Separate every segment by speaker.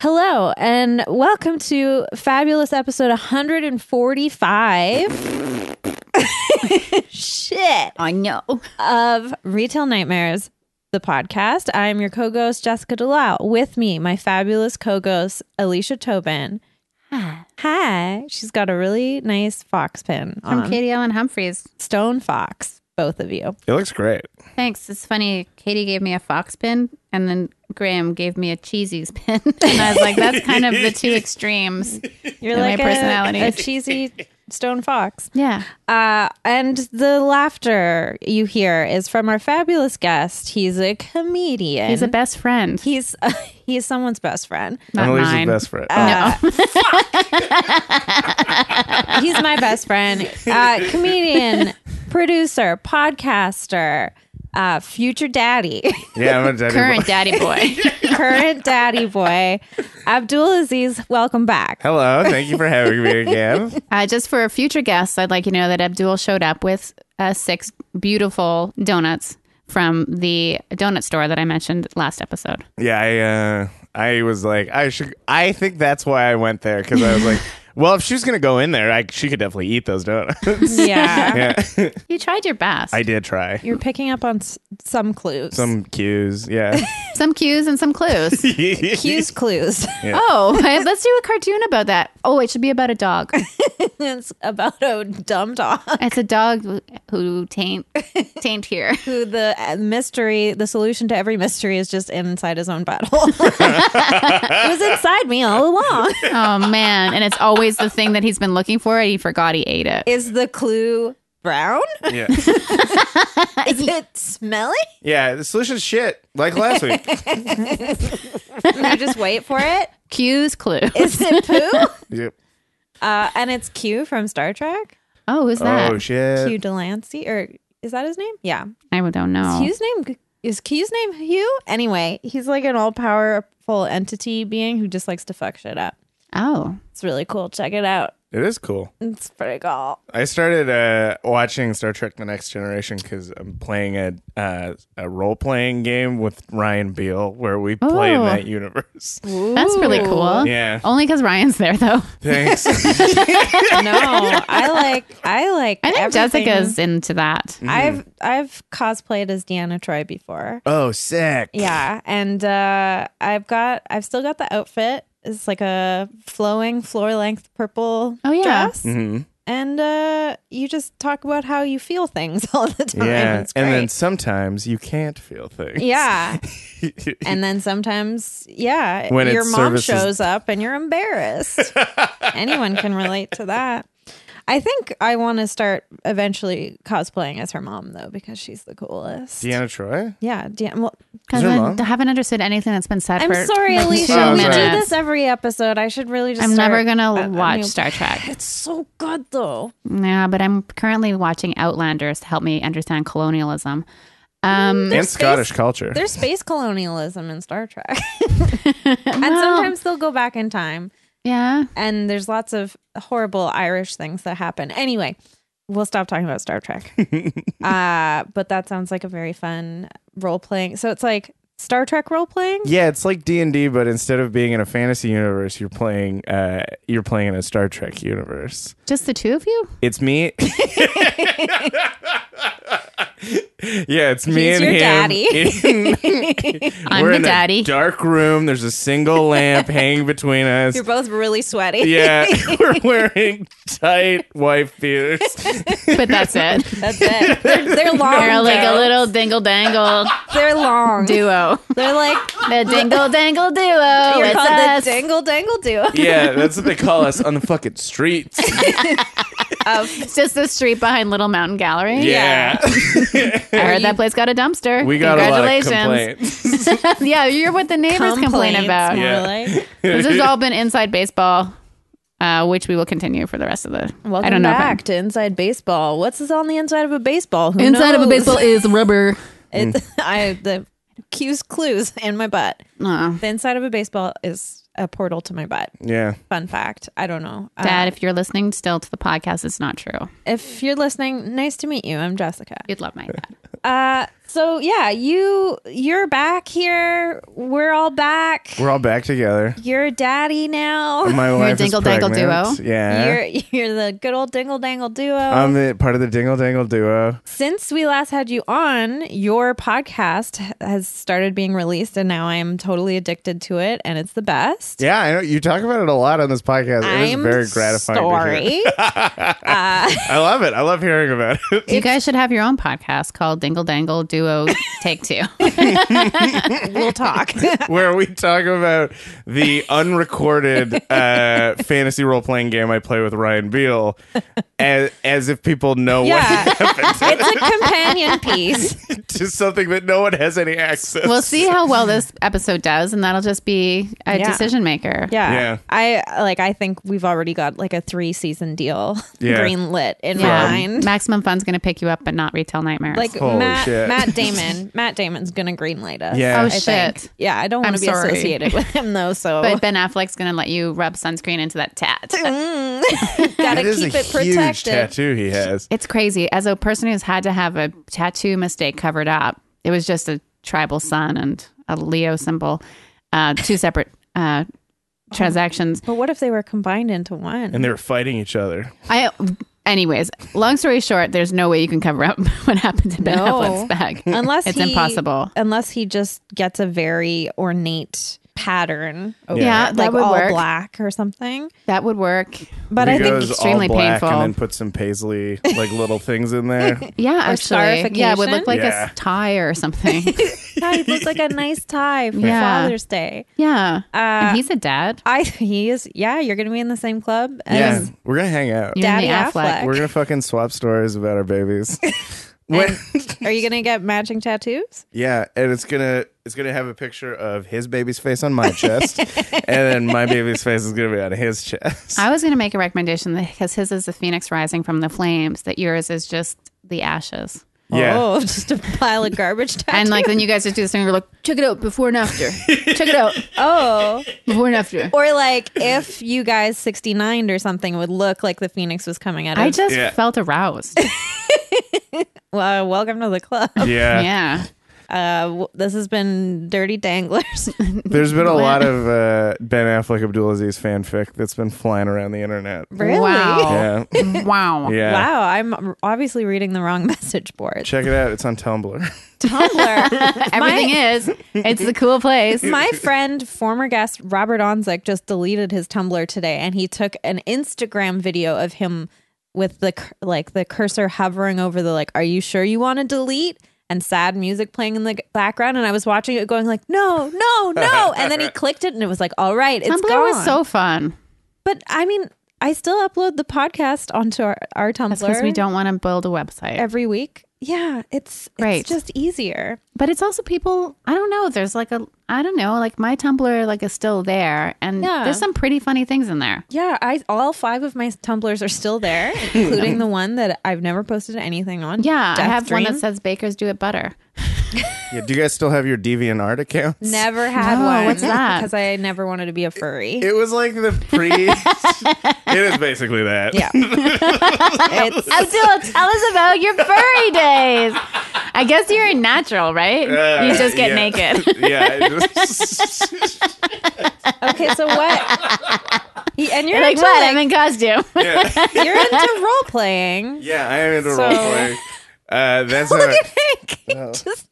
Speaker 1: Hello and welcome to fabulous episode 145. Shit.
Speaker 2: I know.
Speaker 1: Of Retail Nightmares, the podcast. I'm your co ghost, Jessica DeLisle. With me, my fabulous co ghost, Alicia Tobin. Hi. She's got a really nice fox pin
Speaker 2: From
Speaker 1: on.
Speaker 2: Katie Ellen Humphreys.
Speaker 1: Stone Fox, both of you.
Speaker 3: It looks great.
Speaker 2: Thanks. It's funny. Katie gave me a fox pin, and then Graham gave me a cheesies pin, and I was like, "That's kind of the two extremes."
Speaker 1: You're
Speaker 2: And my
Speaker 1: like a-
Speaker 2: personality.
Speaker 1: a cheesy Stone Fox.
Speaker 2: Yeah.
Speaker 1: Uh, and the laughter you hear is from our fabulous guest. He's a comedian.
Speaker 2: He's a best friend.
Speaker 1: he's he's someone's best friend.
Speaker 2: Not
Speaker 3: Emily's
Speaker 2: mine.
Speaker 3: his best friend.
Speaker 1: He's my best friend. Uh, comedian, producer, podcaster, uh, future daddy,
Speaker 3: Oh, yeah, I'm a daddy.
Speaker 2: Current
Speaker 3: boy.
Speaker 2: daddy boy.
Speaker 1: current daddy boy, Abdul Aziz. Welcome back.
Speaker 3: Hello, thank you for having me again.
Speaker 2: uh, just for future guests, I'd like you to know that Abdul showed up with uh, six beautiful donuts from the donut store that I mentioned last episode.
Speaker 3: Yeah, I uh, I was like, I should. I think that's why I went there because I was like, well, if she was gonna go in there, I, she could definitely eat those donuts.
Speaker 1: Yeah,
Speaker 3: yeah,
Speaker 2: You tried your best.
Speaker 3: I did try
Speaker 1: you're picking up on s- some clues.
Speaker 3: some cues. Yeah,
Speaker 2: some cues and some clues.
Speaker 1: cues, clues.
Speaker 2: Oh, let's do a cartoon about that. Oh, it should be about a dog.
Speaker 1: it's about a dumb dog.
Speaker 2: It's a dog who taint taint here.
Speaker 1: who the uh, mystery, the solution to every mystery is just inside his own battle. it was inside me all along.
Speaker 2: Oh man, and it's always the thing that he's been looking for, and he forgot he ate it.
Speaker 1: Is the clue brown?
Speaker 3: yeah,
Speaker 1: Is it smelly?
Speaker 3: yeah. The solution's shit, like last week.
Speaker 1: You just wait for it.
Speaker 2: Cues clue.
Speaker 1: Is it poo?
Speaker 3: Yep.
Speaker 1: Uh, and it's Q from Star Trek.
Speaker 2: Oh, who's that?
Speaker 3: Oh shit.
Speaker 1: Q Delancey, or is that his name? Yeah.
Speaker 2: I don't know.
Speaker 1: Q's name is Q's name Hugh. Anyway, he's like an all powerful entity being who just likes to fuck shit up.
Speaker 2: Oh,
Speaker 1: It's really cool. Check it out.
Speaker 3: It is cool.
Speaker 1: It's pretty cool.
Speaker 3: I started uh, watching Star Trek: The Next Generation because I'm playing a uh, a role playing game with Ryan Beal where we play in
Speaker 2: Oh.
Speaker 3: that universe.
Speaker 2: that's really cool.
Speaker 3: Yeah,
Speaker 1: oh.
Speaker 2: Only because Ryan's there, though.
Speaker 3: thanks.
Speaker 1: No, I like I like.
Speaker 2: I think Mm-hmm.
Speaker 1: everything.
Speaker 2: Jessica's into that.
Speaker 1: I've I've cosplayed as Deanna Troy before.
Speaker 3: oh, sick.
Speaker 1: Yeah, and uh, I've got I've still got the outfit. It's like a flowing floor length purple
Speaker 2: Oh, yeah.
Speaker 1: dress,
Speaker 3: Mhm.
Speaker 1: and uh, you just talk about how you feel things all the time.
Speaker 3: Yeah,
Speaker 1: It's
Speaker 3: and then
Speaker 1: Oh, great.
Speaker 3: sometimes you can't feel things.
Speaker 1: yeah, and then sometimes yeah,
Speaker 3: When
Speaker 1: your
Speaker 3: it's
Speaker 1: mom
Speaker 3: services-
Speaker 1: shows up and you're embarrassed. Anyone can relate to that. I think I want to start eventually cosplaying as her mom though because she's the coolest.
Speaker 3: Deanna Troy.
Speaker 1: Yeah, Deanna. Well,
Speaker 2: Because
Speaker 3: your
Speaker 2: I
Speaker 3: mom?
Speaker 2: haven't understood anything that's been said
Speaker 1: I'm
Speaker 2: for.
Speaker 1: sorry,
Speaker 2: like,
Speaker 1: Alicia.
Speaker 2: two
Speaker 3: Oh,
Speaker 1: we do
Speaker 3: sorry.
Speaker 2: minutes.
Speaker 1: this Uh, every episode. I should really just.
Speaker 2: I'm
Speaker 1: start
Speaker 2: never gonna
Speaker 1: a- a
Speaker 2: watch
Speaker 1: new-
Speaker 2: Star Trek.
Speaker 1: It's so good though.
Speaker 2: Yeah, but I'm currently watching Outlanders to help me understand colonialism. Um,
Speaker 3: and Scottish culture.
Speaker 1: There's space colonialism in Star Trek, and sometimes they'll go back in time.
Speaker 2: yeah.
Speaker 1: And there's lots of horrible Irish things that happen. Anyway, we'll stop talking about Star Trek. uh, but that sounds like a very fun role playing. So it's like Star Trek role playing.
Speaker 3: Yeah, it's like D and D, but instead of being in a fantasy universe, you're playing uh, you're playing in a Star Trek universe.
Speaker 2: Just the two of you?
Speaker 3: It's me. yeah, it's me
Speaker 1: He's
Speaker 3: and
Speaker 1: your
Speaker 3: him.
Speaker 1: daddy.
Speaker 2: I'm
Speaker 3: We're
Speaker 2: the
Speaker 3: in
Speaker 2: daddy.
Speaker 3: a dark room. There's a single lamp hanging between us.
Speaker 1: You're both really sweaty.
Speaker 3: Yeah, we're wearing tight wife beaters.
Speaker 2: but that's it.
Speaker 1: That's it. They're, they're long.
Speaker 2: They're like a
Speaker 1: though.
Speaker 2: little dingle dangle
Speaker 1: They're long.
Speaker 2: duo.
Speaker 1: They're like
Speaker 2: The dingle dangle duo.
Speaker 1: You're
Speaker 2: Oh, it's
Speaker 1: called
Speaker 2: us.
Speaker 1: the Dangle Dangle Duo
Speaker 3: Yeah, that's what they call us on the fucking streets.
Speaker 1: of
Speaker 2: it's just the street behind Little Mountain Gallery.
Speaker 3: Yeah,
Speaker 2: I heard that place got a dumpster.
Speaker 3: we got a lot of
Speaker 2: Congratulations.
Speaker 3: complaints.
Speaker 2: yeah, you're what the neighbors complain
Speaker 1: complaints,
Speaker 2: about.
Speaker 1: more
Speaker 3: Yeah.
Speaker 1: like.
Speaker 2: This has all been inside baseball, uh, which we will continue for the rest of the.
Speaker 1: Welcome
Speaker 2: I don't know. if
Speaker 1: back
Speaker 2: I'm-
Speaker 1: to Inside Baseball. What's is on the inside of a baseball? Who
Speaker 2: Inside of a
Speaker 1: knows?
Speaker 3: Mm.
Speaker 2: baseball is rubber.
Speaker 1: It's, I the cues clues in my butt.
Speaker 2: Oh.
Speaker 1: The inside of a baseball is a portal to my butt.
Speaker 3: Yeah.
Speaker 1: Fun fact. I don't know. Uh,
Speaker 2: Dad, if you're listening still to the podcast, it's not true.
Speaker 1: if you're listening, nice to meet you. I'm Jessica.
Speaker 2: You'd love my dad.
Speaker 1: Uh, so yeah, you you're back here. We're all back.
Speaker 3: We're all back together.
Speaker 1: you're a daddy now.
Speaker 3: My wife
Speaker 2: dingle
Speaker 3: is
Speaker 2: dangle
Speaker 3: pregnant.
Speaker 2: duo.
Speaker 3: Yeah.
Speaker 1: You're you're the good old dingle dangle duo.
Speaker 3: I'm the, part of the Dingle Dangle duo.
Speaker 1: Since we last had you on, your podcast has started being released, and now I am totally addicted to it, and it's the best.
Speaker 3: Yeah, I know you talk about it a lot on this podcast. It
Speaker 1: I'm
Speaker 3: is very gratifying. to hear.
Speaker 1: Sorry. uh,
Speaker 3: I love it. I love hearing about it.
Speaker 2: You guys should have your own podcast called Dingle Dangle Duo Take Two.
Speaker 1: we'll talk.
Speaker 3: Where we talk about the unrecorded uh, fantasy role playing game I play with Ryan Beal as, as if people know
Speaker 1: yeah,
Speaker 3: what happened.
Speaker 1: it's a companion piece.
Speaker 3: Just something that no one has any access
Speaker 2: we'll see how well this episode does, and that'll just be a
Speaker 1: Yeah.
Speaker 2: decision maker.
Speaker 1: Yeah.
Speaker 3: Yeah.
Speaker 1: I like I think we've already got like a three season deal
Speaker 3: Yeah.
Speaker 1: green lit in
Speaker 2: Yeah.
Speaker 1: mind.
Speaker 2: Maximum Fun's going to pick you up, but not Retail Nightmares.
Speaker 1: Like
Speaker 3: Holy
Speaker 1: Matt
Speaker 3: shit.
Speaker 1: Matt Damon. Matt Damon's gonna greenlight us.
Speaker 3: Yeah. Oh,
Speaker 1: I think. Oh.
Speaker 2: shit.
Speaker 1: Yeah, I don't
Speaker 2: I'm
Speaker 1: want to be
Speaker 2: sorry.
Speaker 1: associated with him though, so
Speaker 2: but Ben Affleck's going to let you rub sunscreen into that tat.
Speaker 1: gotta
Speaker 3: That is
Speaker 1: keep
Speaker 3: a
Speaker 1: it
Speaker 3: huge
Speaker 1: protected.
Speaker 3: tattoo he has.
Speaker 2: It's crazy. As a person who's had to have a tattoo mistake covered up, it was just a tribal sun and a Leo symbol, uh, two separate uh, transactions.
Speaker 1: But what if they were combined into one?
Speaker 3: And they were fighting each other.
Speaker 2: I, anyways, long story short, there's no way you can cover up what happened to Ben
Speaker 1: No.
Speaker 2: Affleck's back.
Speaker 1: unless
Speaker 2: it's
Speaker 1: he-
Speaker 2: impossible.
Speaker 1: Unless he just gets a very ornate pattern over
Speaker 3: Yeah,
Speaker 1: it,
Speaker 2: that
Speaker 1: like
Speaker 2: would
Speaker 1: Oh, all
Speaker 2: work.
Speaker 1: black or something.
Speaker 2: That would work.
Speaker 1: But
Speaker 3: he
Speaker 1: I think
Speaker 2: it's
Speaker 3: goes
Speaker 2: extremely
Speaker 3: all black
Speaker 2: painful.
Speaker 3: and then put some paisley like little things in there.
Speaker 2: Yeah, actually, yeah, it would
Speaker 1: scarification?
Speaker 2: look like
Speaker 3: Yeah.
Speaker 2: a tie or something.
Speaker 1: yeah, it looks like a nice tie for
Speaker 2: Yeah.
Speaker 1: Father's Day.
Speaker 2: yeah,
Speaker 1: Uh,
Speaker 2: and he's a dad.
Speaker 1: I he is yeah, you're gonna be in the same club
Speaker 3: yeah,
Speaker 1: as
Speaker 3: we're gonna hang out.
Speaker 2: You and
Speaker 1: Daddy
Speaker 2: the
Speaker 1: Affleck.
Speaker 3: We're gonna fucking swap stories about our babies. when,
Speaker 1: Are you gonna get matching tattoos?
Speaker 3: yeah, and it's gonna it's gonna have a picture of his baby's face on my chest, and then my baby's face is gonna be on his chest.
Speaker 2: I was going to make a recommendation because his is the phoenix rising from the flames, that yours is just the ashes.
Speaker 3: yeah,
Speaker 1: Oh, just a pile of garbage tattoos.
Speaker 2: And like then you guys just do this thing. You're like, check it out before and after. check it out
Speaker 1: oh.
Speaker 2: before and after.
Speaker 1: Or like if you guys 69 or something would look like the Phoenix was coming out of
Speaker 2: I just
Speaker 3: Yeah.
Speaker 2: felt aroused.
Speaker 1: well, uh, welcome to the club.
Speaker 3: yeah.
Speaker 2: yeah,
Speaker 1: Uh, w- this has been Dirty Danglers.
Speaker 3: There's been a lot of uh, Ben Affleck Abdulaziz fanfic that's been flying around the internet.
Speaker 1: really?
Speaker 2: Wow.
Speaker 3: Yeah,
Speaker 2: wow.
Speaker 3: yeah.
Speaker 1: Wow, I'm obviously reading the wrong message board.
Speaker 3: Check it out. It's on Tumblr.
Speaker 1: Tumblr.
Speaker 2: Everything is. It's the cool place.
Speaker 1: My friend, former guest Robert Onzik, just deleted his Tumblr today, and he took an Instagram video of him with the cur- like the cursor hovering over the like, "Are you sure you want to delete?" and sad music playing in the g- background. And I was watching it, going like, "No, no, no!" and then he clicked it, and it was like, "All right, it's
Speaker 2: Tumblr
Speaker 1: gone."
Speaker 2: was so fun
Speaker 1: but I mean, I still upload the podcast onto our, our
Speaker 2: because
Speaker 1: Tumblr
Speaker 2: we don't want to build a website.
Speaker 1: every week. Yeah, it's
Speaker 2: Right.
Speaker 1: it's just easier.
Speaker 2: but it's also people i don't know there's like a i don't know like my tumblr like is still there and
Speaker 1: Yeah.
Speaker 2: there's some pretty funny things in there
Speaker 1: Yeah, I all five of my tumblers are still there, including the one that I've never posted anything on.
Speaker 2: yeah i
Speaker 1: Death
Speaker 2: have one
Speaker 1: Dream.
Speaker 2: that says bakers do it butter
Speaker 3: yeah. Do you guys still have your DeviantArt accounts?
Speaker 1: never had
Speaker 2: No,
Speaker 1: one.
Speaker 2: what's that?
Speaker 1: Because I never wanted to be a furry.
Speaker 3: It was like the pre. it is basically that.
Speaker 1: yeah, it's
Speaker 2: abdul tell us about your furry days i guess you're a natural right
Speaker 3: Uh,
Speaker 2: you just get
Speaker 3: yeah.
Speaker 2: naked
Speaker 3: yeah. I just-
Speaker 1: okay. So what? Y- And you're
Speaker 2: You're like
Speaker 1: into,
Speaker 2: what i'm in costume
Speaker 3: yeah.
Speaker 1: you're into role playing.
Speaker 3: Yeah, I am into
Speaker 1: So-
Speaker 3: role playing. Uh, that's
Speaker 1: Look
Speaker 3: a,
Speaker 1: at Hank. He just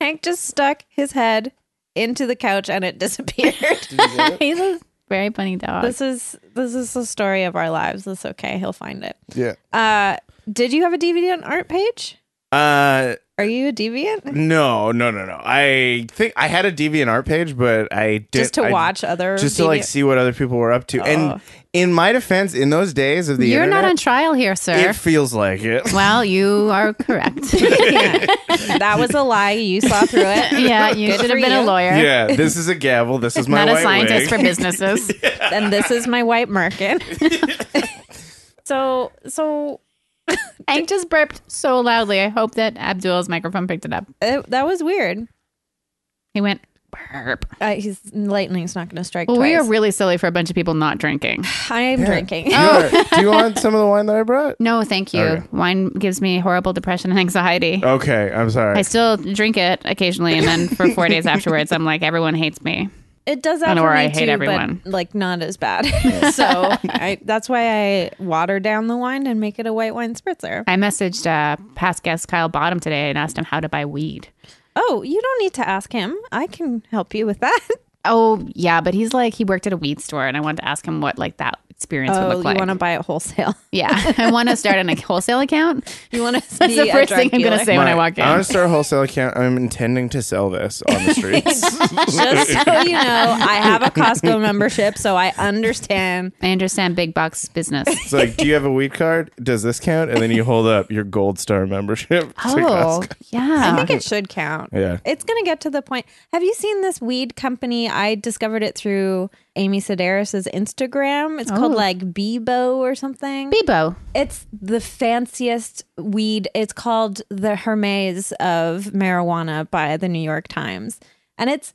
Speaker 1: Hank just stuck his head into the couch and it disappeared.
Speaker 2: he's a very funny dog
Speaker 1: this is this is the story of our lives. It's okay. He'll find it.
Speaker 3: yeah.
Speaker 1: Uh, did you have a DVD on art page?
Speaker 3: Uh,
Speaker 1: Are you a deviant?
Speaker 3: no, no, no, no. I think I had a DeviantArt page, but I did
Speaker 1: Just to
Speaker 3: I-
Speaker 1: watch other
Speaker 3: just to like
Speaker 1: deviant-
Speaker 3: see what other people were up to.
Speaker 1: Oh.
Speaker 3: And in my defense, in those days of the
Speaker 2: you're
Speaker 3: internet,
Speaker 2: not on trial here sir
Speaker 3: it feels like it.
Speaker 2: well you are correct
Speaker 1: Yeah. that was a lie. You saw through it.
Speaker 2: yeah you should have
Speaker 1: for
Speaker 2: been a
Speaker 1: you.
Speaker 2: lawyer
Speaker 3: Yeah, this is a gavel. This is my
Speaker 2: not a
Speaker 3: white
Speaker 2: scientist
Speaker 3: wig.
Speaker 2: for businesses
Speaker 1: And this is my white merkin. so so
Speaker 2: Hank just burped so
Speaker 1: uh,
Speaker 2: loudly. I hope that Abdul's microphone picked it up.
Speaker 1: it, that was weird.
Speaker 2: He went burp.
Speaker 1: Uh, he's lightning's not going to strike.
Speaker 2: Well,
Speaker 1: twice.
Speaker 2: we are really silly for a bunch of people not drinking.
Speaker 1: I am drinking.
Speaker 3: Do you,
Speaker 2: Oh.
Speaker 3: want, do you want some of the wine that I brought?
Speaker 2: No, thank you.
Speaker 3: Okay.
Speaker 2: Wine gives me horrible depression and anxiety.
Speaker 3: Okay, I'm sorry.
Speaker 2: I still drink it occasionally, and then for four days afterwards, I'm like, everyone hates me.
Speaker 1: It does
Speaker 2: I
Speaker 1: that
Speaker 2: know
Speaker 1: for
Speaker 2: where
Speaker 1: me
Speaker 2: I hate
Speaker 1: too,
Speaker 2: everyone.
Speaker 1: but like not as bad. so I, that's why I water down the wine and make it a white wine spritzer.
Speaker 2: I messaged uh, past guest Kyle Bottom today and asked him how to buy weed.
Speaker 1: Oh, you don't need to ask him. I can help you with that.
Speaker 2: Oh yeah, but he's like he worked at a weed store, and I wanted to ask him what like that experience would
Speaker 1: oh,
Speaker 2: look like.
Speaker 1: you want to buy it wholesale?
Speaker 2: yeah, I want to start on a wholesale account.
Speaker 1: You want to?
Speaker 2: That's the first thing I'm gonna say when I
Speaker 3: My
Speaker 2: walk in.
Speaker 3: Honestar wholesale account. I'm intending to sell this on the streets.
Speaker 1: Just so you know, I have a Costco membership, so I understand.
Speaker 2: I understand big box business.
Speaker 3: it's like, do you have a weed card? Does this count? And then you hold up your gold star membership. to
Speaker 2: Oh
Speaker 3: Costco.
Speaker 2: yeah,
Speaker 1: I think it should count.
Speaker 3: Yeah.
Speaker 1: It's going to get to the point. Have you seen this weed company? I discovered it through Amy Sedaris's Instagram. It's called like Bebo or something.
Speaker 2: Bebo.
Speaker 1: It's the fanciest weed. It's called the Hermes of marijuana by the New York Times. And it's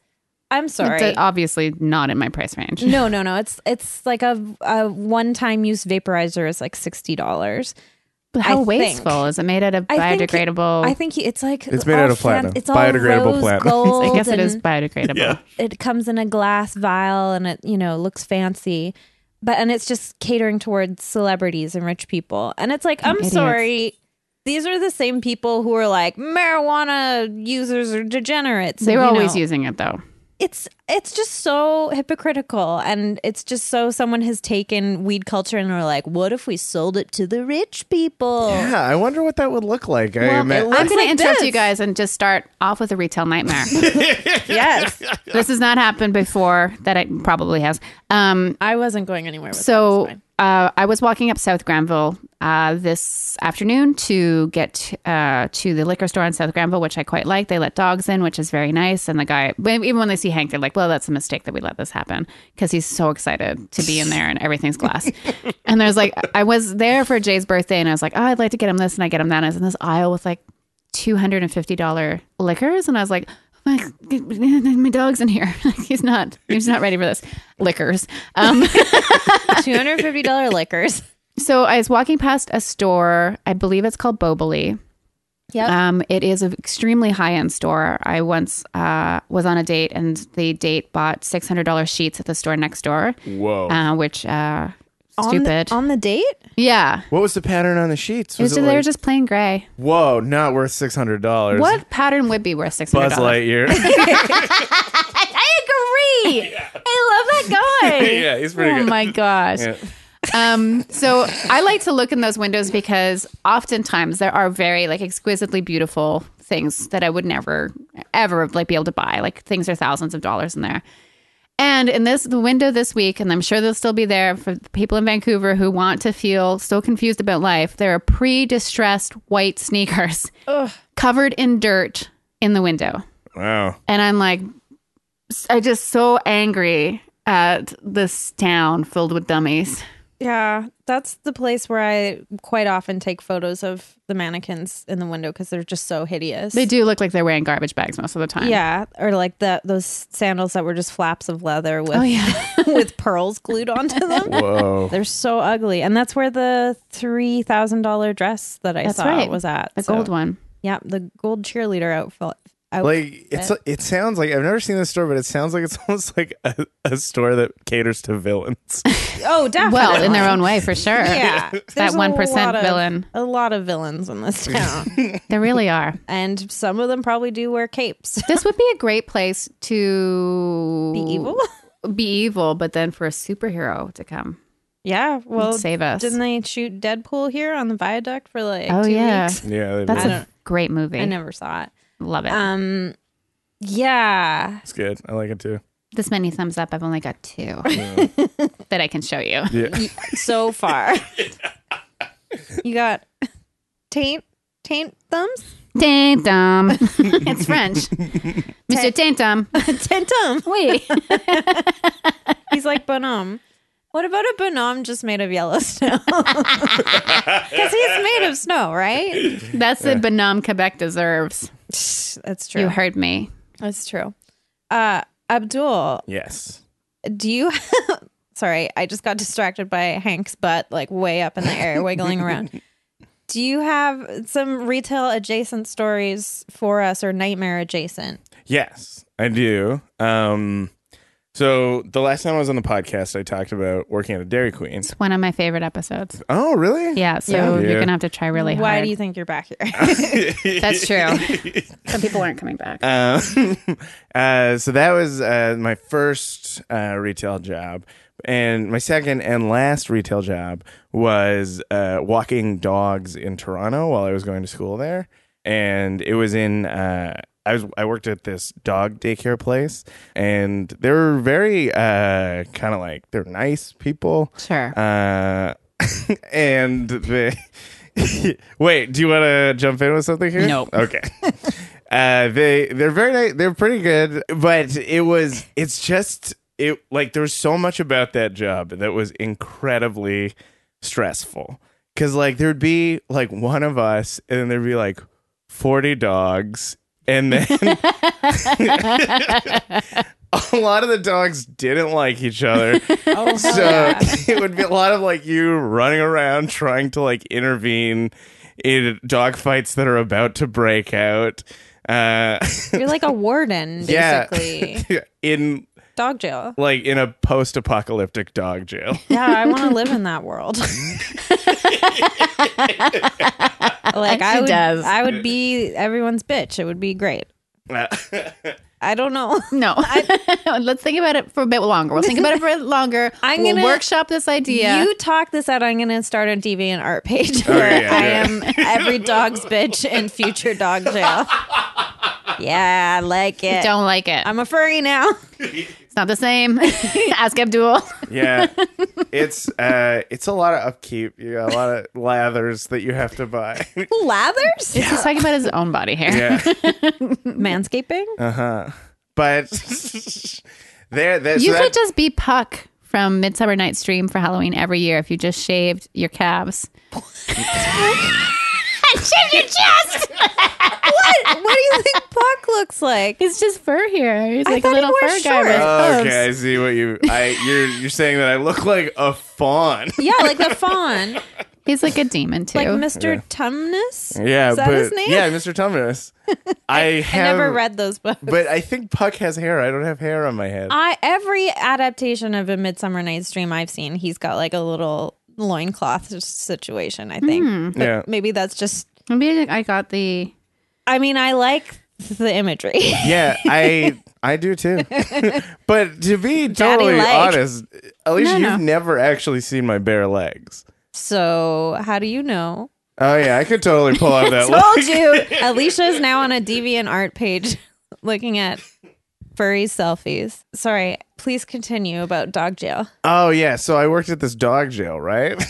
Speaker 1: I'm sorry.
Speaker 2: It's uh, obviously not in my price range.
Speaker 1: no, no, no. It's it's like a, a one-time use vaporizer is like $60.
Speaker 2: But how
Speaker 1: I think-
Speaker 2: wasteful is it made out of
Speaker 1: I think it-
Speaker 2: biodegradable?
Speaker 1: I think he, it's like
Speaker 3: It's made
Speaker 1: all
Speaker 3: out of platinum.
Speaker 1: it's all
Speaker 3: Biodegradable
Speaker 1: rose
Speaker 3: platinum.
Speaker 1: Gold
Speaker 2: I guess it is
Speaker 1: and-
Speaker 2: biodegradable.
Speaker 1: it comes in a glass vial and it you know looks fancy but and it's just catering towards celebrities and rich people and it's like i'm
Speaker 2: idiots.
Speaker 1: sorry these are the same people who are like marijuana users are degenerates
Speaker 2: They
Speaker 1: and,
Speaker 2: were
Speaker 1: you
Speaker 2: always
Speaker 1: know,
Speaker 2: using it though.
Speaker 1: it's it's just so hypocritical and it's just so someone has taken weed culture and are like what if we sold it to the rich people
Speaker 3: Yeah, I wonder what that would look like. I
Speaker 2: Well,
Speaker 3: ima-
Speaker 2: I'm going
Speaker 1: like
Speaker 2: to interrupt
Speaker 1: this.
Speaker 2: you guys and just start off with a retail nightmare.
Speaker 1: yes
Speaker 2: this has not happened before. That it probably has. Um,
Speaker 1: i wasn't going anywhere with
Speaker 2: so
Speaker 1: that. It's fine.
Speaker 2: uh, I was walking up South Granville uh, this afternoon to get uh, to the liquor store in South Granville, which I quite like. They let dogs in, which is very nice. And the guy, but even when they see Hank, they're like, "Well, that's a mistake that we let this happen," because he's so excited to be in there and everything's glass. and there's like, I was there for Jay's birthday, and I was like, "Oh, I'd like to get him this," and I get him that. And I was in this aisle with like two hundred and fifty dollar liquors, and I was like, "Oh my, my dog's in here. he's not. He's not ready for this liquors." Um,
Speaker 1: $250 liquors
Speaker 2: so I was walking past a store. I believe it's called Boboli.
Speaker 1: Yep.
Speaker 2: Um, it is an extremely high end store. I once uh, was on a date, and the date bought six hundred dollars sheets at the store next door,
Speaker 3: Whoa.
Speaker 2: uh, which uh,
Speaker 1: On the-
Speaker 2: stupid.
Speaker 1: on the date
Speaker 2: yeah,
Speaker 3: what was the pattern on the sheets?
Speaker 2: it was,
Speaker 3: Was it
Speaker 2: they were
Speaker 3: like,
Speaker 2: just plain gray.
Speaker 3: whoa, not worth six hundred dollars.
Speaker 2: What pattern would be worth six hundred
Speaker 3: Buzz
Speaker 2: dollars?
Speaker 3: Lightyear?
Speaker 2: I agree.
Speaker 1: I love that guy.
Speaker 3: yeah, he's pretty
Speaker 2: Oh
Speaker 3: good.
Speaker 2: my gosh.
Speaker 3: Yeah.
Speaker 2: Um, so I like to look in those windows because oftentimes there are very like exquisitely beautiful things that I would never ever like be able to buy. Like things are thousands of dollars in there. And in this the window this week, and I'm sure they'll still be there for the people in Vancouver who want to feel so confused about life, there are pre-distressed white sneakers covered in dirt in the window
Speaker 3: Wow.
Speaker 2: and I'm like, I just so angry at this town filled with dummies.
Speaker 1: Yeah, that's the place where I quite often take photos of the mannequins in the window because they're just so hideous.
Speaker 2: They do look like they're wearing garbage bags most of the time.
Speaker 1: Yeah, or like the those sandals that were just flaps of leather with
Speaker 2: Oh yeah.
Speaker 1: with pearls glued onto them.
Speaker 3: Whoa.
Speaker 1: They're so ugly, and that's where the three thousand dollar dress that I
Speaker 2: That's
Speaker 1: saw
Speaker 2: right.
Speaker 1: was at
Speaker 2: The
Speaker 1: So-
Speaker 2: gold one.
Speaker 1: Yeah, the gold cheerleader outfit. Out-
Speaker 3: like it's it sounds like I've never seen this store, but it sounds like it's almost like a, a store that caters to villains.
Speaker 1: oh, definitely.
Speaker 2: Well, in their own way for sure.
Speaker 1: yeah, There's a
Speaker 2: 1%
Speaker 1: lot of-
Speaker 2: villain.
Speaker 1: A lot of villains in this town,
Speaker 2: They really are.
Speaker 1: and some of them probably do wear capes.
Speaker 2: This would be a great place to
Speaker 1: Be evil.
Speaker 2: be evil, but then for a superhero to come.
Speaker 1: Yeah, well,
Speaker 2: save us.
Speaker 1: Oh, Didn't they shoot Deadpool here on the viaduct for like
Speaker 2: Oh,
Speaker 1: two
Speaker 2: yeah.
Speaker 1: weeks?
Speaker 3: yeah, they-
Speaker 2: That's
Speaker 1: I
Speaker 2: a
Speaker 1: don't-
Speaker 2: great movie.
Speaker 1: I never saw it.
Speaker 2: Love it.
Speaker 1: Um, yeah,
Speaker 3: it's good. I like it too.
Speaker 2: this many thumbs up. I've only got two that I can show you.
Speaker 3: Yeah.
Speaker 1: so far, you got taint taint thumbs
Speaker 2: Tantum. it's French. Mr. Tantum.
Speaker 1: tentum.
Speaker 2: Wait.
Speaker 1: He's like bonhomme. What about a bonhomme just made of yellow snow? Because he's made of snow, right?
Speaker 2: That's the Benam Quebec deserves.
Speaker 1: That's
Speaker 2: You
Speaker 1: true.
Speaker 2: heard me.
Speaker 1: That's true. Uh, Abdul,
Speaker 3: Yes.
Speaker 1: do you? sorry, I just got distracted by Hank's butt, like way up in the air, wiggling around. Do you have some retail adjacent stories for us or nightmare adjacent?
Speaker 3: Yes, I do. Um, so the last time I was on the podcast, I talked about working at a Dairy Queen.
Speaker 2: It's one of my favorite episodes.
Speaker 3: Oh, really?
Speaker 2: Yeah, so
Speaker 3: Yeah.
Speaker 2: you're
Speaker 3: Yeah.
Speaker 2: gonna have to try really
Speaker 1: Why
Speaker 2: hard.
Speaker 1: do you think you're back here?
Speaker 2: That's true. Some people aren't coming back.
Speaker 3: Um, uh, so that was uh, my first uh, retail job. And my second and last retail job was uh, walking dogs in Toronto while I was going to school there. And it was in, uh, I, was, I worked at this dog daycare place. And they were very uh, kind of like, they're nice people.
Speaker 2: Sure.
Speaker 3: Uh, and the wait, do you want to jump in with something here?
Speaker 2: No.
Speaker 3: Okay. uh, they they're very nice. They're pretty good, but it was it's just it like there was so much about that job that was incredibly stressful because like there'd be like one of us, and then there'd be like forty dogs, and then a lot of the dogs didn't like each other.
Speaker 1: oh,
Speaker 3: So it would be a lot of like you running around trying to like intervene in dog fights that are about to break out. Uh,
Speaker 1: you're like a warden,
Speaker 3: yeah,
Speaker 1: basically.
Speaker 3: in
Speaker 1: Dog jail.
Speaker 3: like in a post-apocalyptic dog jail.
Speaker 1: Yeah, I want to live in that world. like I
Speaker 2: She
Speaker 1: would,
Speaker 2: does.
Speaker 1: I would be everyone's bitch. It would be great.
Speaker 3: Uh,
Speaker 1: I don't know.
Speaker 2: No, let's think about it for a bit longer. We'll think about it for longer.
Speaker 1: I'm
Speaker 2: we'll
Speaker 1: gonna-
Speaker 2: workshop this idea.
Speaker 1: You talk this out. I'm gonna start a deviant art page
Speaker 3: Oh,
Speaker 1: where
Speaker 3: yeah,
Speaker 1: I
Speaker 3: yeah.
Speaker 1: am every dog's bitch in future dog jail. Yeah, I like it.
Speaker 2: don't like it.
Speaker 1: I'm a furry now.
Speaker 2: it's not the same. Ask Abdul.
Speaker 3: yeah, it's uh, it's a lot of upkeep. You got a lot of lathers that you have to buy.
Speaker 1: Lathers,
Speaker 2: He's talking about his own body hair.
Speaker 3: yeah,
Speaker 1: manscaping.
Speaker 3: uh huh. But there, there. so
Speaker 2: You
Speaker 3: that-
Speaker 2: could just be Puck from Midsummer Night's Dream for Halloween every year if you just shaved your calves. and shaved your chest.
Speaker 1: what? What do you think Puck looks like?
Speaker 2: He's just fur here. He's like a
Speaker 1: thought he
Speaker 2: little
Speaker 1: wore
Speaker 2: fur guy. With
Speaker 1: shorts.
Speaker 2: hooves.
Speaker 3: okay, I see what you. I you're you're saying that I look like a fawn.
Speaker 1: Yeah, like the fawn,
Speaker 2: He's like a demon too.
Speaker 1: like Mr. Tumnus.
Speaker 3: Yeah,
Speaker 1: Is that
Speaker 3: but
Speaker 1: his name?
Speaker 3: yeah, Mr. Tumnus. I
Speaker 1: I
Speaker 3: have,
Speaker 1: never read those books.
Speaker 3: but I think Puck has hair. I don't have hair on my head.
Speaker 1: I every adaptation of a Midsummer Night's Dream I've seen, he's got like a little loincloth s- situation, I think. But
Speaker 3: Yeah.
Speaker 1: maybe that's just
Speaker 2: Maybe I got the.
Speaker 1: I mean, I like the imagery.
Speaker 3: yeah, I I do too. but to be totally
Speaker 1: leg.
Speaker 3: honest, Alicia,
Speaker 2: No, no.
Speaker 3: you've never actually seen my bare legs.
Speaker 1: so how do you know?
Speaker 3: Oh yeah, I could totally pull out that. leg.
Speaker 1: Told you. Alicia's now on a deviant art page looking at furry selfies. Sorry, please continue about dog jail.
Speaker 3: Oh yeah, so I worked at this dog jail, right?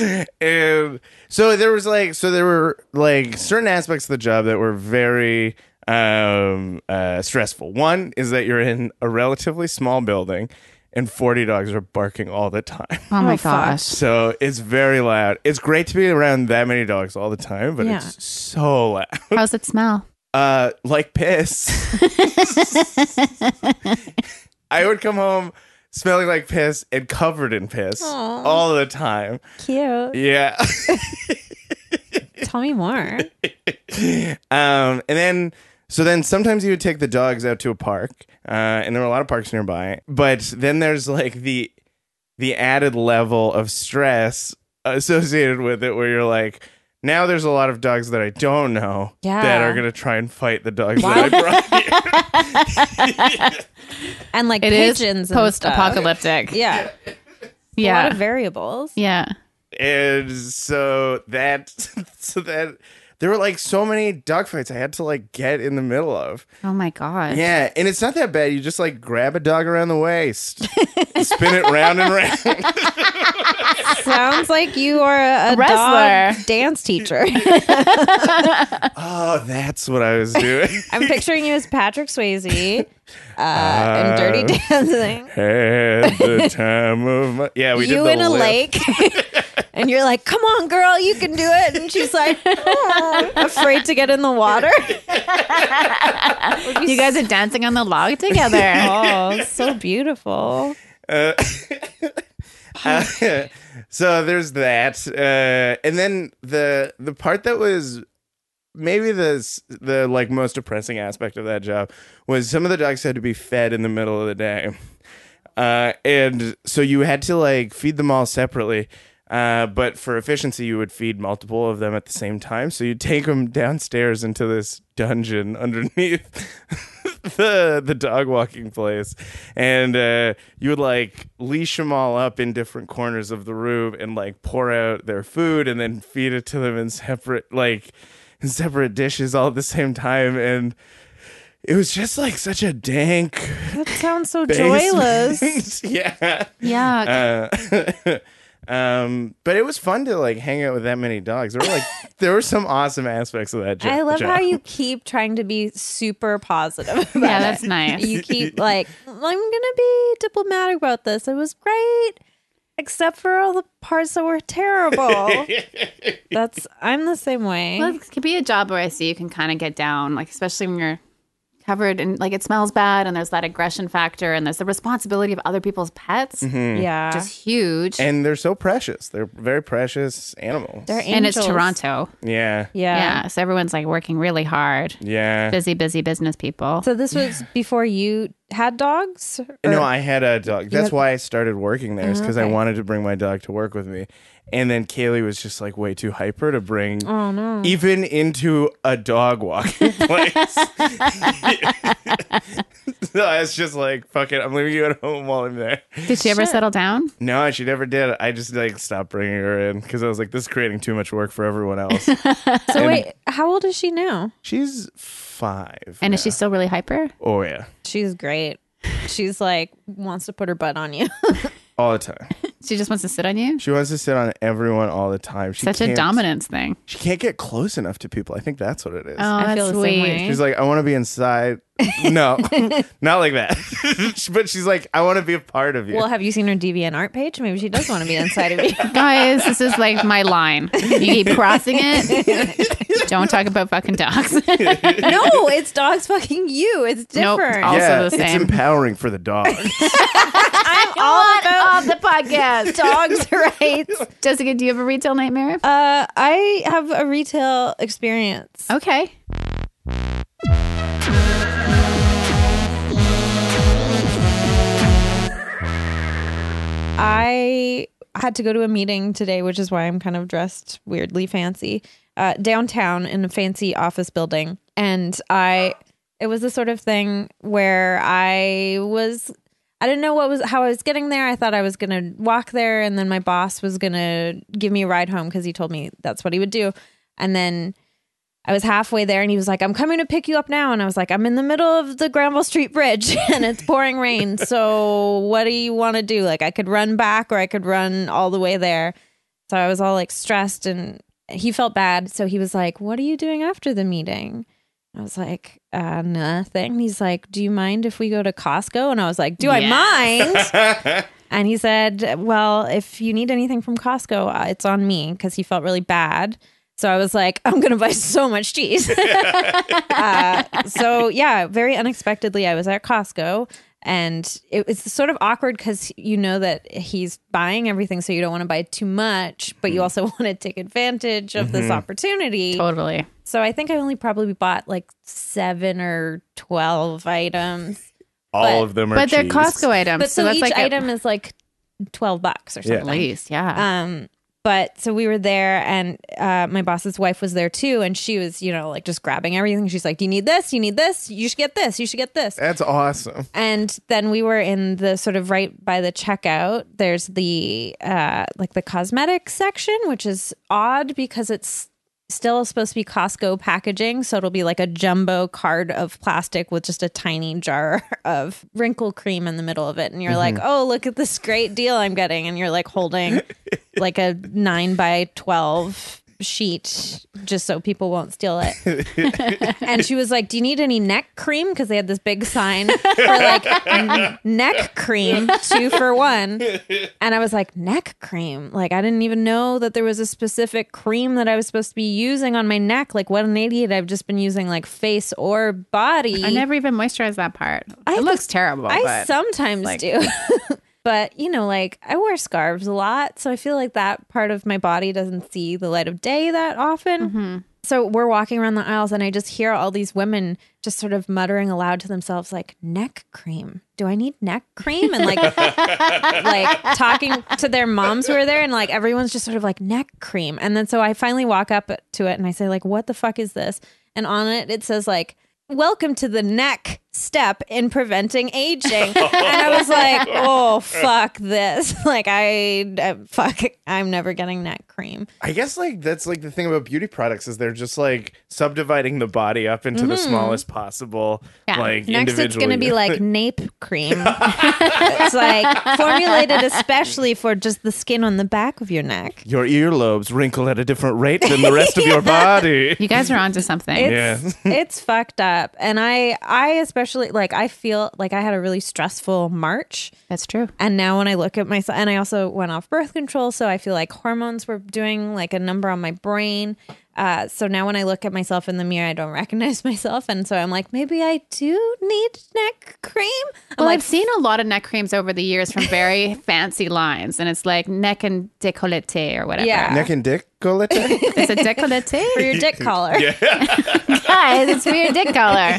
Speaker 3: and so there was like so there were like certain aspects of the job that were very um uh stressful. One is that you're in a relatively small building and 40 dogs are barking all the time.
Speaker 2: Oh my
Speaker 1: Oh, fuck.
Speaker 2: gosh.
Speaker 3: So it's very loud. It's great to be around that many dogs all the time, but
Speaker 1: Yeah.
Speaker 3: it's so loud.
Speaker 2: How's it smell?
Speaker 3: Uh, like piss. I would come home smelling like piss and covered in piss
Speaker 1: Aw.
Speaker 3: all the time.
Speaker 1: Cute.
Speaker 3: Yeah.
Speaker 1: Tell me more.
Speaker 3: um, and then so then sometimes you would take the dogs out to a park, uh, and there were a lot of parks nearby. But then there's like the the added level of stress associated with it, where you're like. Now there's a lot of dogs that I don't know that
Speaker 1: Yeah.
Speaker 3: are gonna try and fight the dogs that I brought.
Speaker 1: And like
Speaker 2: It is
Speaker 1: pigeons and stuff.
Speaker 2: post-apocalyptic.
Speaker 1: Yeah. A lot
Speaker 2: Yeah.
Speaker 1: of variables.
Speaker 2: yeah.
Speaker 3: and so that so that there were like so many dog fights I had to like get in the middle of.
Speaker 2: Oh my gosh.
Speaker 3: Yeah, and it's not that bad. You just like grab a dog around the waist, spin it round and round.
Speaker 1: Sounds like you are a, a
Speaker 2: wrestler.
Speaker 1: dog dance teacher.
Speaker 3: Oh, that's what I was doing.
Speaker 1: I'm picturing you as Patrick Swayze uh, in Dirty Dancing.
Speaker 3: Had the time of my yeah. We did
Speaker 1: You
Speaker 3: the
Speaker 1: in a
Speaker 3: lift.
Speaker 1: lake and you're like, "Come on, girl, you can do it." And she's like, "Oh," afraid to get in the water.
Speaker 2: You guys are dancing on the log together.
Speaker 1: Oh, so beautiful.
Speaker 3: so there's that, uh, and then the the part that was maybe the s- the like most depressing aspect of that job was some of the dogs had to be fed in the middle of the day, uh, and so you had to like feed them all separately. Uh, but for efficiency, you would feed multiple of them at the same time. So you'd take them downstairs into this dungeon underneath the the dog walking place, and uh, you would like leash them all up in different corners of the room and like pour out their food and then feed it to them in separate like in separate dishes all at the same time and. It was just like such a dank,
Speaker 1: That sounds so joyless.
Speaker 3: basement. yeah.
Speaker 2: yeah.
Speaker 3: Uh, um, but it was fun to like hang out with that many dogs. There were like there were some awesome aspects of that. Jo-
Speaker 1: I love
Speaker 3: job.
Speaker 1: how you keep trying to be super positive. About
Speaker 2: yeah, that's
Speaker 1: it.
Speaker 2: nice.
Speaker 1: You keep like, I'm gonna be diplomatic about this. It was great, except for all the parts that were terrible. that's I'm the same way.
Speaker 2: Well, it could be a job where I see you can kind of get down, like especially when you're covered and like it smells bad, and there's that aggression factor, and there's the responsibility of other people's pets,
Speaker 3: Hmm.
Speaker 1: yeah,
Speaker 2: which is huge.
Speaker 3: Mm-hmm. and they're so precious. They're very precious animals.
Speaker 1: They're
Speaker 2: and it's
Speaker 1: angels.
Speaker 2: Toronto,
Speaker 3: yeah.
Speaker 1: Yeah.
Speaker 2: yeah. So everyone's like working really hard,
Speaker 3: Yeah.
Speaker 2: busy, busy business people.
Speaker 1: So this was before you had dogs. Or-
Speaker 3: no, I had a dog. That's
Speaker 1: had- Oh,
Speaker 3: why I started working there, is because
Speaker 1: okay.
Speaker 3: I wanted to bring my dog to work with me. And then Kaylee was just like way too hyper to bring
Speaker 1: Oh no.
Speaker 3: even into a dog walking place. so I was just like, fuck it, I'm leaving you at home while I'm there.
Speaker 2: Did she ever settle down?
Speaker 3: No, she never did. I just like stopped bringing her in because I was like, this is creating too much work for everyone else.
Speaker 1: So wait, how old is she now?
Speaker 3: She's five.
Speaker 2: And
Speaker 3: now.
Speaker 2: is she still really hyper?
Speaker 3: Oh yeah,
Speaker 1: She's great. She's like wants to put her butt on you.
Speaker 3: all the time.
Speaker 2: She just wants to sit on you.
Speaker 3: She wants to sit on everyone all the time. She
Speaker 2: Such a
Speaker 3: can't-
Speaker 2: dominance thing.
Speaker 3: She can't get close enough to people. I think that's what it is.
Speaker 2: Oh,
Speaker 1: I
Speaker 2: that's
Speaker 1: feel the
Speaker 2: sweet.
Speaker 1: same way.
Speaker 3: She's like, I want to be inside. No, not like that. but she's like, I want to be a part of you.
Speaker 1: Well, have you seen her DVN art page? Maybe she does want to be inside of you.
Speaker 2: Guys, this is like my line. You keep crossing it. Don't talk about fucking dogs.
Speaker 1: no, it's dogs fucking you. It's
Speaker 2: Nope.
Speaker 1: different.
Speaker 2: All- also
Speaker 3: yeah,
Speaker 2: the same.
Speaker 3: it's empowering for the dog.
Speaker 1: I'm all about
Speaker 2: of the podcast.
Speaker 1: dogs' rights.
Speaker 2: Jessica, do you have a retail nightmare?
Speaker 1: Uh, I have a retail experience.
Speaker 2: okay.
Speaker 1: I had to go to a meeting today, which is why I'm kind of dressed weirdly fancy uh, downtown in a fancy office building. And I, it was the sort of thing where I was, I didn't know what was, how I was getting there. I thought I was going to walk there and then my boss was going to give me a ride home because he told me that's what he would do. And then I was halfway there and he was like, I'm coming to pick you up now. And I was like, I'm in the middle of the Granville Street Bridge and it's pouring rain. So what do you want to do? Like, I could run back or I could run all the way there. So I was all like stressed and he felt bad. So he was like, What are you doing after the meeting? I was like, uh, Nothing. And he's like, Do you mind if we go to Costco? And I was like, Do
Speaker 2: Yes.
Speaker 1: I mind? And he said, Well, if you need anything from Costco, uh, it's on me because he felt really bad. So I was like, I'm going to buy so much cheese. uh, so, yeah, very unexpectedly, I was at Costco and it was sort of awkward because you know that he's buying everything. So you don't want to buy too much, but you also want to take advantage of this opportunity.
Speaker 2: Totally.
Speaker 1: So I think I only probably bought like seven or 12 items.
Speaker 3: all
Speaker 1: But-
Speaker 3: of them are.
Speaker 2: But they're
Speaker 3: cheese.
Speaker 2: Costco items.
Speaker 1: But so,
Speaker 2: Um, that's
Speaker 1: each
Speaker 2: like a-
Speaker 1: item is like 12 bucks or
Speaker 3: Yeah.
Speaker 1: something.
Speaker 2: at least, yeah.
Speaker 1: Um, but so we were there, and uh, my boss's wife was there too, and she was, you know, like just grabbing everything. She's like, "Do you need this? You need this? You should get this. You should get this."
Speaker 3: That's awesome.
Speaker 1: And then we were in the sort of right by the checkout. There's the uh, like the cosmetic section, which is odd because it's still supposed to be Costco packaging, so it'll be like a jumbo card of plastic with just a tiny jar of wrinkle cream in the middle of it, and you're like, "Oh, look at this great deal I'm getting," and you're like holding like a nine by twelve sheet just so people won't steal it. and she was like, "Do you need any neck cream?" Because they had this big sign for like n- neck cream, two for one. And I was like, "Neck cream? Like I didn't even know that there was a specific cream that I was supposed to be using on my neck. Like what an idiot! I've just been using like face or body.
Speaker 2: I never even moisturized that part.
Speaker 1: I-
Speaker 2: it looks terrible.
Speaker 1: I
Speaker 2: but
Speaker 1: sometimes
Speaker 2: like-
Speaker 1: do. but, you know, like I wear scarves a lot. So I feel like that part of my body doesn't see the light of day that often.
Speaker 2: Mm-hmm.
Speaker 1: So we're walking around the aisles and I just hear all these women just sort of muttering aloud to themselves, like, neck cream. Do I need neck cream? And like, like talking to their moms who are there and like everyone's just sort of like neck cream. And then so I finally walk up to it and I say like what the fuck is this? And on it it says like welcome to the neck step in preventing aging. and I was like, "Oh fuck this." Like I, I fuck I'm never getting neck cream.
Speaker 3: I guess like that's like the thing about beauty products is they're just like subdividing the body up into the smallest possible.
Speaker 2: Mm-hmm. Yeah.
Speaker 3: Like
Speaker 1: Next it's going to
Speaker 3: individual
Speaker 1: be
Speaker 3: unit.
Speaker 1: like nape cream. it's like formulated especially for just the skin on the back of your neck.
Speaker 3: your earlobes wrinkle at a different rate than the rest of your body.
Speaker 2: you guys are onto something.
Speaker 3: Yeah.
Speaker 1: it's it's fucked up and i i especially like i feel like i had a really stressful march
Speaker 2: That's true.
Speaker 1: and now when i look at myself and i also went off birth control so i feel like hormones were doing like a number on my brain uh, so now when i look at myself in the mirror i don't recognize myself and so i'm like maybe i do need neck cream i'm
Speaker 2: Well,
Speaker 1: like
Speaker 2: I've seen a lot of neck creams over the years from very fancy lines, and it's like neck and décolleté or whatever.
Speaker 1: Yeah.
Speaker 3: Neck and dick collector.
Speaker 2: It's a décolleté.
Speaker 1: for your dick collar
Speaker 2: Guys, it's for your dick collar.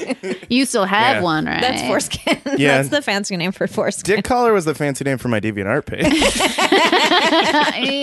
Speaker 2: You still have
Speaker 3: Yeah.
Speaker 2: one, right?
Speaker 1: that's foreskin
Speaker 3: Yeah.
Speaker 1: that's the fancy name for foreskin
Speaker 3: dick collar was the fancy name for my DeviantArt page.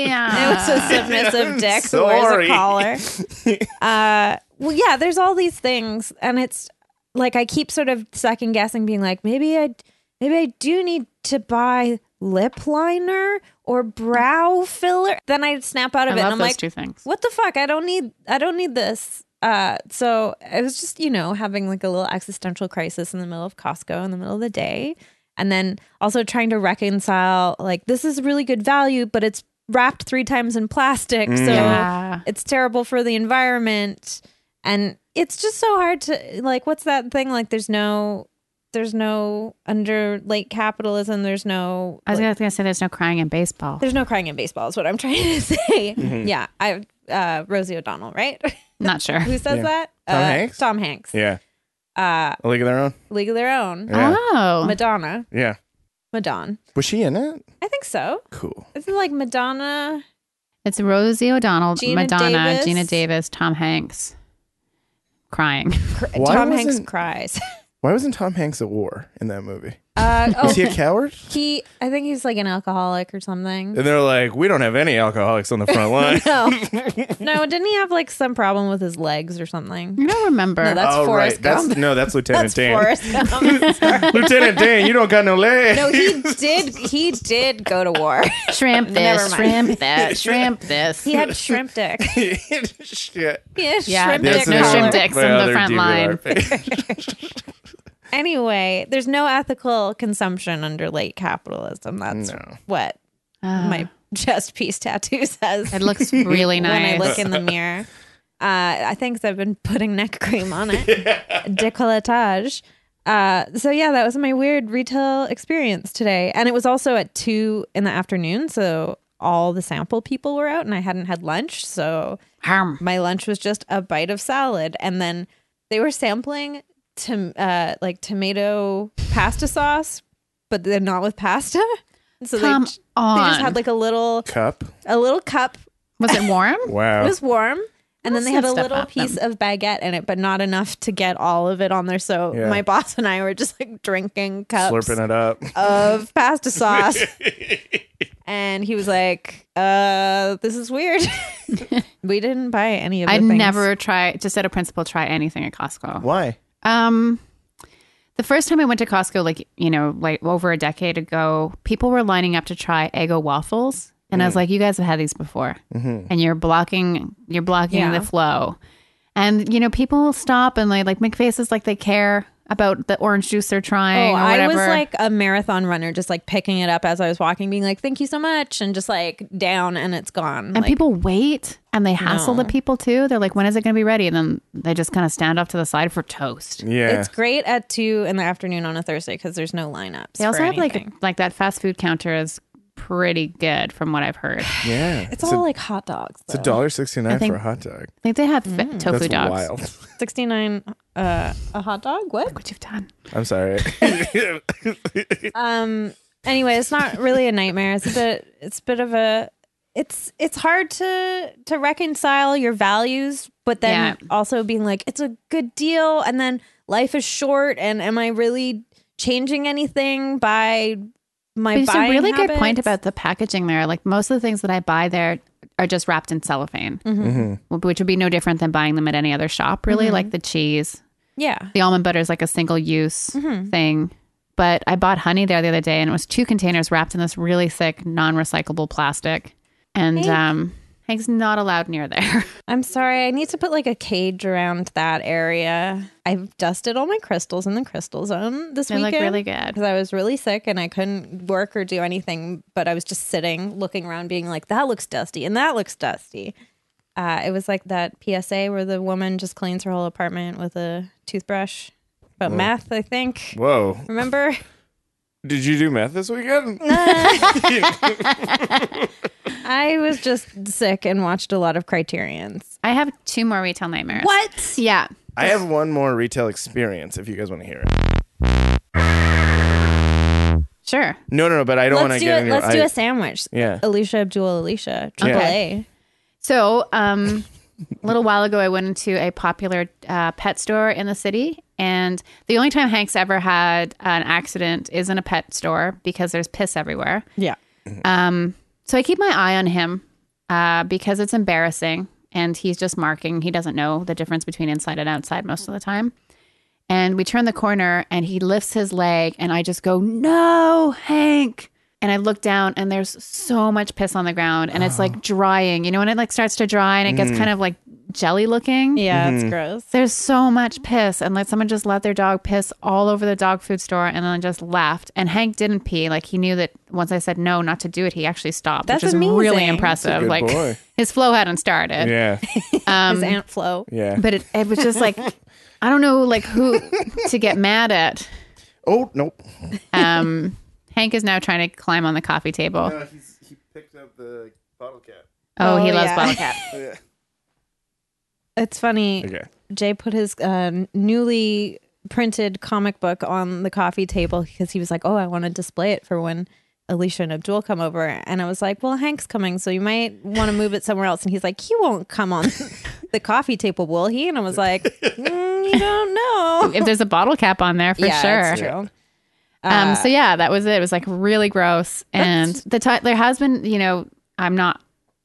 Speaker 2: yeah.
Speaker 1: It was a submissive dick who
Speaker 3: sorry.
Speaker 1: wears a collar. Uh, well, yeah, there's all these things, and it's like I keep sort of second guessing, being like, maybe I, maybe I do need to buy lip liner or brow filler. Then I snap out of
Speaker 2: I
Speaker 1: it, and
Speaker 2: love
Speaker 1: I'm
Speaker 2: those
Speaker 1: like,
Speaker 2: two things.
Speaker 1: what the fuck? I don't need, I don't need this. Uh, so it was just you know having like a little existential crisis in the middle of Costco in the middle of the day, and then also trying to reconcile like this is really good value, but it's wrapped three times in plastic, so
Speaker 2: Yeah.
Speaker 1: it's terrible for the environment and it's just so hard to like what's that thing like there's no there's no under late capitalism there's no
Speaker 2: I was
Speaker 1: like,
Speaker 2: gonna- gonna say there's no crying in baseball.
Speaker 1: there's no crying in baseball is what i'm trying to say
Speaker 3: Mm-hmm.
Speaker 1: yeah i uh rosie o'donnell right
Speaker 2: Not sure.
Speaker 1: who says
Speaker 3: Yeah.
Speaker 1: that
Speaker 3: Tom
Speaker 1: uh,
Speaker 3: Hanks?
Speaker 1: tom hanks
Speaker 3: yeah.
Speaker 1: uh
Speaker 3: A League of Their Own.
Speaker 1: league of their own
Speaker 3: Yeah.
Speaker 2: Oh,
Speaker 1: madonna
Speaker 3: Yeah.
Speaker 1: madonna
Speaker 3: Was she in it?
Speaker 1: i think so
Speaker 3: Cool.
Speaker 1: isn't it like madonna
Speaker 2: it's Rosie O'Donnell,
Speaker 1: Gina
Speaker 2: Madonna,
Speaker 1: Davis.
Speaker 2: Gina Davis, Tom Hanks, crying.
Speaker 1: cr-
Speaker 3: Why
Speaker 1: tom hanks
Speaker 3: wasn't-
Speaker 1: cries
Speaker 3: Why wasn't Tom Hanks at war in that movie?
Speaker 1: uh oh
Speaker 3: Is he a coward?
Speaker 1: he i think he's like an alcoholic or something
Speaker 3: And they're like, we don't have any alcoholics on the front line.
Speaker 1: No. no, didn't he have like some problem with his legs or something?
Speaker 2: I don't remember.
Speaker 1: No, that's Forrest
Speaker 3: That's
Speaker 1: Gump.
Speaker 3: no, that's Lieutenant
Speaker 1: That's
Speaker 3: Dan.
Speaker 1: Forrest Gump. Sorry.
Speaker 3: Lieutenant Dan, you don't got no legs.
Speaker 1: Um, No, he did he did go to war.
Speaker 2: shrimp this,
Speaker 1: Never mind.
Speaker 2: shrimp that, shrimp this.
Speaker 1: He had shrimp dick.
Speaker 3: Shit.
Speaker 1: He had
Speaker 2: Yeah,
Speaker 1: shrimp
Speaker 2: there's
Speaker 1: dick.
Speaker 2: no
Speaker 1: collar.
Speaker 2: shrimp dick. dicks
Speaker 3: My
Speaker 2: on the
Speaker 3: other
Speaker 2: front
Speaker 3: DVR
Speaker 2: line.
Speaker 3: page.
Speaker 1: Anyway, there's no ethical consumption under late capitalism. That's
Speaker 3: No.
Speaker 1: what
Speaker 2: Ah,
Speaker 1: my chest piece tattoo says.
Speaker 2: it looks really
Speaker 1: when
Speaker 2: nice.
Speaker 1: I look in the mirror. Uh, I think I've been putting neck cream on it, decolletage. Uh, so yeah, that was my weird retail experience today, and it was also at two in the afternoon, so all the sample people were out, and I hadn't had lunch, so
Speaker 2: Harm.
Speaker 1: my lunch was just a bite of salad, and then they were sampling to uh, like tomato pasta sauce, but then not with pasta. So
Speaker 2: Come
Speaker 1: they, they just
Speaker 2: on.
Speaker 1: had like a little
Speaker 3: Cup.
Speaker 1: a little cup
Speaker 2: Was it warm?
Speaker 3: Wow.
Speaker 1: it was warm. And then
Speaker 2: That's
Speaker 1: they had
Speaker 2: good
Speaker 1: a
Speaker 2: stuff
Speaker 1: little
Speaker 2: about
Speaker 1: piece of baguette in it, but not enough to get all of it on there. So
Speaker 3: Yeah.
Speaker 1: my boss and I were just like drinking cups
Speaker 3: Slurping it up.
Speaker 1: of pasta sauce. and he was like, uh, this is weird. we didn't buy any of the
Speaker 2: I'd
Speaker 1: things.
Speaker 2: never try, just at a principle, try anything at Costco.
Speaker 3: Why?
Speaker 2: Um, the first time I went to Costco, like you know, like over a decade ago, people were lining up to try Eggo waffles, and I was like, "You guys have had these before, and you're blocking, you're blocking
Speaker 1: Yeah.
Speaker 2: the flow." And you know, people stop and they like make faces like they care. about the orange juice they're
Speaker 1: Oh,
Speaker 2: trying or
Speaker 1: I
Speaker 2: whatever.
Speaker 1: was like a marathon runner, just like picking it up as I was walking, being like, "Thank you so much," and just like down, and it's gone.
Speaker 2: and
Speaker 1: like,
Speaker 2: people wait and they hassle the people too. They're like, when is it going to be ready? And then they just kind of stand off to the side for toast.
Speaker 3: Yeah.
Speaker 1: It's great at two in the afternoon on a Thursday because there's no lineups.
Speaker 2: They also
Speaker 1: for
Speaker 2: have like
Speaker 1: anything.
Speaker 2: like that fast food counter is pretty good from what I've heard. I
Speaker 3: yeah.
Speaker 1: it's all like hot dogs.
Speaker 3: It's a
Speaker 1: though.
Speaker 3: dollar sixty nine
Speaker 2: think-
Speaker 3: for a hot dog.
Speaker 2: think they have fa- tofu
Speaker 3: That's
Speaker 2: dogs.
Speaker 3: wild.
Speaker 1: sixty nine. Uh, a hot dog? What?
Speaker 2: What you've done?
Speaker 3: I'm sorry.
Speaker 1: Um. Anyway, it's not really a nightmare. It's a bit. It's a bit of a. It's it's hard to to reconcile your values, but then
Speaker 2: Yeah.
Speaker 1: also being like it's a good deal, and then life is short, and am I really changing anything by my
Speaker 2: But it's a
Speaker 1: buying
Speaker 2: really good point
Speaker 1: habits?
Speaker 2: about the packaging there. Like most of the things that I buy there are just wrapped in cellophane,
Speaker 3: Mm-hmm.
Speaker 2: which would be no different than buying them at any other shop. Really, like the cheese,
Speaker 1: yeah.
Speaker 2: the almond butter is like a single use thing. But I bought honey there the other day, and it was two containers wrapped in this really thick, non-recyclable plastic. And um, Hank's not allowed near there.
Speaker 1: I'm sorry. I need to put like a cage around that area. I've dusted all my crystals in the crystal zone this
Speaker 2: they
Speaker 1: weekend.
Speaker 2: look really good.
Speaker 1: because I was really sick and I couldn't work or do anything, but I was just sitting, looking around, being like, that looks dusty and that looks dusty. Uh, it was like that PSA where the woman just cleans her whole apartment with a toothbrush. But meth, I think.
Speaker 3: Whoa.
Speaker 1: Remember?
Speaker 3: Did you do meth this weekend?
Speaker 1: I was just sick and watched a lot of Criterion's.
Speaker 2: I have two more retail nightmares.
Speaker 1: What?
Speaker 2: Yeah.
Speaker 3: I have one more retail experience if you guys want to hear it.
Speaker 2: Sure.
Speaker 3: No, no, no, but I don't want to
Speaker 1: Let's do
Speaker 3: get
Speaker 1: it.
Speaker 3: in
Speaker 1: Let's
Speaker 3: your
Speaker 1: do
Speaker 3: I-
Speaker 1: a sandwich.
Speaker 3: Yeah.
Speaker 1: Alicia Abdul Alicia, Triple A.
Speaker 2: So, um, a little while ago, I went into a popular uh, pet store in the city, and the only time Hank's ever had an accident is in a pet store because there's piss everywhere.
Speaker 1: Yeah.
Speaker 2: Um, so I keep my eye on him uh, because it's embarrassing, and he's just marking. He doesn't know the difference between inside and outside most of the time. And we turn the corner, and he lifts his leg, and I just go, "No, Hank!" And I look down, and there's so much piss on the ground, and it's like drying. You know, when it like starts to dry, and it gets kind of like jelly looking.
Speaker 1: Yeah, it's gross.
Speaker 2: There's so much piss, and like someone just let their dog piss all over the dog food store, and then just left. And Hank didn't pee; like he knew that once I said no, not to do it, he actually stopped,
Speaker 1: That's
Speaker 2: which is
Speaker 1: amazing.
Speaker 2: really
Speaker 3: That's a
Speaker 2: impressive.
Speaker 3: good
Speaker 2: Like
Speaker 3: boy.
Speaker 2: his flow hadn't started,
Speaker 3: Yeah.
Speaker 1: His Aunt Flo.
Speaker 3: Yeah.
Speaker 2: but it, it was just like I don't know, like who to get mad at.
Speaker 3: oh, nope.
Speaker 2: Um, Hank is now trying to climb on the coffee table.
Speaker 3: he's, he picked up the bottle cap.
Speaker 2: Oh, he
Speaker 1: Oh,
Speaker 2: loves
Speaker 1: yeah.
Speaker 2: bottle cap.
Speaker 1: It's funny.
Speaker 3: Okay.
Speaker 1: Jay put his uh, newly printed comic book on the coffee table because he was like, "Oh, I want to display it for when Alicia and Abdul come over." And I was like, "Well, Hank's coming, so you might want to move it somewhere else." And he's like, "He won't come on the coffee table, will he?" And I was like, "Mm, "You don't know."
Speaker 2: If there's a bottle cap on there, for
Speaker 1: yeah,
Speaker 2: sure.
Speaker 1: it's true.
Speaker 2: um
Speaker 1: Uh,
Speaker 2: so yeah that was it it was like really gross and the ti there has been you know i'm not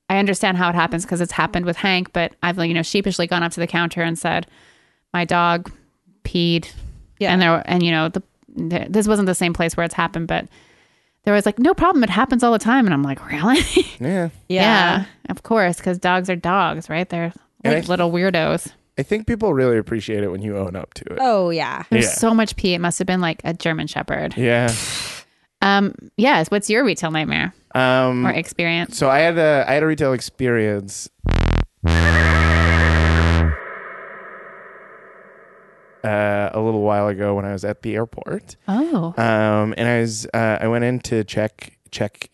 Speaker 2: i understand how it happens because it's happened with hank but i've like you know sheepishly gone up to the counter and said my dog peed
Speaker 1: Yeah.
Speaker 2: and there were- and you know the, the this wasn't the same place where it's happened but there was like no problem it happens all the time and i'm like really
Speaker 3: Yeah.
Speaker 1: Yeah.
Speaker 2: of course because dogs are dogs right they're
Speaker 3: And
Speaker 2: like
Speaker 3: I-
Speaker 2: little weirdos
Speaker 3: I think people really appreciate it when you own up to it.
Speaker 1: Oh yeah.
Speaker 2: there's
Speaker 3: Yeah.
Speaker 2: so much pee it must have been like a german shepherd
Speaker 3: Yeah.
Speaker 2: um yes what's your retail nightmare
Speaker 3: Um,
Speaker 2: or experience
Speaker 3: So I had a I had a retail experience. Uh, a little while ago when I was at the airport,
Speaker 2: oh
Speaker 3: um, and I was uh, I went in to check check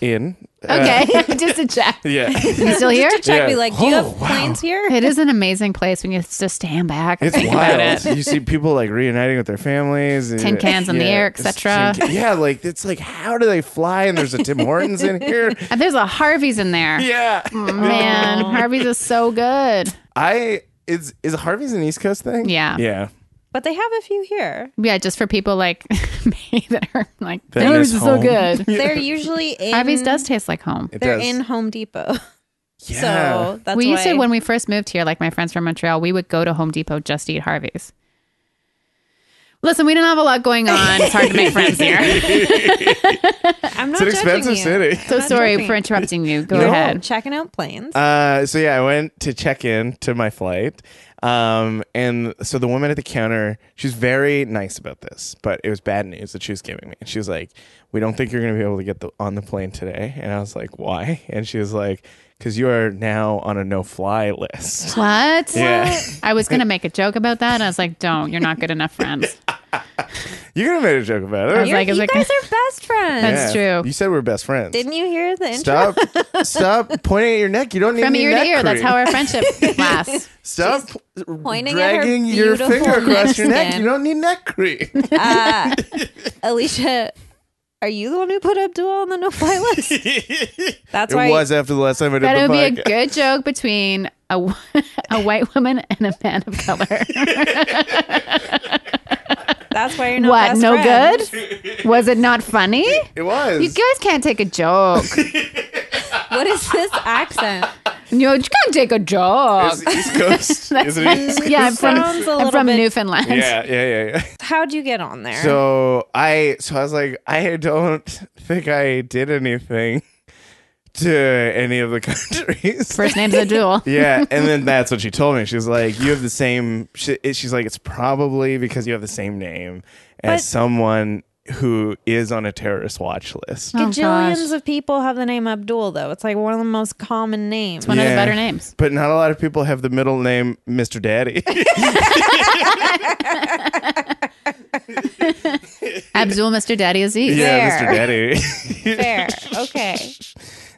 Speaker 3: in.
Speaker 2: Okay,
Speaker 3: Uh,
Speaker 2: just to check.
Speaker 3: yeah,
Speaker 2: You still here?
Speaker 1: To check,
Speaker 3: Yeah.
Speaker 1: be like, "Do you have
Speaker 3: Oh, wow.
Speaker 1: planes here?"
Speaker 2: It is an amazing place when you just stand back. and
Speaker 3: it's
Speaker 2: think
Speaker 3: wild.
Speaker 2: about it.
Speaker 3: You see people like reuniting with their families,
Speaker 2: Tin cans in the air, et
Speaker 3: it's
Speaker 2: cetera.
Speaker 3: tin ca- Yeah, like it's like how do they fly? And there's a Tim Hortons in here.
Speaker 2: And there's a Harvey's in there.
Speaker 3: Yeah,
Speaker 2: Mm-hmm. Man, Harvey's is so good.
Speaker 3: I is is Harvey's an East Coast thing?
Speaker 2: Yeah.
Speaker 3: yeah.
Speaker 1: But they have a few here.
Speaker 2: Yeah, just for people like me that are like,
Speaker 3: That
Speaker 2: Harvey's
Speaker 3: miss
Speaker 2: is so
Speaker 3: home.
Speaker 2: good.
Speaker 1: They're usually in.
Speaker 2: Harvey's does taste like home.
Speaker 3: It
Speaker 1: They're
Speaker 3: does.
Speaker 1: in Home Depot.
Speaker 3: Yeah.
Speaker 1: So that's
Speaker 2: we used
Speaker 1: why
Speaker 2: to, when we first moved here, like my friends from Montreal, we would go to Home Depot just to eat Harvey's. Listen, we didn't have a lot going on. It's hard to make friends here.
Speaker 1: I'm not
Speaker 3: It's an
Speaker 1: judging
Speaker 3: expensive
Speaker 1: you.
Speaker 3: city.
Speaker 2: So
Speaker 1: Not
Speaker 2: sorry
Speaker 1: joking.
Speaker 2: for interrupting you. Go
Speaker 1: You're
Speaker 2: ahead.
Speaker 1: Checking out planes.
Speaker 3: Uh, so yeah, I went to check in to my flight, Um, and so the woman at the counter, she's very nice about this, but it was bad news that she was giving me. And she was like, "We don't think you're going to be able to get the, on the plane today." And I was like, "Why?" And she was like, "Because you are now on a no-fly list."
Speaker 2: What?
Speaker 3: Yeah.
Speaker 2: I was gonna make a joke about that. And I was like, "Don't. You're not good enough friends."
Speaker 3: You could have made a joke about it.
Speaker 2: was
Speaker 1: You're,
Speaker 2: like, is
Speaker 1: you
Speaker 2: it-
Speaker 1: guys are best friends.
Speaker 2: That's
Speaker 3: Yeah.
Speaker 2: true.
Speaker 3: You said we we're best friends.
Speaker 1: Didn't you hear the intro?
Speaker 3: Stop! stop pointing at your neck. You don't need
Speaker 2: From
Speaker 3: any
Speaker 2: ear to
Speaker 3: neck
Speaker 2: ear. That's
Speaker 3: cream.
Speaker 2: how our friendship lasts.
Speaker 3: Stop
Speaker 1: pointing at her
Speaker 3: dragging your
Speaker 1: beautiful
Speaker 3: finger across your neck.
Speaker 1: skin.
Speaker 3: You don't need neck cream.
Speaker 1: Uh, Alicia, are you the one who put Abdul on the no-fly list? That's
Speaker 3: it
Speaker 1: why.
Speaker 3: was after the last time I did
Speaker 2: That
Speaker 3: the
Speaker 2: would be a
Speaker 3: podcast.
Speaker 2: good joke between a, w- a white woman and a man of color.
Speaker 1: That's why you're not.
Speaker 2: what?
Speaker 1: best
Speaker 2: No
Speaker 1: friends.
Speaker 2: good? Was it not funny?
Speaker 3: it was.
Speaker 2: You guys can't take a joke.
Speaker 1: What is this accent?
Speaker 2: No, you can't take a joke.
Speaker 3: It's the East Coast. Is it East Coast?
Speaker 2: yeah, I'm from,
Speaker 1: Sounds a
Speaker 2: I'm
Speaker 1: little
Speaker 2: from
Speaker 1: bit-
Speaker 2: Newfoundland.
Speaker 3: Yeah, yeah, yeah, yeah.
Speaker 1: How'd you get on there?
Speaker 3: So I, so I was like, I don't think I did anything to any of the countries.
Speaker 2: First name's Oh, Abdul.
Speaker 3: yeah, and then that's what she told me. She was like, "You have the same." She, it- she's like, "It's probably because you have the same name as
Speaker 1: But-
Speaker 3: someone who is on a terrorist watch list."
Speaker 2: Oh,
Speaker 1: Gajillions
Speaker 2: gosh.
Speaker 1: of people have the name Abdul, though. It's like one of the most common names.
Speaker 2: One of
Speaker 3: Yeah.
Speaker 2: the better names.
Speaker 3: But not a lot of people have the middle name Mr. Daddy.
Speaker 2: Abdul, Mr. Daddy Aziz.
Speaker 3: yeah, Mr.
Speaker 1: Fair.
Speaker 3: Daddy.
Speaker 1: Fair. Okay.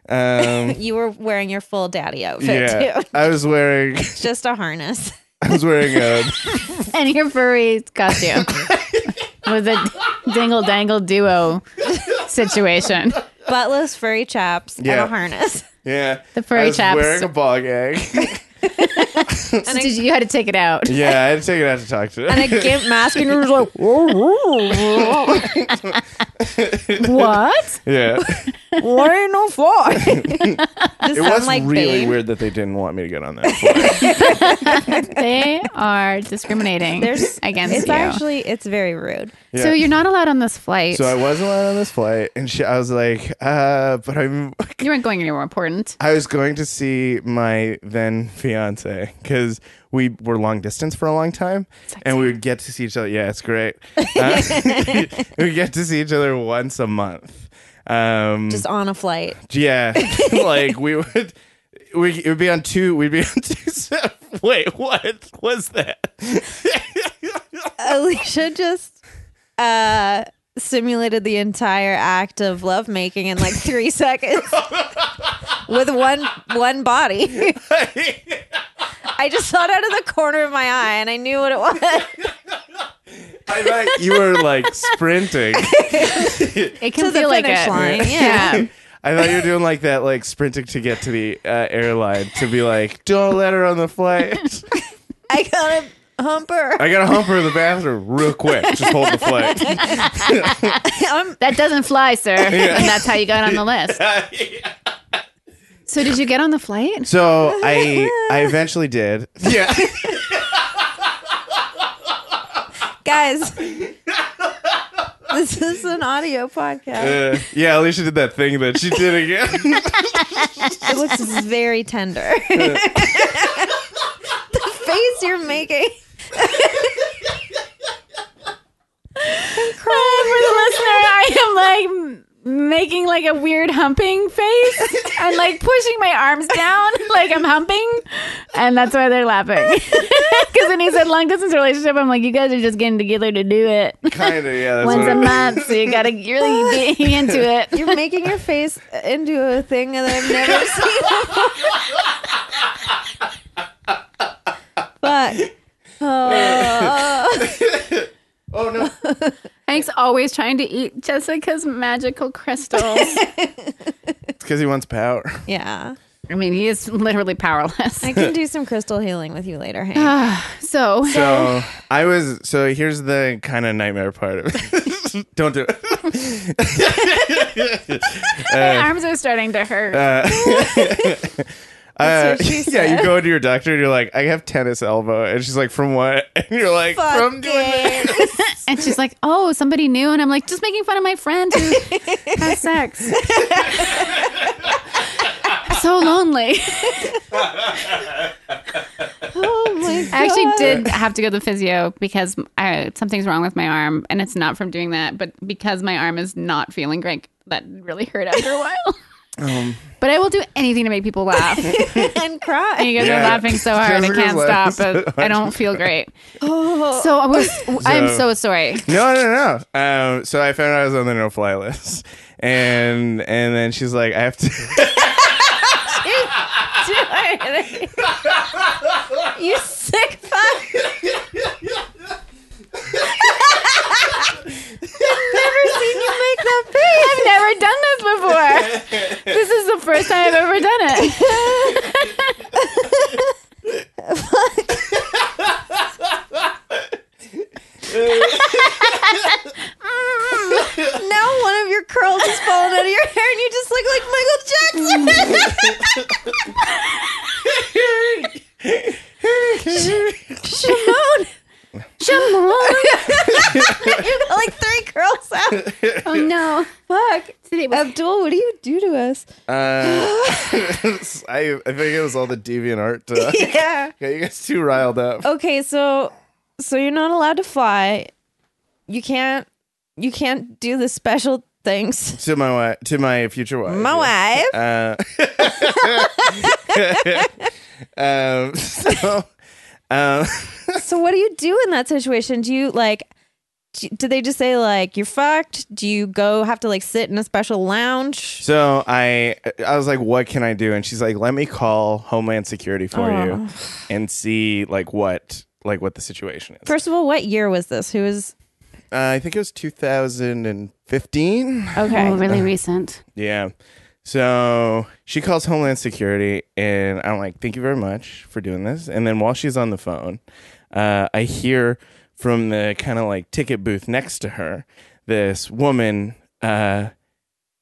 Speaker 3: um,
Speaker 1: You were wearing your full daddy outfit,
Speaker 3: yeah,
Speaker 1: too.
Speaker 3: I was wearing,
Speaker 1: It's Just a harness.
Speaker 3: I was wearing a
Speaker 2: And your furry costume with a dingle dangle duo situation.
Speaker 1: Buttless furry chaps and
Speaker 3: Yeah.
Speaker 1: a harness.
Speaker 3: yeah.
Speaker 2: The furry
Speaker 3: I was
Speaker 2: chaps.
Speaker 3: wearing a ball gag.
Speaker 2: So did you, you had to take it out.
Speaker 3: yeah, I had to take it out to talk to.
Speaker 1: And a gimp mask, and you're just like, whoa, whoa, whoa.
Speaker 2: What?
Speaker 3: yeah,
Speaker 1: What ain't no fly? Just
Speaker 3: it
Speaker 1: sound
Speaker 3: was
Speaker 1: like
Speaker 3: really
Speaker 1: Babe.
Speaker 3: weird that they didn't want me to get on that. flight.
Speaker 2: They are discriminating
Speaker 1: There's-
Speaker 2: against
Speaker 1: It's
Speaker 2: you.
Speaker 1: actually, it's very rude.
Speaker 3: Yeah.
Speaker 2: So you're not allowed on this flight.
Speaker 3: So I was allowed on this flight, and she, I was like, uh, but I'm.
Speaker 2: you weren't going anywhere important.
Speaker 3: I was going to see my then fiance because we were long distance for a long time, and we would get to see each other. Yeah, it's great. Uh, we get to see each other once a month. Um,
Speaker 1: Just on a flight.
Speaker 3: yeah, like we would. We it would be on two. We'd be on two. se- Wait, what was that?
Speaker 1: Alicia just uh, simulated the entire act of lovemaking in like three seconds with one one body. I just saw it out of the corner of my eye, and I knew what it was.
Speaker 3: I thought you were like sprinting.
Speaker 2: It can
Speaker 1: To the
Speaker 2: feel like
Speaker 1: finish
Speaker 2: it.
Speaker 1: line, yeah.
Speaker 2: Yeah.
Speaker 3: I thought you were doing like that, like sprinting to get to the uh, airline to be like, don't let her on the flight.
Speaker 1: I got a humper.
Speaker 3: I gotta hump her in the bathroom real quick. Just hold the flight.
Speaker 1: I'm
Speaker 2: That doesn't fly, sir. And that's how you got on the list. So did you get on the flight?
Speaker 3: So I, I eventually did. Yeah,
Speaker 1: guys. This is an audio podcast.
Speaker 3: uh, yeah. Alicia did that thing that she did again.
Speaker 1: It looks very tender. the face you're making.
Speaker 2: I am like making like a weird humping face and like pushing my arms down like I'm humping. And that's why they're laughing. Because when he said long distance relationship, I'm like, you guys are just getting together to do it.
Speaker 3: kind of. Yeah. That's
Speaker 2: Once
Speaker 3: what
Speaker 2: a
Speaker 3: it-
Speaker 2: month, so you gotta really be into it.
Speaker 1: You're making your face into a thing that I've never seen before. But oh,
Speaker 3: Oh no.
Speaker 2: Hank's always trying to eat Jessica's magical crystals.
Speaker 3: It's because he wants power.
Speaker 1: yeah,
Speaker 2: I mean, he is literally powerless.
Speaker 1: I can do some crystal healing with you later, Hank.
Speaker 2: So,
Speaker 3: So I was. So here's the kind of nightmare part of it. Don't do it.
Speaker 2: my arms are starting to hurt.
Speaker 3: Uh,
Speaker 1: That's what she
Speaker 3: Yeah, you
Speaker 1: said.
Speaker 3: go to your doctor and you're like, I have tennis elbow, and she's like, from what? And you're like,
Speaker 1: Fuck
Speaker 3: from doing
Speaker 1: it.
Speaker 3: this.
Speaker 2: and she's like, "Oh, somebody new," and I'm like, "Just making fun of my friend who has sex." so lonely.
Speaker 1: Oh my my
Speaker 2: I actually
Speaker 1: God.
Speaker 2: did have to go to the physio because I, something's wrong with my arm, and it's not from doing that, but because my arm is not feeling great, that really hurt after a while. but I will do anything to make people laugh. you
Speaker 1: and cry.
Speaker 2: guys are
Speaker 3: Yeah.
Speaker 2: laughing so hard, I
Speaker 3: Jessica's
Speaker 2: can't
Speaker 3: laughing
Speaker 2: stop. But I don't feel great.
Speaker 1: Oh,
Speaker 2: So I was. I'm so sorry.
Speaker 3: No, no, no. Um, so I found out I was on the no-fly list, and and then she's like, I have to.
Speaker 1: you sick fuck. Never seen you make that face.
Speaker 2: I've never done this before. this is the first time I've ever done it.
Speaker 1: Now one of your curls is falling out of your hair, and you just look like Michael Jackson. Shimon, you got like three curls out.
Speaker 2: Oh no.
Speaker 1: Fuck,
Speaker 2: Today was
Speaker 1: Abdul, what do you do to us?
Speaker 3: Uh, I I think it was all the deviant art. Uh,
Speaker 1: Yeah.
Speaker 3: got you guys too riled up.
Speaker 1: Okay, so so you're not allowed to fly. You can't you can't do the special things.
Speaker 3: To my wife, to my future wife.
Speaker 1: My
Speaker 3: yeah.
Speaker 1: wife.
Speaker 3: Uh, um, so, um,
Speaker 1: So what do you do in that situation? Do you like do do they just say like you're fucked? Do you go have to like sit in a special lounge?
Speaker 3: so I I was like, what can I do? And she's like, let me call Homeland Security for you and see like what like what the situation is.
Speaker 1: First of all, what year was this? Who was
Speaker 3: Uh, I think it was 2015.
Speaker 1: okay?
Speaker 2: Oh, really recent.
Speaker 3: Yeah. So she calls Homeland Security, and I'm like, thank you very much for doing this. And then while she's on the phone, uh, I hear from the kind of like ticket booth next to her this woman uh,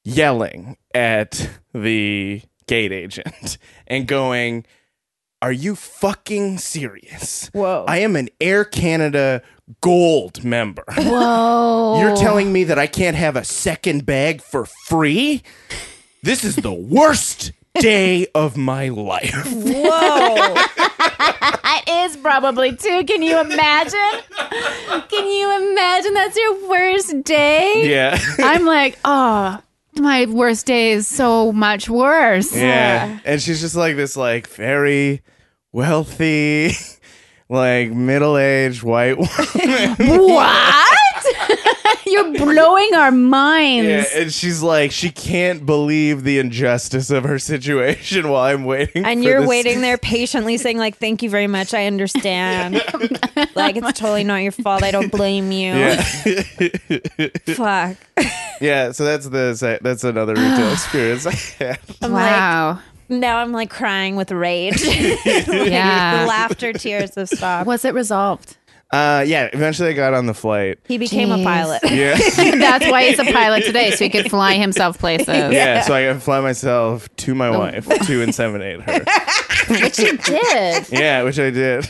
Speaker 3: yelling at the gate agent and going, Are you fucking serious?
Speaker 1: Whoa.
Speaker 3: I am an Air Canada gold member.
Speaker 2: Whoa.
Speaker 3: You're telling me that I can't have a second bag for free? This is the worst day of my life.
Speaker 1: Whoa.
Speaker 2: It is probably too. Can you imagine? Can you imagine? That's your worst day.
Speaker 3: Yeah.
Speaker 2: I'm like, oh, my worst day is so much worse.
Speaker 3: Yeah. And she's just like this like very wealthy like middle-aged white woman.
Speaker 2: What? You're blowing our minds.
Speaker 3: Yeah, and she's like she can't believe the injustice of her situation while I'm waiting
Speaker 1: and
Speaker 3: for
Speaker 1: you're
Speaker 3: this-
Speaker 1: waiting there patiently saying like thank you very much. I understand. like it's totally not your fault. I don't blame you.
Speaker 3: Yeah.
Speaker 1: Fuck.
Speaker 3: yeah, so that's the se- that's another retail experience I had.
Speaker 1: I'm like
Speaker 2: Wow.
Speaker 1: now I'm like crying with rage.
Speaker 2: Yeah.
Speaker 1: Laughter, tears have stopped.
Speaker 2: Was it resolved?
Speaker 3: Uh yeah, eventually I got on the flight.
Speaker 1: He became a
Speaker 2: Jeez.
Speaker 1: pilot.
Speaker 3: Yeah.
Speaker 2: That's why he's a pilot today, so he could fly himself places.
Speaker 3: Yeah, so I can fly myself to
Speaker 1: Oh.
Speaker 3: my wife to inseminate her.
Speaker 2: Which he did.
Speaker 3: Yeah, which I did.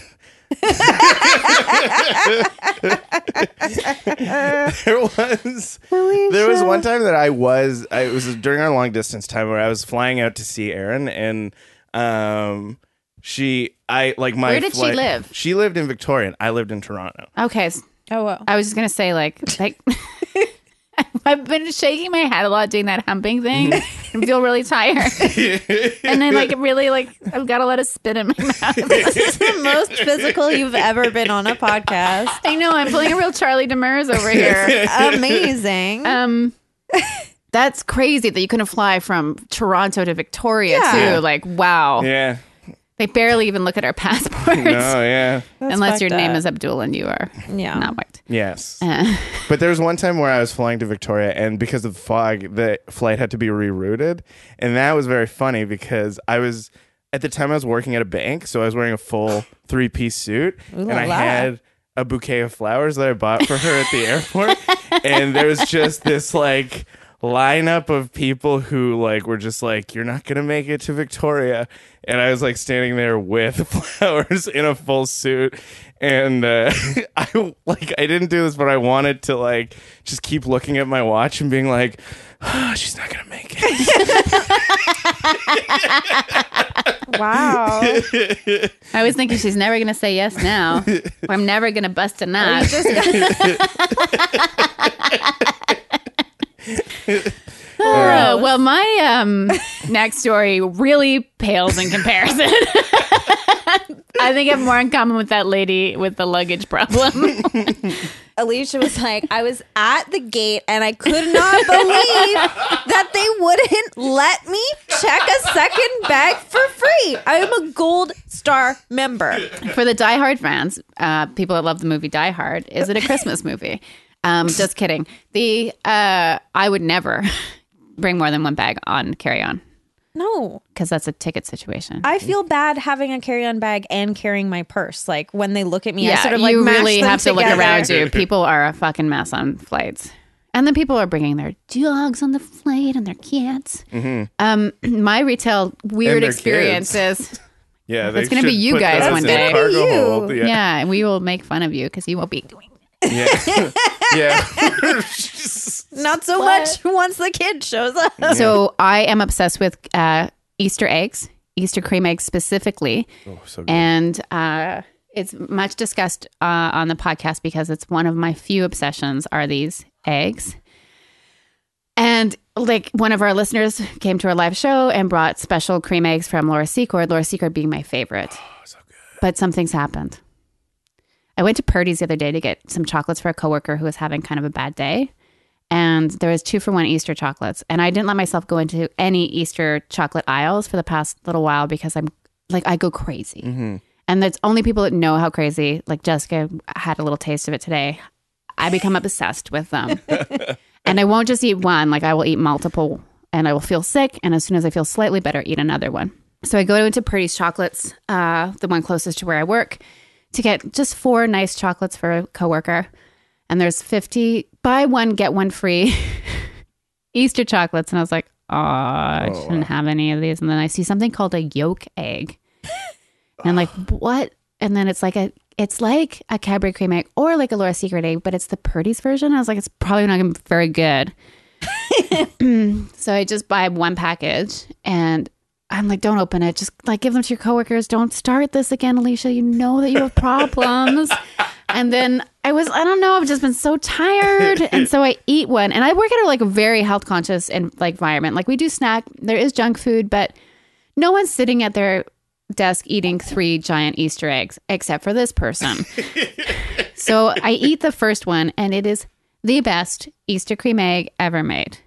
Speaker 3: there was there was one time that I was I it was during our long distance time where I was flying out to see Erin and um she I like my
Speaker 2: Where did she
Speaker 3: flight-
Speaker 2: live?
Speaker 3: She lived in Victoria and I lived in Toronto.
Speaker 2: Okay. s-
Speaker 1: Oh wow.
Speaker 2: I was just gonna say like like I've been shaking my head a lot doing that humping
Speaker 3: Mm.
Speaker 2: thing and feel really tired. and then like really like I've got a lot of spit in my mouth.
Speaker 1: This is the most physical you've ever been on a podcast.
Speaker 2: I know I'm pulling a real Charlie Demers over here.
Speaker 1: Amazing.
Speaker 3: Uh,
Speaker 2: Um that's crazy that you couldn't fly from Toronto to Victoria
Speaker 1: Yeah.
Speaker 2: too. Like wow.
Speaker 3: Yeah.
Speaker 2: They barely even look at our passports.
Speaker 3: No, yeah.
Speaker 1: That's
Speaker 2: Unless your
Speaker 1: fucked
Speaker 2: name
Speaker 1: up.
Speaker 2: is Abdul and you are
Speaker 1: Yeah.
Speaker 2: not white.
Speaker 3: Yes.
Speaker 2: Uh,
Speaker 3: But there was one time where I was flying to Victoria, and because of the fog, the flight had to be rerouted, and that was very funny because I was at the time I was working at a bank, so I was wearing a full three piece suit,
Speaker 1: Ooh
Speaker 3: and
Speaker 1: la
Speaker 3: I
Speaker 1: la.
Speaker 3: had a bouquet of flowers that I bought for her at the airport, and there was just this like lineup of people who like were just like, "You're not gonna make it to Victoria," and I was like standing there with flowers in a full suit, and uh, I like I didn't do this, but I wanted to like just keep looking at my watch and being like, oh, "She's not gonna make it."
Speaker 1: Wow.
Speaker 2: I always think she's never going to say yes now. Or I'm never going to bust a nut. Oh, well, my um, next story really pales in comparison. I think I have more in common with that lady with the luggage problem.
Speaker 4: Alicia was like, I was at the gate and I could not believe that they wouldn't let me check a second bag for free. I am a gold star member.
Speaker 2: For the Die Hard fans, uh, people that love the movie Die Hard, is it a Christmas movie? Um, just kidding. The uh, I would never bring more than one bag on carry on
Speaker 1: No.
Speaker 2: because that's a ticket situation.
Speaker 1: I feel bad having a carry on bag and carrying my purse. Like when they look at me, I
Speaker 2: yeah,
Speaker 1: sort of like
Speaker 2: you
Speaker 1: mash
Speaker 2: really
Speaker 1: them
Speaker 2: have to look
Speaker 1: together.
Speaker 2: around you. People are a fucking mess on flights, and then people are bringing their dogs on the flight and their kids. Um, my retail
Speaker 3: Mm-hmm. And
Speaker 2: weird
Speaker 3: their
Speaker 2: experiences.
Speaker 3: Yeah, they
Speaker 2: It's gonna be
Speaker 3: should
Speaker 2: you
Speaker 3: put
Speaker 2: guys
Speaker 3: those
Speaker 2: one
Speaker 3: in
Speaker 2: day.
Speaker 3: Cargo
Speaker 4: You.
Speaker 3: hold.
Speaker 2: Yeah.
Speaker 3: Yeah,
Speaker 2: and we will make fun of you because you won't be doing.
Speaker 3: yeah, yeah.
Speaker 1: Not so much once the kid shows up.
Speaker 2: That. So I am obsessed with uh, Easter eggs, Easter cream eggs specifically.
Speaker 3: Oh, so good.
Speaker 2: and uh, it's much discussed uh, on the podcast because it's one of my few obsessions are these eggs and like one of our listeners came to our live show and brought special cream eggs from laura secord laura secord being my favorite
Speaker 3: Oh,
Speaker 2: but something's happened i went to purdy's the other day to get some chocolates for a coworker who was having kind of a bad day and there was two for one Easter chocolates. And I didn't let myself go into any Easter chocolate aisles for the past little while because I'm like I go crazy, and that's only people that know how crazy. Like Jessica had a little taste of it today. I become obsessed with them, and I won't just eat one. Like I will eat multiple, and I will feel sick. And as soon as I feel slightly better, eat another one. So I go into Purdy's Chocolates, uh, the one closest to where I work, to get just four nice chocolates for a coworker and there's 50 buy one get one free easter chocolates and i was like oh i just didn't have any of these and then i see something called a yolk egg and i'm like what and then it's like a it's like a Cadbury cream egg or like a Laura Secret egg, but it's the Purdy's version. I was like, it's probably not going to be very good. so I just buy one package and I'm like, don't open it. Just like give them to your coworkers. Don't start this again, Alicia. You know that you have problems. and then I was, I don't know, I've just been so tired. And so I eat one. And I work at a like very health conscious and like environment. Like we do snack. There is junk food, but no one's sitting at their desk eating three giant Easter eggs, except for this person. so I eat the first one and it is the best Easter cream egg ever made.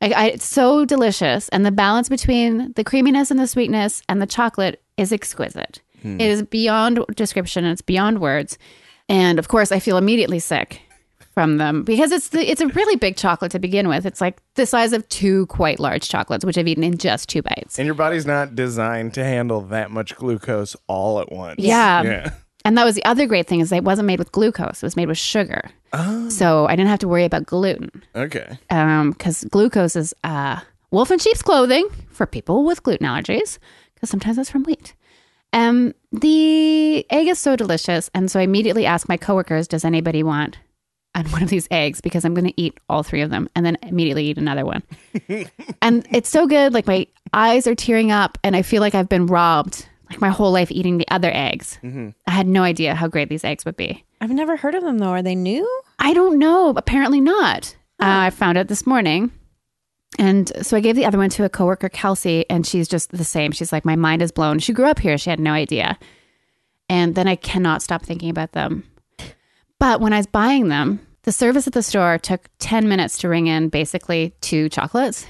Speaker 2: Like I, it's so delicious, and the balance between the creaminess and the sweetness and the chocolate is exquisite. It is beyond description, and it's beyond words. And of course, I feel immediately sick from them because it's the it's a really big chocolate to begin with. It's like the size of two quite large chocolates, which I've eaten in just two bites.
Speaker 3: And your body's not designed to handle that much glucose all at once.
Speaker 2: Yeah.
Speaker 3: Yeah.
Speaker 2: And that was the other great thing is that it wasn't made with glucose; it was made with sugar. So I didn't have to worry about gluten.
Speaker 3: Okay.
Speaker 2: because um, glucose is uh, wolf in sheep's clothing for people with gluten allergies, because sometimes that's from wheat. Um, the egg is so delicious, and so I immediately ask my coworkers, "Does anybody want on one of these eggs?" Because I'm going to eat all three of them, and then immediately eat another one. and it's so good; like my eyes are tearing up, and I feel like I've been robbed. Like my whole life eating the other eggs. I had no idea how great these eggs would be.
Speaker 1: I've never heard of them though. Are they new?
Speaker 2: I don't know. Apparently not. Uh, I found out this morning. And so I gave the other one to a coworker, Kelsey, and she's just the same. She's like, my mind is blown. She grew up here. She had no idea. And then I cannot stop thinking about them. But when I was buying them, the service at the store took 10 minutes to ring in basically two chocolates.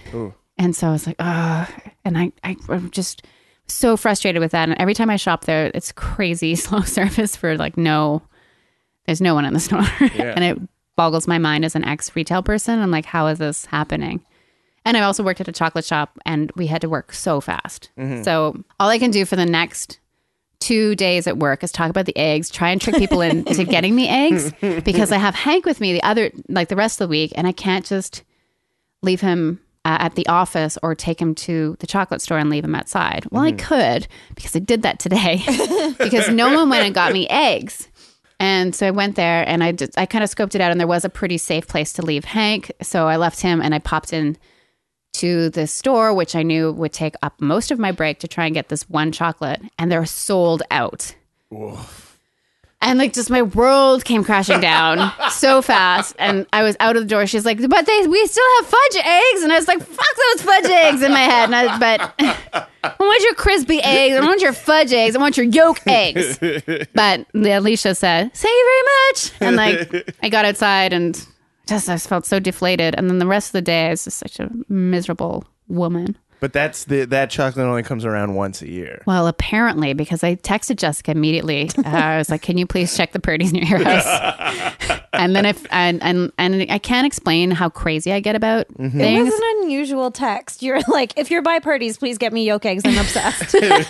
Speaker 2: And so I was like, oh, and I, I, I'm just so frustrated with that. And every time I shop there, it's crazy slow service for like no there's no one in the store. and it boggles my mind as an ex retail person. I'm like, how is this happening? And I also worked at a chocolate shop and we had to work so fast. So all I can do for the next two days at work is talk about the eggs, try and trick people into getting the eggs because I have Hank with me the other, like the rest of the week, and I can't just leave him uh, at the office or take him to the chocolate store and leave him outside. Well, I could because I did that today because no one went and got me eggs. And so I went there and I just, I kind of scoped it out and there was a pretty safe place to leave Hank. So I left him and I popped in to the store, which I knew would take up most of my break to try and get this one chocolate, and they're sold out. And like just my world came crashing down so fast, and I was out of the door. She's like, "But they, we still have fudge eggs," and I was like, "Fuck those fudge eggs!" in my head. And I, but I want your crispy eggs. I want your fudge eggs. I want your yolk eggs. But Alicia said, "Say very much," and like I got outside and just I felt so deflated. And then the rest of the day, I was just such a miserable woman.
Speaker 3: But that's the that chocolate only comes around once a year.
Speaker 2: Well, apparently, because I texted Jessica immediately, uh, I was like, "Can you please check the parties near your house?" and then if and and and I can't explain how crazy I get about
Speaker 4: It
Speaker 2: things.
Speaker 4: was an unusual text. You're like, if you're by parties, please get me yolk eggs. I'm obsessed. and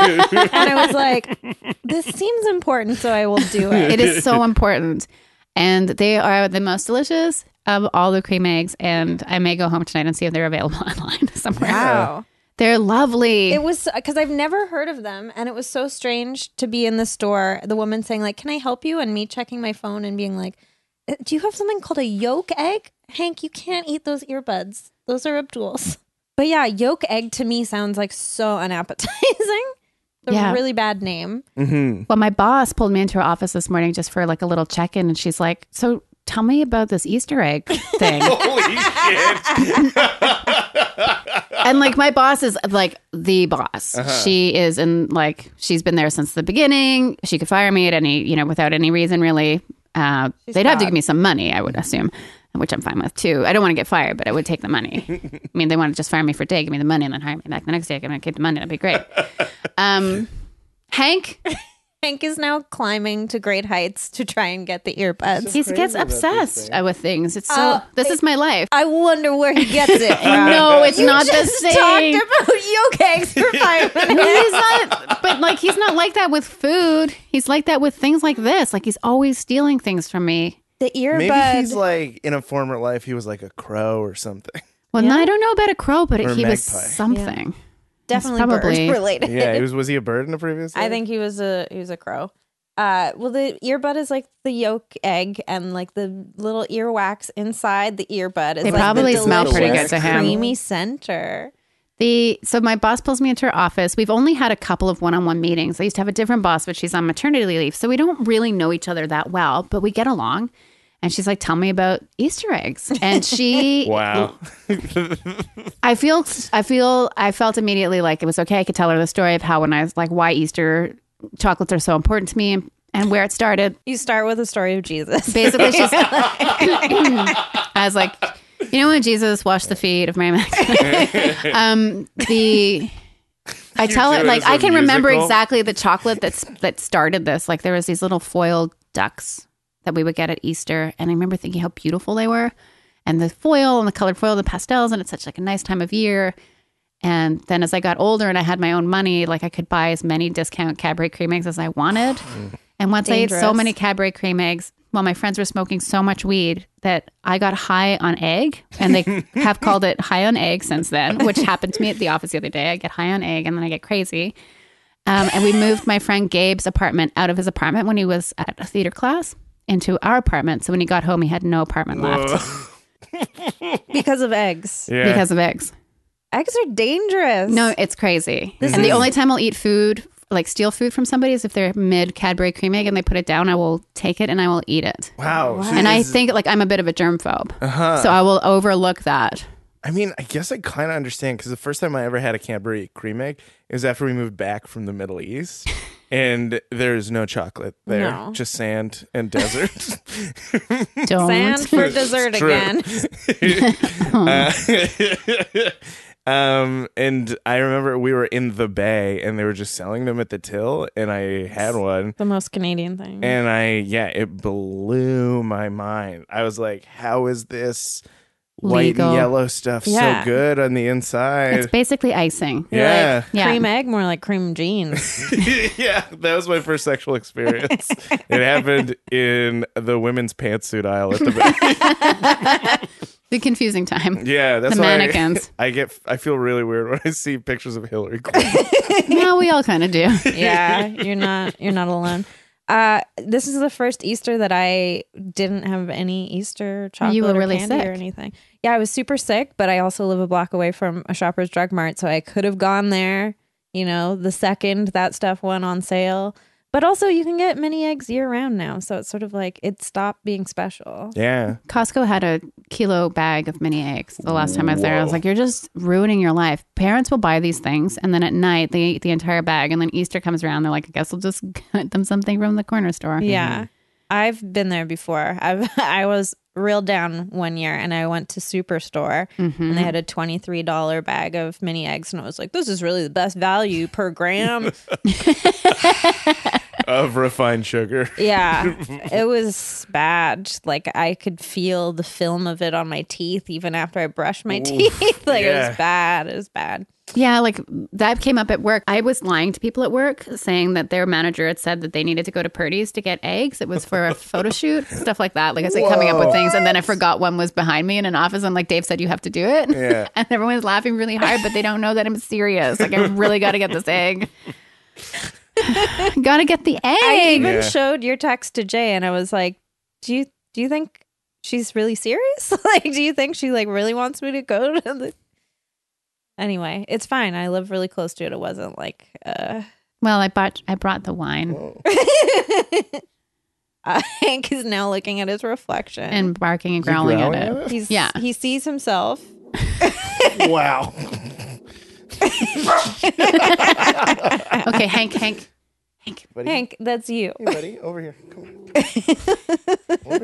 Speaker 4: I was like, this seems important, so I will do it.
Speaker 2: it is so important, and they are the most delicious of all the cream eggs. And I may go home tonight and see if they're available online somewhere.
Speaker 4: Wow.
Speaker 2: They're lovely.
Speaker 4: It was because I've never heard of them, and it was so strange to be in the store. The woman saying like, "Can I help you?" and me checking my phone and being like, "Uh, "Do you have something called a yolk egg, Hank? You can't eat those earbuds. Those are Abdul's." But yeah, yolk egg to me sounds like so unappetizing. It's a
Speaker 2: Yeah.
Speaker 4: really bad name.
Speaker 2: Well, my boss pulled me into her office this morning just for like a little check in, and she's like, "So tell me about this Easter egg thing."
Speaker 3: Holy shit!
Speaker 2: and like my boss is like the boss. She is in like she's been there since the beginning. She could fire me at any you know without any reason really. Uh, they'd have to give me some money, I would assume, which I'm fine with too. I don't want to get fired, but I would take the money. I mean, they want to just fire me for a day, give me the money, and then hire me back the next day. I'm gonna keep the money. That'd be great. Um, Hank,
Speaker 4: Hank is now climbing to great heights to try and get the earbuds.
Speaker 2: he gets obsessed uh, with things. It's so this is my life.
Speaker 4: I wonder where he gets it. from.
Speaker 2: No, it's not the
Speaker 4: Just
Speaker 2: same.
Speaker 4: talked about yolk eggs for five minutes.
Speaker 2: he's not but like he's not like that with food he's like that with things like this like he's always stealing things from me
Speaker 4: The
Speaker 3: Maybe he's
Speaker 4: earbud.
Speaker 3: like in a former life he was like a crow or something.
Speaker 2: well no, i don't know about a crow but
Speaker 3: Or a
Speaker 2: he was
Speaker 3: magpie.
Speaker 2: something
Speaker 4: Definitely
Speaker 2: probably-
Speaker 4: bird related.
Speaker 3: Yeah, he was. Was he a bird in a previous?
Speaker 1: I
Speaker 3: life?
Speaker 1: think he was a he was a crow.
Speaker 4: Uh, well, the earbud is like the yolk egg, and like the little earwax inside the earbud is
Speaker 2: They
Speaker 4: like
Speaker 2: probably
Speaker 4: the
Speaker 2: smell
Speaker 3: pretty
Speaker 4: delicious
Speaker 2: good to him.
Speaker 4: Creamy center.
Speaker 2: the so my boss pulls me into her office we've only had a couple of one-on-one meetings i used to have a different boss but she's on maternity leave so we don't really know each other that well but we get along and she's like tell me about easter eggs and she
Speaker 3: Wow.
Speaker 2: I feel I feel I felt immediately like it was okay. I could tell her the story of how when I was like why Easter chocolates are so important to me and where it started.
Speaker 1: You start with a story of Jesus.
Speaker 2: Basically, she's. I was like, you know when Jesus washed the feet of Mary Magdalene. um, the I tell her
Speaker 3: do it
Speaker 2: like
Speaker 3: as a
Speaker 2: I can remember
Speaker 3: musical?
Speaker 2: exactly the chocolate that's that started this. Like there was these little foil ducks that we would get at Easter, and I remember thinking how beautiful they were, and the foil and the colored foil, and the pastels, and it's such like a nice time of year. And then as I got older and I had my own money, like I could buy as many discount Cadbury cream eggs as I wanted. And once I ate so
Speaker 4: Dangerous.
Speaker 2: many Cadbury cream eggs, well, my friends were smoking so much weed that I got high on egg, and they have called it high on egg since then, which happened to me at the office the other day. I get high on egg and then I get crazy. Um, and we moved my friend Gabe's apartment out of his apartment when he was at a theater class into our apartment. So when he got home, he had no apartment left
Speaker 1: because of eggs.
Speaker 3: Yeah.
Speaker 2: because of eggs.
Speaker 1: Eggs are dangerous.
Speaker 2: No, it's crazy. and the only time I'll eat food, like steal food from somebody, is if they're mid Cadbury cream egg and they put it down. I will take it and I will eat it.
Speaker 3: wow. So
Speaker 2: And I
Speaker 3: this is- Uh-huh.
Speaker 2: think like I'm a bit of a germphobe, so I will overlook that.
Speaker 3: I mean, I guess I kind of understand because the first time I ever had a Cadbury cream egg is after we moved back from the Middle East, and there's no chocolate there,
Speaker 1: No.
Speaker 3: just sand and desert. Hmm.
Speaker 2: Don't.
Speaker 1: Sand for dessert
Speaker 3: It's true.
Speaker 1: again.
Speaker 3: um, and I remember we were in the Bay, and they were just selling them at the till, and I had one,
Speaker 1: The most Canadian thing.
Speaker 3: and I yeah, it blew my mind. I was like, how is this? White
Speaker 2: Legal.
Speaker 3: and yellow stuff
Speaker 1: Yeah.
Speaker 3: so good on the inside.
Speaker 2: It's basically icing.
Speaker 1: You're like,
Speaker 3: yeah.
Speaker 2: Yeah.
Speaker 1: Cream egg, more like cream jeans.
Speaker 3: yeah, that was my first sexual experience. it happened in the women's pantsuit aisle at the
Speaker 2: The confusing time.
Speaker 3: Yeah, that's
Speaker 2: The
Speaker 3: why I-
Speaker 2: mannequins.
Speaker 3: I, get. I feel really weird when I see pictures of Hillary Clinton.
Speaker 2: Now we all kind of do.
Speaker 1: yeah, you're not you're not alone. Uh, this is the first Easter that I didn't have any Easter chocolate
Speaker 2: You were
Speaker 1: or
Speaker 2: really
Speaker 1: candy or
Speaker 2: sick.
Speaker 1: anything. Yeah, I was super sick, but I also live a block away from a Shoppers Drug Mart, so I could have gone there. You know, the second that stuff went on sale. But also, you can get mini eggs year round now, so it's sort of like it stopped being special.
Speaker 3: yeah,
Speaker 2: Costco had a kilo bag of mini eggs the last time I was there. I was
Speaker 3: Whoa.
Speaker 2: like, you're just ruining your life. Parents will buy these things and then at night they eat the entire bag. And then Easter comes around. They're like, I guess we'll just get them something from the corner store.
Speaker 1: Yeah. I've been there before. I've I was reeled down one year and I went to Superstore and they had a $23 bag of mini eggs and I was like, this is really the best value per gram.
Speaker 3: of refined sugar.
Speaker 1: yeah. It was bad. Like I could feel the film of it on my teeth even after I brushed my teeth. like it
Speaker 3: yeah.
Speaker 1: was bad. It was bad.
Speaker 2: Yeah, like that came up at work. I was lying to people at work saying that their manager had said that they needed to go to Purdy's to get eggs. It was for a photo shoot, stuff like that. Like I was like coming up with things, and then I forgot one was behind me in an office. I'm like, Dave said you have to do it,
Speaker 3: Yeah.
Speaker 2: and everyone's laughing really hard, but they don't know that I'm serious. Like I really got to get this egg. gotta get the
Speaker 1: I
Speaker 2: egg.
Speaker 1: even
Speaker 3: Yeah.
Speaker 1: showed your text to Jay and I was like, do you do you think she's really serious? like do you think she like really wants me to go to the Anyway, it's fine. I live really close to it. It wasn't like uh
Speaker 2: Well, I bought, I brought the wine
Speaker 1: Hank is now looking at his reflection.
Speaker 2: and barking and growling,
Speaker 3: growling
Speaker 2: at it.
Speaker 3: at
Speaker 1: he's
Speaker 2: yeah.
Speaker 1: he sees himself.
Speaker 3: wow.
Speaker 2: Okay, Hank, Hank, Hank.
Speaker 1: Hank, that's you.
Speaker 3: Hey, buddy, over here. Come on.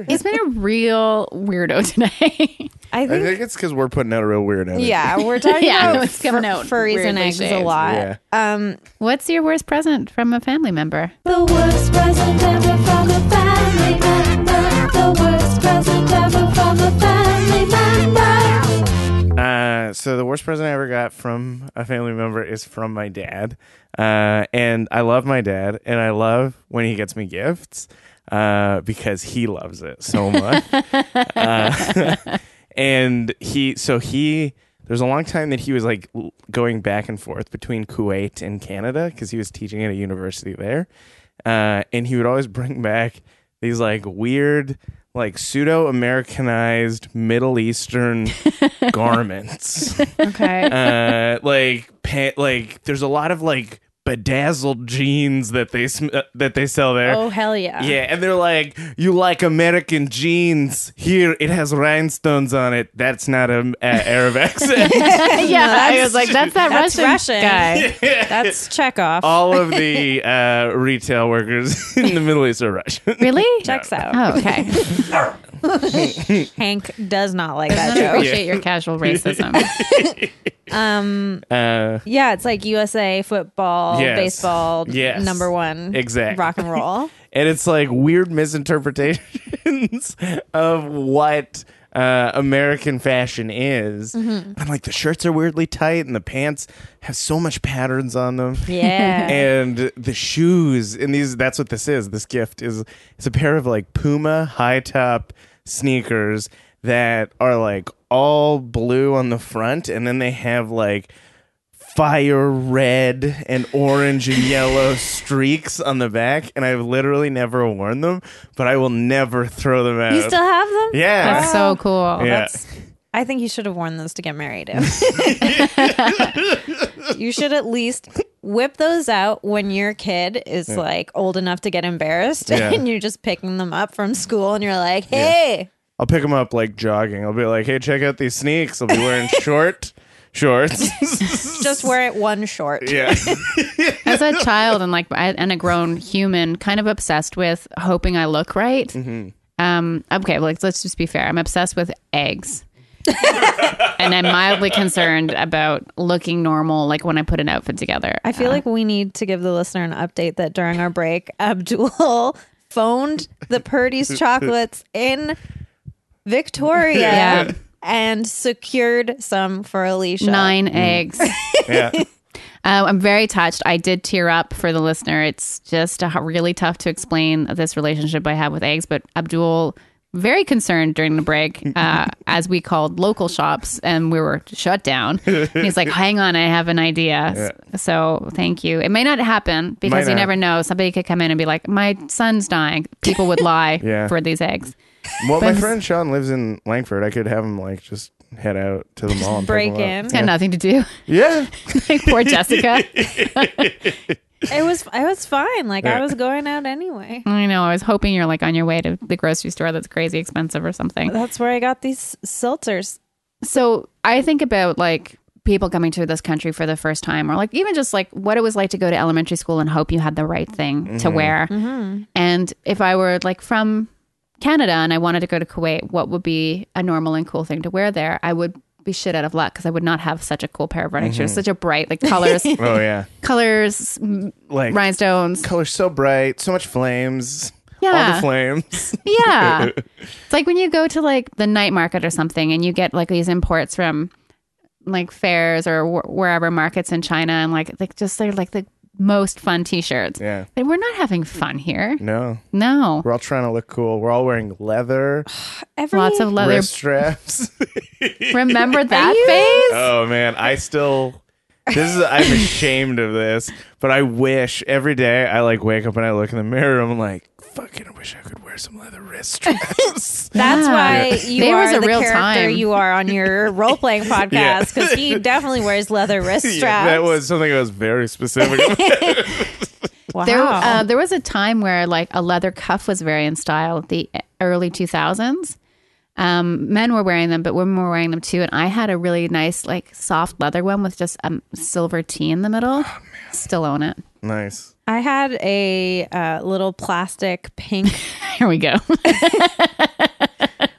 Speaker 2: He's been a real weirdo today.
Speaker 1: I
Speaker 3: I
Speaker 1: think,
Speaker 3: think it's because we're putting out a real weird energy.
Speaker 1: yeah, we're talking
Speaker 2: Yeah,
Speaker 1: about
Speaker 2: it's coming
Speaker 1: fur-
Speaker 2: out
Speaker 1: furries and
Speaker 2: weirdly
Speaker 1: eggs a
Speaker 2: shaped.
Speaker 1: lot.
Speaker 3: Yeah.
Speaker 1: Um
Speaker 2: What's your worst present from a family member?
Speaker 5: The worst present ever from a family member. The worst present ever from a family member.
Speaker 3: Uh, so the worst present I ever got from a family member is from my dad, uh, and I love my dad, and I love when he gets me gifts uh, because he loves it so much. uh, and he, so he, there's a long time that he was like l- going back and forth between Kuwait and Canada because he was teaching at a university there, uh, and he would always bring back these like weird. Like pseudo Americanized Middle Eastern garments.
Speaker 2: Okay.
Speaker 3: uh, like pa- like there's a lot of like bedazzled jeans that they sm- uh, that they sell there.
Speaker 1: oh hell yeah.
Speaker 3: Yeah, and they're like, you like American jeans? Here, it has rhinestones on it. That's not an uh, Arab accent.
Speaker 2: yeah, I was like, that's that
Speaker 1: That's
Speaker 2: Russian,
Speaker 1: Russian.
Speaker 2: guy.
Speaker 1: That's Chekhov.
Speaker 3: All of the uh, retail workers in the Middle East are Russian.
Speaker 2: Really?
Speaker 1: Checks out.
Speaker 2: Oh, okay.
Speaker 1: Hank does not like that
Speaker 2: I
Speaker 1: joke.
Speaker 2: appreciate your casual racism.
Speaker 1: Um,
Speaker 3: Uh,
Speaker 1: yeah, it's like USA football,
Speaker 3: Yes.
Speaker 1: baseball,
Speaker 3: Yes.
Speaker 1: number one,
Speaker 3: Exactly.
Speaker 1: rock and roll.
Speaker 3: and it's like weird misinterpretations of what uh, American fashion is. I'm like the shirts are weirdly tight, and the pants have so much patterns on them.
Speaker 1: Yeah,
Speaker 3: And the shoes and these that's what this is. This gift is it's a pair of like Puma high top sneakers that are like all blue on the front and then they have like fire red and orange and yellow streaks on the back and I've literally never worn them, but I will never throw them out.
Speaker 1: you still have them.
Speaker 3: uh, yeah.
Speaker 2: That's so cool.
Speaker 3: yeah.
Speaker 1: I think you should have worn those to get married. you should at least whip those out when your kid is like old enough to get embarrassed,
Speaker 3: Yeah.
Speaker 1: and you're just picking them up from school, and you're like, "Hey,
Speaker 3: I'll pick them up like jogging. I'll be like, "Hey, check out these sneaks." I'll be wearing short shorts.
Speaker 1: just wear it one short."
Speaker 3: yeah.
Speaker 2: As a child and like I- and a grown human, kind of obsessed with hoping I look right. Um, okay, well, like, let's just be fair. I'm obsessed with eggs. and I'm mildly concerned about looking normal, like when I put an outfit together.
Speaker 1: I feel like we need to give the listener an update that during our break, Abdul phoned the Purdy's chocolates in Victoria
Speaker 2: Yeah.
Speaker 1: and secured some for Alicia.
Speaker 2: nine eggs.
Speaker 3: Yeah.
Speaker 2: Uh, I'm very touched. I did tear up for the listener. It's just a, really tough to explain this relationship I have with eggs, but Abdul very concerned during the break uh, as we called local shops and we were shut down. And he's like, hang on, I have an idea. So thank you. It may not happen because you
Speaker 3: not.
Speaker 2: never know. Somebody could come in and be like, my son's dying. People would lie
Speaker 3: Yeah.
Speaker 2: for these eggs.
Speaker 3: Well, my
Speaker 2: But-
Speaker 3: friend Sean lives in Langford. I could have him like just head out to the mall and pick
Speaker 1: break
Speaker 3: him up.
Speaker 1: in.
Speaker 2: It's got nothing to do.
Speaker 3: Yeah.
Speaker 2: Poor Jessica.
Speaker 1: It was I was fine. Like I
Speaker 3: Yeah.
Speaker 1: was going out anyway.
Speaker 2: I know. I was hoping you're like on your way to the grocery store that's crazy expensive or something.
Speaker 1: That's where I got these seltzers.
Speaker 2: So I think about like people coming to this country for the first time or like even just like what it was like to go to elementary school and hope you had the right thing to
Speaker 3: Mm-hmm.
Speaker 2: wear. And if I were like from Canada and I wanted to go to Kuwait, what would be a normal and cool thing to wear there? I would be shit out of luck because I would not have such a cool pair of running shoes, such a bright like colors,
Speaker 3: Oh yeah.
Speaker 2: colors, m-
Speaker 3: Mm-hmm. Like
Speaker 2: rhinestones.
Speaker 3: color so bright, so much flames. All
Speaker 2: Yeah.
Speaker 3: the flames.
Speaker 2: Yeah. it's like when you go to like the night market or something and you get like these imports from like fairs or wh- wherever markets in China and like like just they're like the most fun t-shirts.
Speaker 3: yeah.
Speaker 2: But we're not having fun here.
Speaker 3: No.
Speaker 2: No.
Speaker 3: We're all trying to look cool. We're all wearing leather,
Speaker 1: Every
Speaker 2: Lots of leather.
Speaker 3: wrist straps.
Speaker 2: Remember that phase?
Speaker 3: oh man, I still this is I'm ashamed of this, but I wish every day I like wake up and I look in the mirror and I'm like, fucking I wish I could wear some leather wrist straps.
Speaker 1: That's
Speaker 2: Yeah.
Speaker 1: why you
Speaker 2: There
Speaker 1: are
Speaker 2: was a
Speaker 1: the
Speaker 2: real
Speaker 1: character
Speaker 2: time.
Speaker 1: you are on your role playing podcast because he definitely wears leather wrist straps.
Speaker 3: Yeah, that was something that was very specific.
Speaker 1: wow.
Speaker 2: There, uh, there was a time where like a leather cuff was very in style, the early 2000s. Um, men were wearing them, but women were wearing them too. And I had a really nice, like, soft leather one with just a um, silver T in the middle.
Speaker 1: Oh,
Speaker 2: Still own it.
Speaker 3: nice.
Speaker 1: I had a uh, little plastic pink.
Speaker 2: Here we go.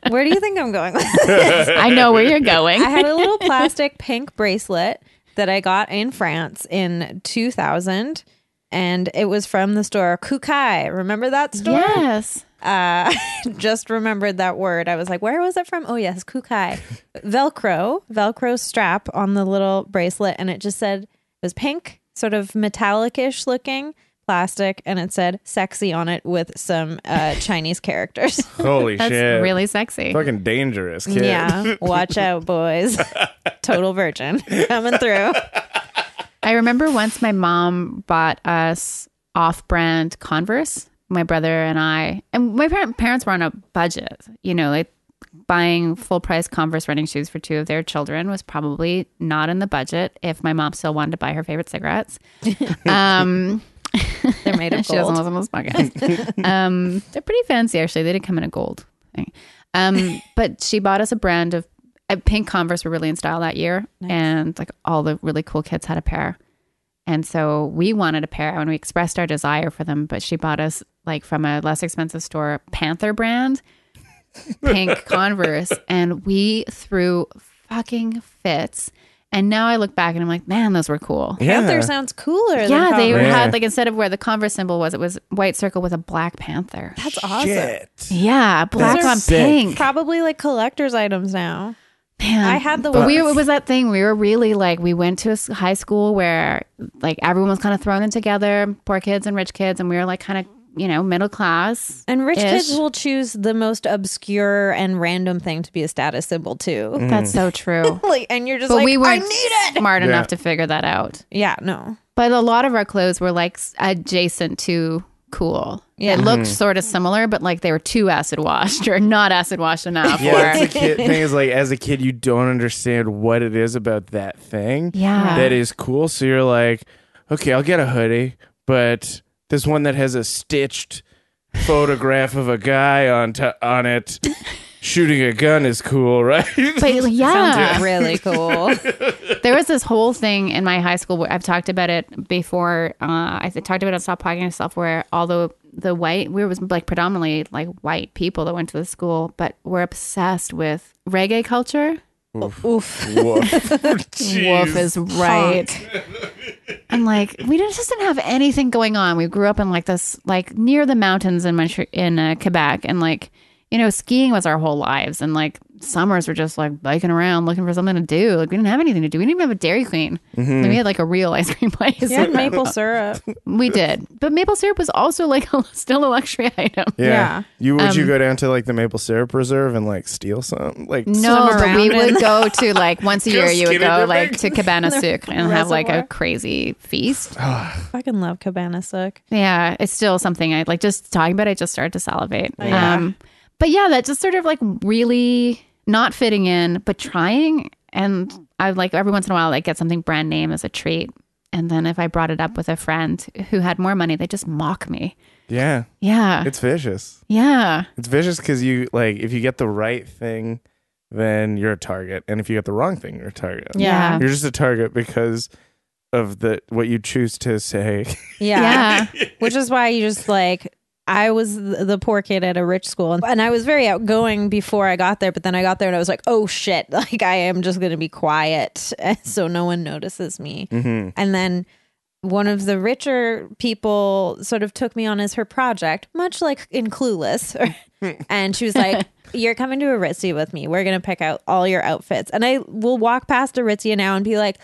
Speaker 1: Where do you think I'm going with this?
Speaker 2: I know where you're going.
Speaker 1: I had a little plastic pink bracelet that I got in France in 2000, and it was from the store Kukai. Remember that store?
Speaker 2: yes.
Speaker 1: Uh, just remembered that word. I was like, where was it from? Oh, yes, Kukai. Velcro, Velcro strap on the little bracelet. And it just said, it was pink, sort of metallic ish looking plastic. And it said sexy on it with some uh, Chinese characters.
Speaker 3: Holy
Speaker 2: That's
Speaker 3: shit.
Speaker 2: really sexy.
Speaker 3: fucking dangerous, kid.
Speaker 1: yeah. Watch out, boys. Total virgin coming through.
Speaker 2: I remember once my mom bought us off brand Converse, my brother and I. And my par- parents were on a budget, you know, like buying full price Converse running shoes for two of their children was probably not in the budget if my mom still wanted to buy her favorite cigarettes. Um,
Speaker 1: They're made of
Speaker 2: she doesn't
Speaker 1: gold.
Speaker 2: listen to this podcast. um, they're pretty fancy, actually. They did come in a gold thing. Um, but she bought us a brand of uh, pink Converse were really in style that year, and like all the really cool kids had a pair. And so we wanted a pair, and we expressed our desire for them. But she bought us like from a less expensive store, Panther brand, pink Converse, and we threw fucking fits. And now I look back and I'm like, man, those were cool.
Speaker 3: Yeah.
Speaker 1: Panther sounds cooler.
Speaker 2: Yeah,
Speaker 1: than
Speaker 2: they
Speaker 1: Converse.
Speaker 3: Yeah.
Speaker 2: had like instead of where the Converse symbol was, it was white circle with a black panther.
Speaker 1: That's awesome.
Speaker 3: Shit.
Speaker 2: Yeah, black
Speaker 3: Those are
Speaker 2: on
Speaker 3: sick.
Speaker 2: pink.
Speaker 1: Probably like collector's items now.
Speaker 2: Man.
Speaker 1: I had the
Speaker 2: but we
Speaker 1: ones.
Speaker 2: it was that thing. We were really like we went to a s- high school where like everyone was kind of thrown in together, poor kids and rich kids, and we were like kind of you know middle class.
Speaker 1: And rich
Speaker 2: ish.
Speaker 1: kids will choose the most obscure and random thing to be a status symbol too.
Speaker 3: Mm.
Speaker 2: That's so true.
Speaker 1: Like, and you're just
Speaker 2: But
Speaker 1: like,
Speaker 2: we
Speaker 1: I
Speaker 2: weren't
Speaker 1: need it.
Speaker 2: smart
Speaker 3: Yeah.
Speaker 2: enough to figure that out.
Speaker 1: Yeah, no.
Speaker 2: But a lot of our clothes were like s- adjacent to cool.
Speaker 1: Yeah.
Speaker 2: It
Speaker 3: Mm-hmm.
Speaker 2: looked sort of similar, but like they were too acid washed or not acid washed enough.
Speaker 3: Yeah,
Speaker 2: or-
Speaker 3: that's the kid thing is like as a kid you don't understand what it is about that thing.
Speaker 2: Yeah.
Speaker 3: That is cool. So you're like, okay, I'll get a hoodie, but this one that has a stitched photograph of a guy on to on it shooting a gun is cool, right?
Speaker 2: But
Speaker 1: Sounds
Speaker 2: yeah,
Speaker 1: really cool.
Speaker 2: there was this whole thing in my high school. Where I've talked about it before. Uh, I th- talked about it on Stop Pogging Yourself, where all the the white we was like predominantly like white people that went to the school, but were obsessed with reggae culture.
Speaker 1: Oof.
Speaker 3: Woof.
Speaker 2: Wolf
Speaker 3: Jeez.
Speaker 2: is right. I'm like, we didn't- just didn't have anything going on. We grew up in like this, like near the mountains in Montreal, in uh, Quebec, and like, you know, skiing was our whole lives, and like summers were just like biking around looking for something to do. Like we didn't have anything to do. We didn't even have a Dairy Queen. Like, we had like a real ice cream place.
Speaker 1: Yeah, maple syrup.
Speaker 2: we did, but maple syrup was also like still a luxury item.
Speaker 3: Yeah.
Speaker 1: Yeah. Um,
Speaker 3: You would you go down to like the maple syrup reserve and like steal some? Like
Speaker 2: No,
Speaker 1: swim
Speaker 2: but we
Speaker 1: around in
Speaker 2: would go to like once a year.
Speaker 3: Just
Speaker 2: You would
Speaker 3: skinny
Speaker 2: go
Speaker 3: dipping.
Speaker 2: like to Cabana Souk and have like a
Speaker 1: reservoir.
Speaker 2: crazy feast.
Speaker 1: Fucking love Cabana Sook.
Speaker 2: Yeah, it's still something I like. Just talking about, it, I just started to salivate.
Speaker 1: Oh, Yeah.
Speaker 2: Um, but yeah, that just sort of like really not fitting in, but trying. And I like every once in a while, like get something brand name as a treat. And then if I brought it up with a friend who had more money, they just mock me.
Speaker 3: Yeah.
Speaker 2: Yeah,
Speaker 3: It's vicious.
Speaker 2: yeah,
Speaker 3: It's vicious because you like if you get the right thing, then you're a target, and if you get the wrong thing, you're a target.
Speaker 2: Yeah.
Speaker 3: you're just a target because of the what you choose to say.
Speaker 2: yeah,
Speaker 1: which is why you just like I was th- the poor kid at a rich school and I was very outgoing before I got there but then I got there and I was like oh shit like I am just going to be quiet so no one notices me
Speaker 3: mm-hmm.
Speaker 1: and then one of the richer people sort of took me on as her project much like in Clueless and she was like you're coming to a ritzy with me we're going to pick out all your outfits and I will walk past a ritzy now and be like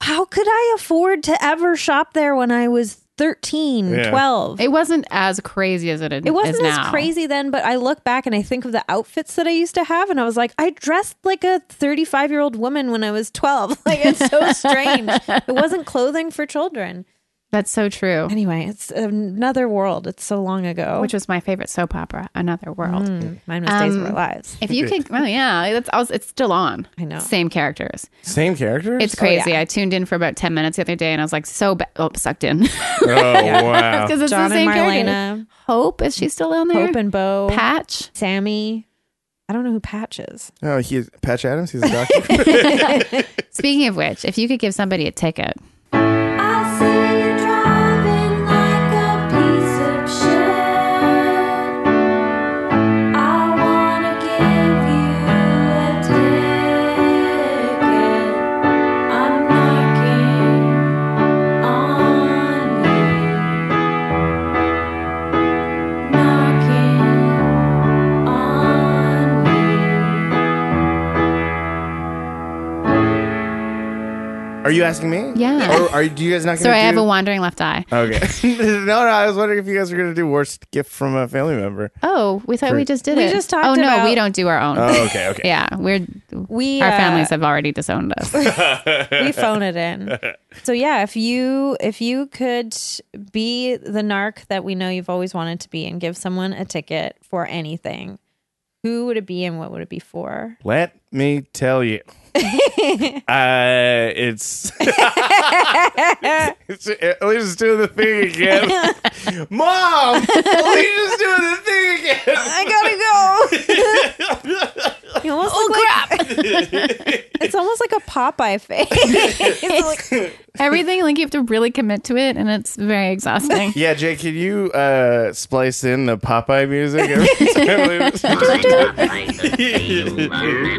Speaker 1: how could I afford to ever shop there when I was 13
Speaker 3: Yeah.
Speaker 1: 12
Speaker 2: It wasn't as crazy as it is.
Speaker 1: it wasn't as
Speaker 2: now.
Speaker 1: crazy then, but I look back and I think of the outfits that I used to have, and I was like, I dressed like a 35 year old woman when I was 12. Like, it's so strange. It wasn't clothing for children.
Speaker 2: That's so true.
Speaker 1: Anyway, it's another world. It's so long ago.
Speaker 2: Which was my favorite soap opera, Another World.
Speaker 1: Mm, mine was Days of Our
Speaker 2: Um,
Speaker 1: Lives.
Speaker 2: If you could, well, yeah, that's also, it's still on.
Speaker 1: I know.
Speaker 2: Same characters.
Speaker 3: Same characters.
Speaker 2: It's crazy. I tuned in for about ten minutes the other day, and I was like, so ba- oh, sucked in because
Speaker 3: oh wow.
Speaker 2: it's
Speaker 1: John
Speaker 2: the same
Speaker 1: and
Speaker 2: characters.
Speaker 1: Marlena,
Speaker 2: Hope is she still on there?
Speaker 1: Hope and Bo,
Speaker 2: Patch.
Speaker 1: Sammy. I don't know who Patch is.
Speaker 3: Oh, he's Patch Adams. He's a doctor.
Speaker 2: Speaking of which, if you could give somebody a ticket,
Speaker 5: I see you driving like a piece of shit. I wanna give you a ticket. I'm knocking on you, knocking on you.
Speaker 3: are you asking me?
Speaker 2: Yeah.
Speaker 3: Or are do you guys not? Gonna
Speaker 2: sorry,
Speaker 3: do...
Speaker 2: I have a wandering left eye.
Speaker 3: Okay. no, no. I was wondering if you guys were gonna do worst gift from a family member.
Speaker 2: Oh, we thought we just did
Speaker 1: We
Speaker 2: it.
Speaker 1: just talked
Speaker 2: Oh no,
Speaker 1: about-
Speaker 2: we don't do our own.
Speaker 3: Oh, okay. Okay.
Speaker 2: Yeah, we're
Speaker 1: We
Speaker 2: our
Speaker 1: uh,
Speaker 2: families have already disowned us.
Speaker 1: we phone it in. So yeah, if you if you could be the narc that we know you've always wanted to be and give someone a ticket for anything, who would it be and what would it be for?
Speaker 3: Let me tell you. uh, it's. it's Alicia's doing the thing again. Mom! Alicia's doing the thing again.
Speaker 1: I gotta go. you almost oh crap! it's almost like a Popeye face. It's like-
Speaker 2: Everything like you have to really commit to it, and it's very exhausting.
Speaker 3: Yeah, Jay, can you uh, splice in the Popeye music every time?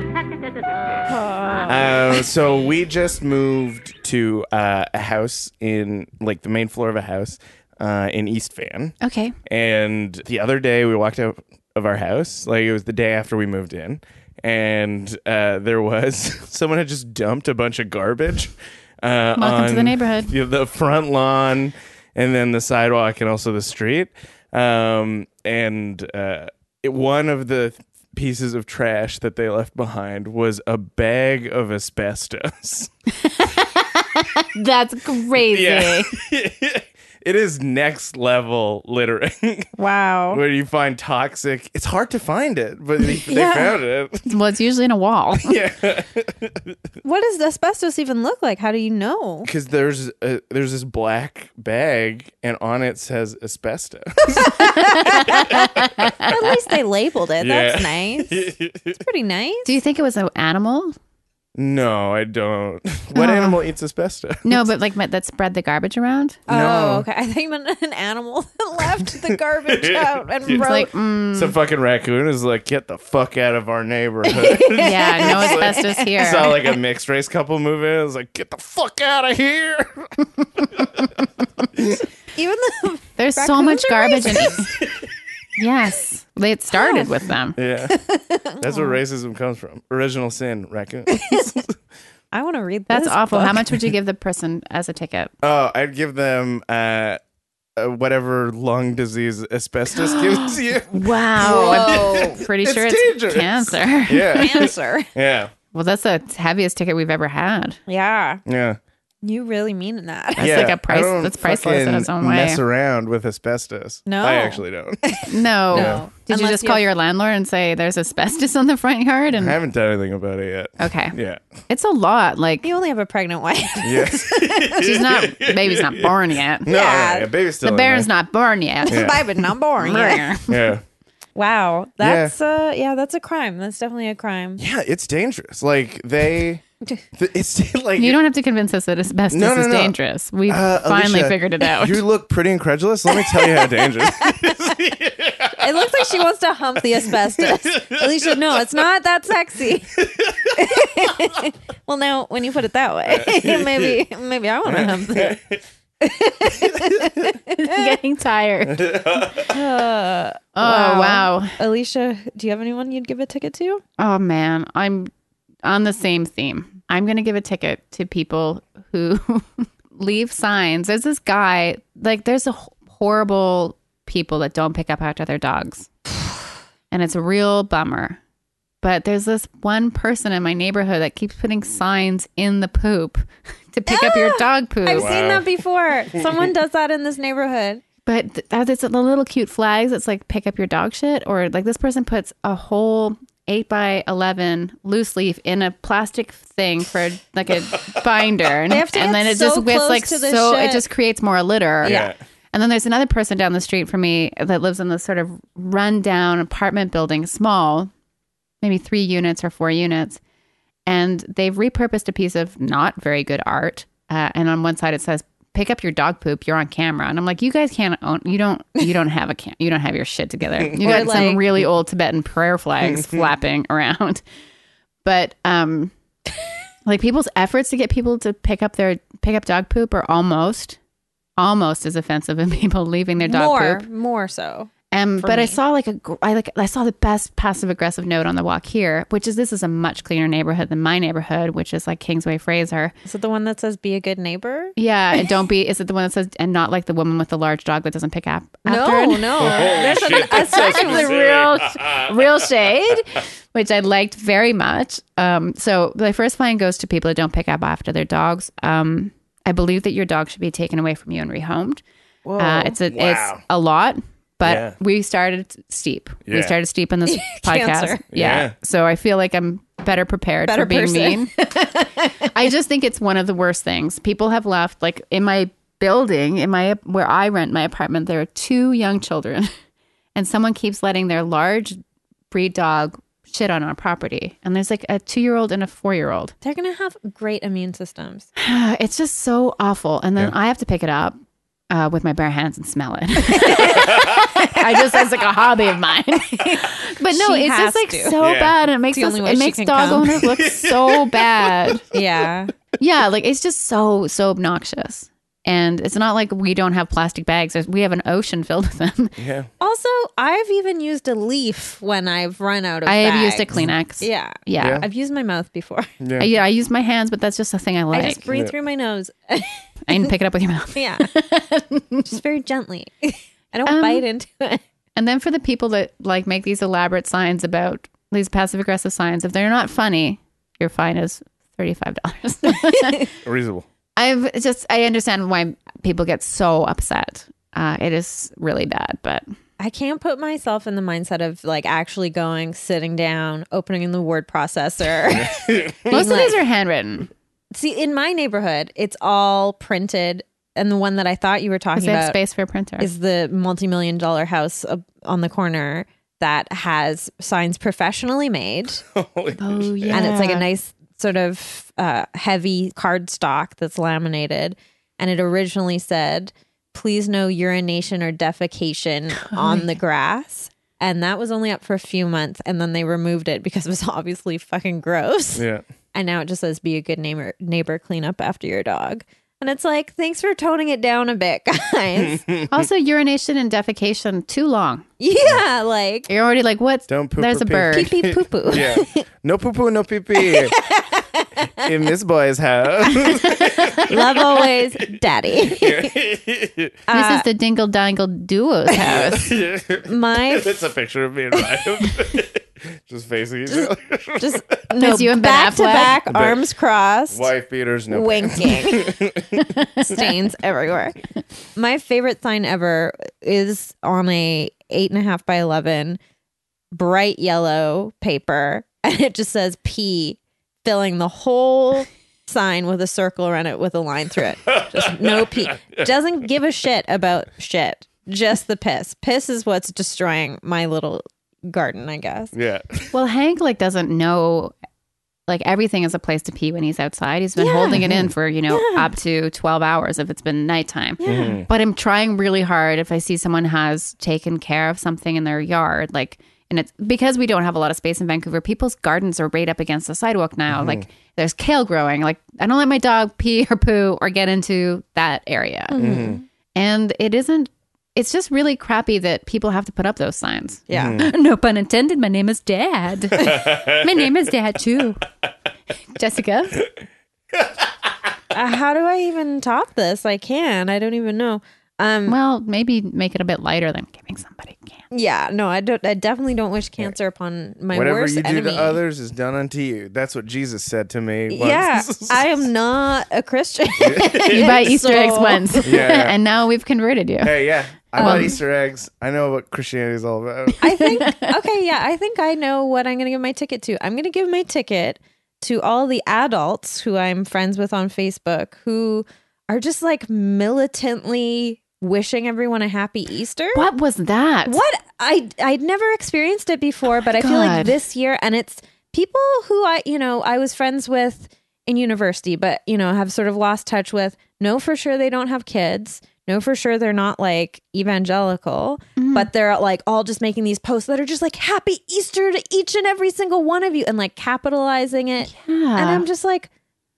Speaker 3: we- um, so we just moved to uh, a house in, like, the main floor of a house uh, in East Van.
Speaker 2: okay.
Speaker 3: And the other day we walked out of our house, like it was the day after we moved in, and uh, there was someone had just dumped a bunch of garbage. Uh,
Speaker 2: Welcome to
Speaker 3: on
Speaker 2: the neighborhood.
Speaker 3: The, the front lawn, and then the sidewalk, and also the street. Um, and uh, it, one of the pieces of trash that they left behind was a bag of asbestos.
Speaker 2: That's crazy.
Speaker 3: Yeah. it is next level littering.
Speaker 1: wow.
Speaker 3: where you find toxic. It's hard to find it, but they, they
Speaker 1: Yeah.
Speaker 3: found it.
Speaker 2: Well, it's usually in a wall.
Speaker 1: What does asbestos even look like? How do you know?
Speaker 3: Because there's a, there's this black bag, and on it says asbestos.
Speaker 1: At least they labeled it. That's
Speaker 3: Yeah.
Speaker 1: nice. It's pretty nice.
Speaker 2: Do you think it was an animal?
Speaker 3: no, I don't. What
Speaker 2: Oh.
Speaker 3: animal eats asbestos?
Speaker 2: No, but like that spread the garbage around.
Speaker 1: Oh, okay. I think meant an animal that left the garbage out and
Speaker 2: It's
Speaker 1: wrote.
Speaker 2: like, mm,
Speaker 3: Some fucking raccoon is like, get the fuck out of our neighborhood.
Speaker 2: yeah, no asbestos here.
Speaker 3: Saw like a mixed race couple move in. I was like, get the fuck out of here.
Speaker 1: Even the
Speaker 2: There's so much garbage in. yes, They had started with them.
Speaker 3: Yeah. That's where racism comes from. Original sin, raccoon.
Speaker 1: I want to read
Speaker 2: That's
Speaker 1: this
Speaker 2: awful.
Speaker 1: book.
Speaker 2: How much would you give the person as a ticket?
Speaker 3: oh, I'd give them uh, uh, whatever lung disease asbestos gives you.
Speaker 2: Wow.
Speaker 4: Whoa.
Speaker 2: Pretty
Speaker 3: It's
Speaker 2: sure it's
Speaker 3: dangerous.
Speaker 2: cancer.
Speaker 3: Yeah.
Speaker 1: Oh, answer.
Speaker 3: Yeah.
Speaker 2: Well, that's the heaviest ticket we've ever had.
Speaker 1: yeah.
Speaker 3: Yeah.
Speaker 1: You really mean that.
Speaker 2: That's
Speaker 3: yeah.
Speaker 2: like a
Speaker 3: I
Speaker 2: price.
Speaker 3: don't
Speaker 2: That's priceless in
Speaker 3: fucking
Speaker 2: its own way.
Speaker 3: Mess around with asbestos.
Speaker 1: No.
Speaker 3: I actually don't. I
Speaker 2: No.
Speaker 1: No.
Speaker 2: Did
Speaker 1: Unless
Speaker 2: you just
Speaker 1: you
Speaker 2: call
Speaker 1: have-
Speaker 2: your landlord and say there's asbestos on the front yard? And
Speaker 3: haven't done anything about it yet.
Speaker 2: okay,
Speaker 3: Yeah.
Speaker 2: it's a lot. Like
Speaker 1: You only have a pregnant wife.
Speaker 3: Yeah.
Speaker 2: she's not, baby's not born yet.
Speaker 3: no, yeah. yeah. Baby's still
Speaker 2: The
Speaker 3: in
Speaker 2: baron's
Speaker 3: there.
Speaker 2: not born yet.
Speaker 3: Yeah.
Speaker 1: Baby, not born. yet.
Speaker 3: Yeah.
Speaker 1: Wow. That's uh yeah, that's a crime. That's definitely a crime.
Speaker 3: Yeah, it's dangerous. Like they, th- it's like
Speaker 2: You don't have to convince us that asbestos
Speaker 3: No, no,
Speaker 2: is
Speaker 3: no.
Speaker 2: dangerous. We
Speaker 3: Uh,
Speaker 2: finally
Speaker 3: Alicia,
Speaker 2: figured it out.
Speaker 3: You look pretty incredulous. Let me tell you how dangerous.
Speaker 1: It looks like she wants to hump the asbestos. Alicia, no, it's not that sexy. well, now when you put it that way, maybe maybe I want to hump it.
Speaker 2: getting tired.
Speaker 1: Uh,
Speaker 2: Oh
Speaker 1: Wow.
Speaker 2: wow.
Speaker 1: Alicia, do you have anyone you'd give a ticket to?
Speaker 2: Oh man, I'm on the same theme. I'm going to give a ticket to people who leave signs. There's this guy, like there's a h- horrible people that don't pick up after their dogs. And it's a real bummer. But there's this one person in my neighborhood that keeps putting signs in the poop to pick up your dog poop.
Speaker 1: I've seen that before. Someone does that in this neighborhood.
Speaker 2: But th- are this the little cute flags that's like pick up your dog shit? Or like this person puts a whole eight by eleven loose leaf in a plastic thing for like a binder, and,
Speaker 1: have to
Speaker 2: and
Speaker 1: get
Speaker 2: then it
Speaker 1: so
Speaker 2: just gets
Speaker 1: close
Speaker 2: like
Speaker 1: to this
Speaker 2: so
Speaker 1: shit.
Speaker 2: it just creates more litter.
Speaker 3: Yeah.
Speaker 2: And then there's another person down the street from me that lives in this sort of rundown apartment building, small, maybe three units or four units. And they've repurposed a piece of not very good art. Uh, and on one side it says, "Pick up your dog poop. You're on camera." And I'm like, "You guys can't own. You don't. You don't have a cam. You don't have your shit together. You
Speaker 1: Or
Speaker 2: got
Speaker 1: like-
Speaker 2: some really old Tibetan prayer flags flapping around." But um, like people's efforts to get people to pick up their pick up dog poop are almost almost as offensive as people leaving their dog poop.
Speaker 1: more, more so.
Speaker 2: Um,
Speaker 1: for
Speaker 2: but I
Speaker 1: me.
Speaker 2: saw like a gr- I like I saw the best passive aggressive note on the walk here, which is this is a much cleaner neighborhood than my neighborhood, which is like Kingsway Fraser.
Speaker 1: Is it the one that says "Be a good neighbor"?
Speaker 2: Yeah, and don't be is it the one that says and not like the woman with the large dog that doesn't pick up after
Speaker 1: No,
Speaker 2: it?
Speaker 1: no. There's a, a section
Speaker 2: the
Speaker 1: with
Speaker 2: real real shade, which I liked very much. Um, so the first fine goes to people that don't pick up after their dogs. Um, I believe that your dog should be taken away from you and rehomed. Uh, it's a
Speaker 3: Wow.
Speaker 2: it's a lot, but
Speaker 3: Yeah.
Speaker 2: we started steep.
Speaker 3: Yeah.
Speaker 2: We started steep in this podcast. Yeah.
Speaker 3: Yeah.
Speaker 2: So I feel like I'm better prepared
Speaker 1: Better
Speaker 2: for being
Speaker 1: person.
Speaker 2: mean. I just think it's one of the worst things. People have left like in my building, in my where I rent my apartment, there are two young children and someone keeps letting their large breed dog shit on our property. And there's like a 2-year-old and a 4-year-old.
Speaker 1: They're gonna have great immune systems.
Speaker 2: Uh, It's just so awful. And then I have to pick it up uh, with my bare hands and smell it. I just it's like a hobby of mine. but no,
Speaker 1: She
Speaker 2: it's
Speaker 1: has
Speaker 2: just like
Speaker 1: to.
Speaker 2: so
Speaker 3: Yeah.
Speaker 2: bad. And it makes
Speaker 1: the
Speaker 2: us,
Speaker 1: only way
Speaker 2: it
Speaker 1: she
Speaker 2: makes
Speaker 1: can
Speaker 2: dog
Speaker 1: come.
Speaker 2: owners look so bad.
Speaker 1: Yeah,
Speaker 2: Yeah, like it's just so so obnoxious. And it's not like we don't have plastic bags. There's, we have an ocean filled with them.
Speaker 3: Yeah.
Speaker 1: Also, I've even used a leaf when I've run out of.
Speaker 2: I have used a
Speaker 1: bags.
Speaker 2: Kleenex.
Speaker 1: Yeah.
Speaker 2: Yeah.
Speaker 3: Yeah.
Speaker 1: I've used my mouth before.
Speaker 2: I, yeah, I use my hands, but that's just a thing I like.
Speaker 1: I just breathe through my nose.
Speaker 2: I didn't pick it up with your mouth.
Speaker 1: yeah. just very gently. I don't
Speaker 2: Um,
Speaker 1: bite into it.
Speaker 2: And then for the people that like make these elaborate signs about these passive aggressive signs, if they're not funny, your fine is $35.
Speaker 3: Reasonable.
Speaker 2: I've just, I understand why people get so upset. Uh, it is really bad, but
Speaker 1: I can't put myself in the mindset of like actually going, sitting down, opening the word processor.
Speaker 2: most of these are handwritten
Speaker 1: See, in my neighborhood, it's all printed. And the one that I thought you were
Speaker 2: because
Speaker 1: talking
Speaker 2: they have
Speaker 1: about
Speaker 2: space for a printer.
Speaker 1: is the multi-million dollar house uh, on the corner that has signs professionally made
Speaker 2: oh, yeah.
Speaker 1: and it's like a nice sort of uh, heavy card stock that's laminated and it originally said please no urination or defecation on the grass and that was only up for a few months and then they removed it because it was obviously fucking gross
Speaker 3: Yeah.
Speaker 1: and now it just says be a good neighbor neighbor clean up after your dog And it's like, thanks for toning it down a bit, guys.
Speaker 2: Mm. also, urination and defecation too long.
Speaker 1: yeah, like
Speaker 2: You're already like, what?
Speaker 3: Don't poop
Speaker 2: There's a
Speaker 3: or pee.
Speaker 2: bird.
Speaker 1: pee pee poo poo.
Speaker 3: Yeah. No poo poo, no pee pee. In this boy's house.
Speaker 1: Love always, daddy. uh,
Speaker 2: this is the Dingle Dangle Duo's house.
Speaker 1: My
Speaker 3: It's a picture of me and Ryan. Just facing each other.
Speaker 1: just no
Speaker 2: you and Ben
Speaker 1: back to back,
Speaker 2: Affleck?
Speaker 1: arms crossed,
Speaker 3: Wife beaters, no
Speaker 1: winking, stains everywhere. My favorite sign ever is on a eight and a half by eleven, bright yellow paper, and it just says "P," filling the whole sign with a circle around it with a line through it. Just no pee. Doesn't give a shit about shit. Just the piss. Piss is what's destroying my little garden, I guess.
Speaker 3: pee. Yeah.
Speaker 2: well, Hank like doesn't know. Like everything is a place to pee when he's outside. He's been holding it in for you know up to twelve hours if it's been nighttime. But I'm trying really hard. If I see someone has taken care of something in their yard, like and it's because we don't have a lot of space in Vancouver. People's gardens are right up against the sidewalk now. Like there's kale growing. Like I don't let my dog pee or poo or get into that area. And it isn't. It's just really crappy that people have to put up those signs.
Speaker 1: Yeah.
Speaker 2: No pun intended. My name is Dad. my name is Dad too. Jessica.
Speaker 1: Uh, how do I even top this? I can. I don't even know. Um.
Speaker 2: Well, maybe make it a bit lighter than giving somebody a can.
Speaker 1: Yeah. No. I don't. I definitely don't wish cancer upon my
Speaker 3: Whatever
Speaker 1: worst
Speaker 3: you do
Speaker 1: enemy.
Speaker 3: to others is done unto you. That's what Jesus said to me once.
Speaker 1: yeah. I am not a Christian.
Speaker 2: You buy Easter
Speaker 1: So-
Speaker 2: eggs once,
Speaker 3: Yeah.
Speaker 2: and now we've converted you.
Speaker 3: Hey, yeah. I
Speaker 1: Um,
Speaker 3: bought Easter eggs. I know what Christianity is all about.
Speaker 1: I think. Okay. Yeah. I think I know what I'm going to give my ticket to. I'm going to give my ticket to all the adults who I'm friends with on Facebook who are just like militantly wishing everyone a happy Easter.
Speaker 2: What was that?
Speaker 1: What I I'd never experienced it before, but I feel like
Speaker 2: God.
Speaker 1: this year, and it's people who I you know I was friends with in university, but you know have sort of lost touch with. Know for sure they don't have kids. Know for sure they're not like evangelical, but they're like all just making these posts that are just like Happy Easter to each and every single one of you, and like capitalizing it. And I'm just like,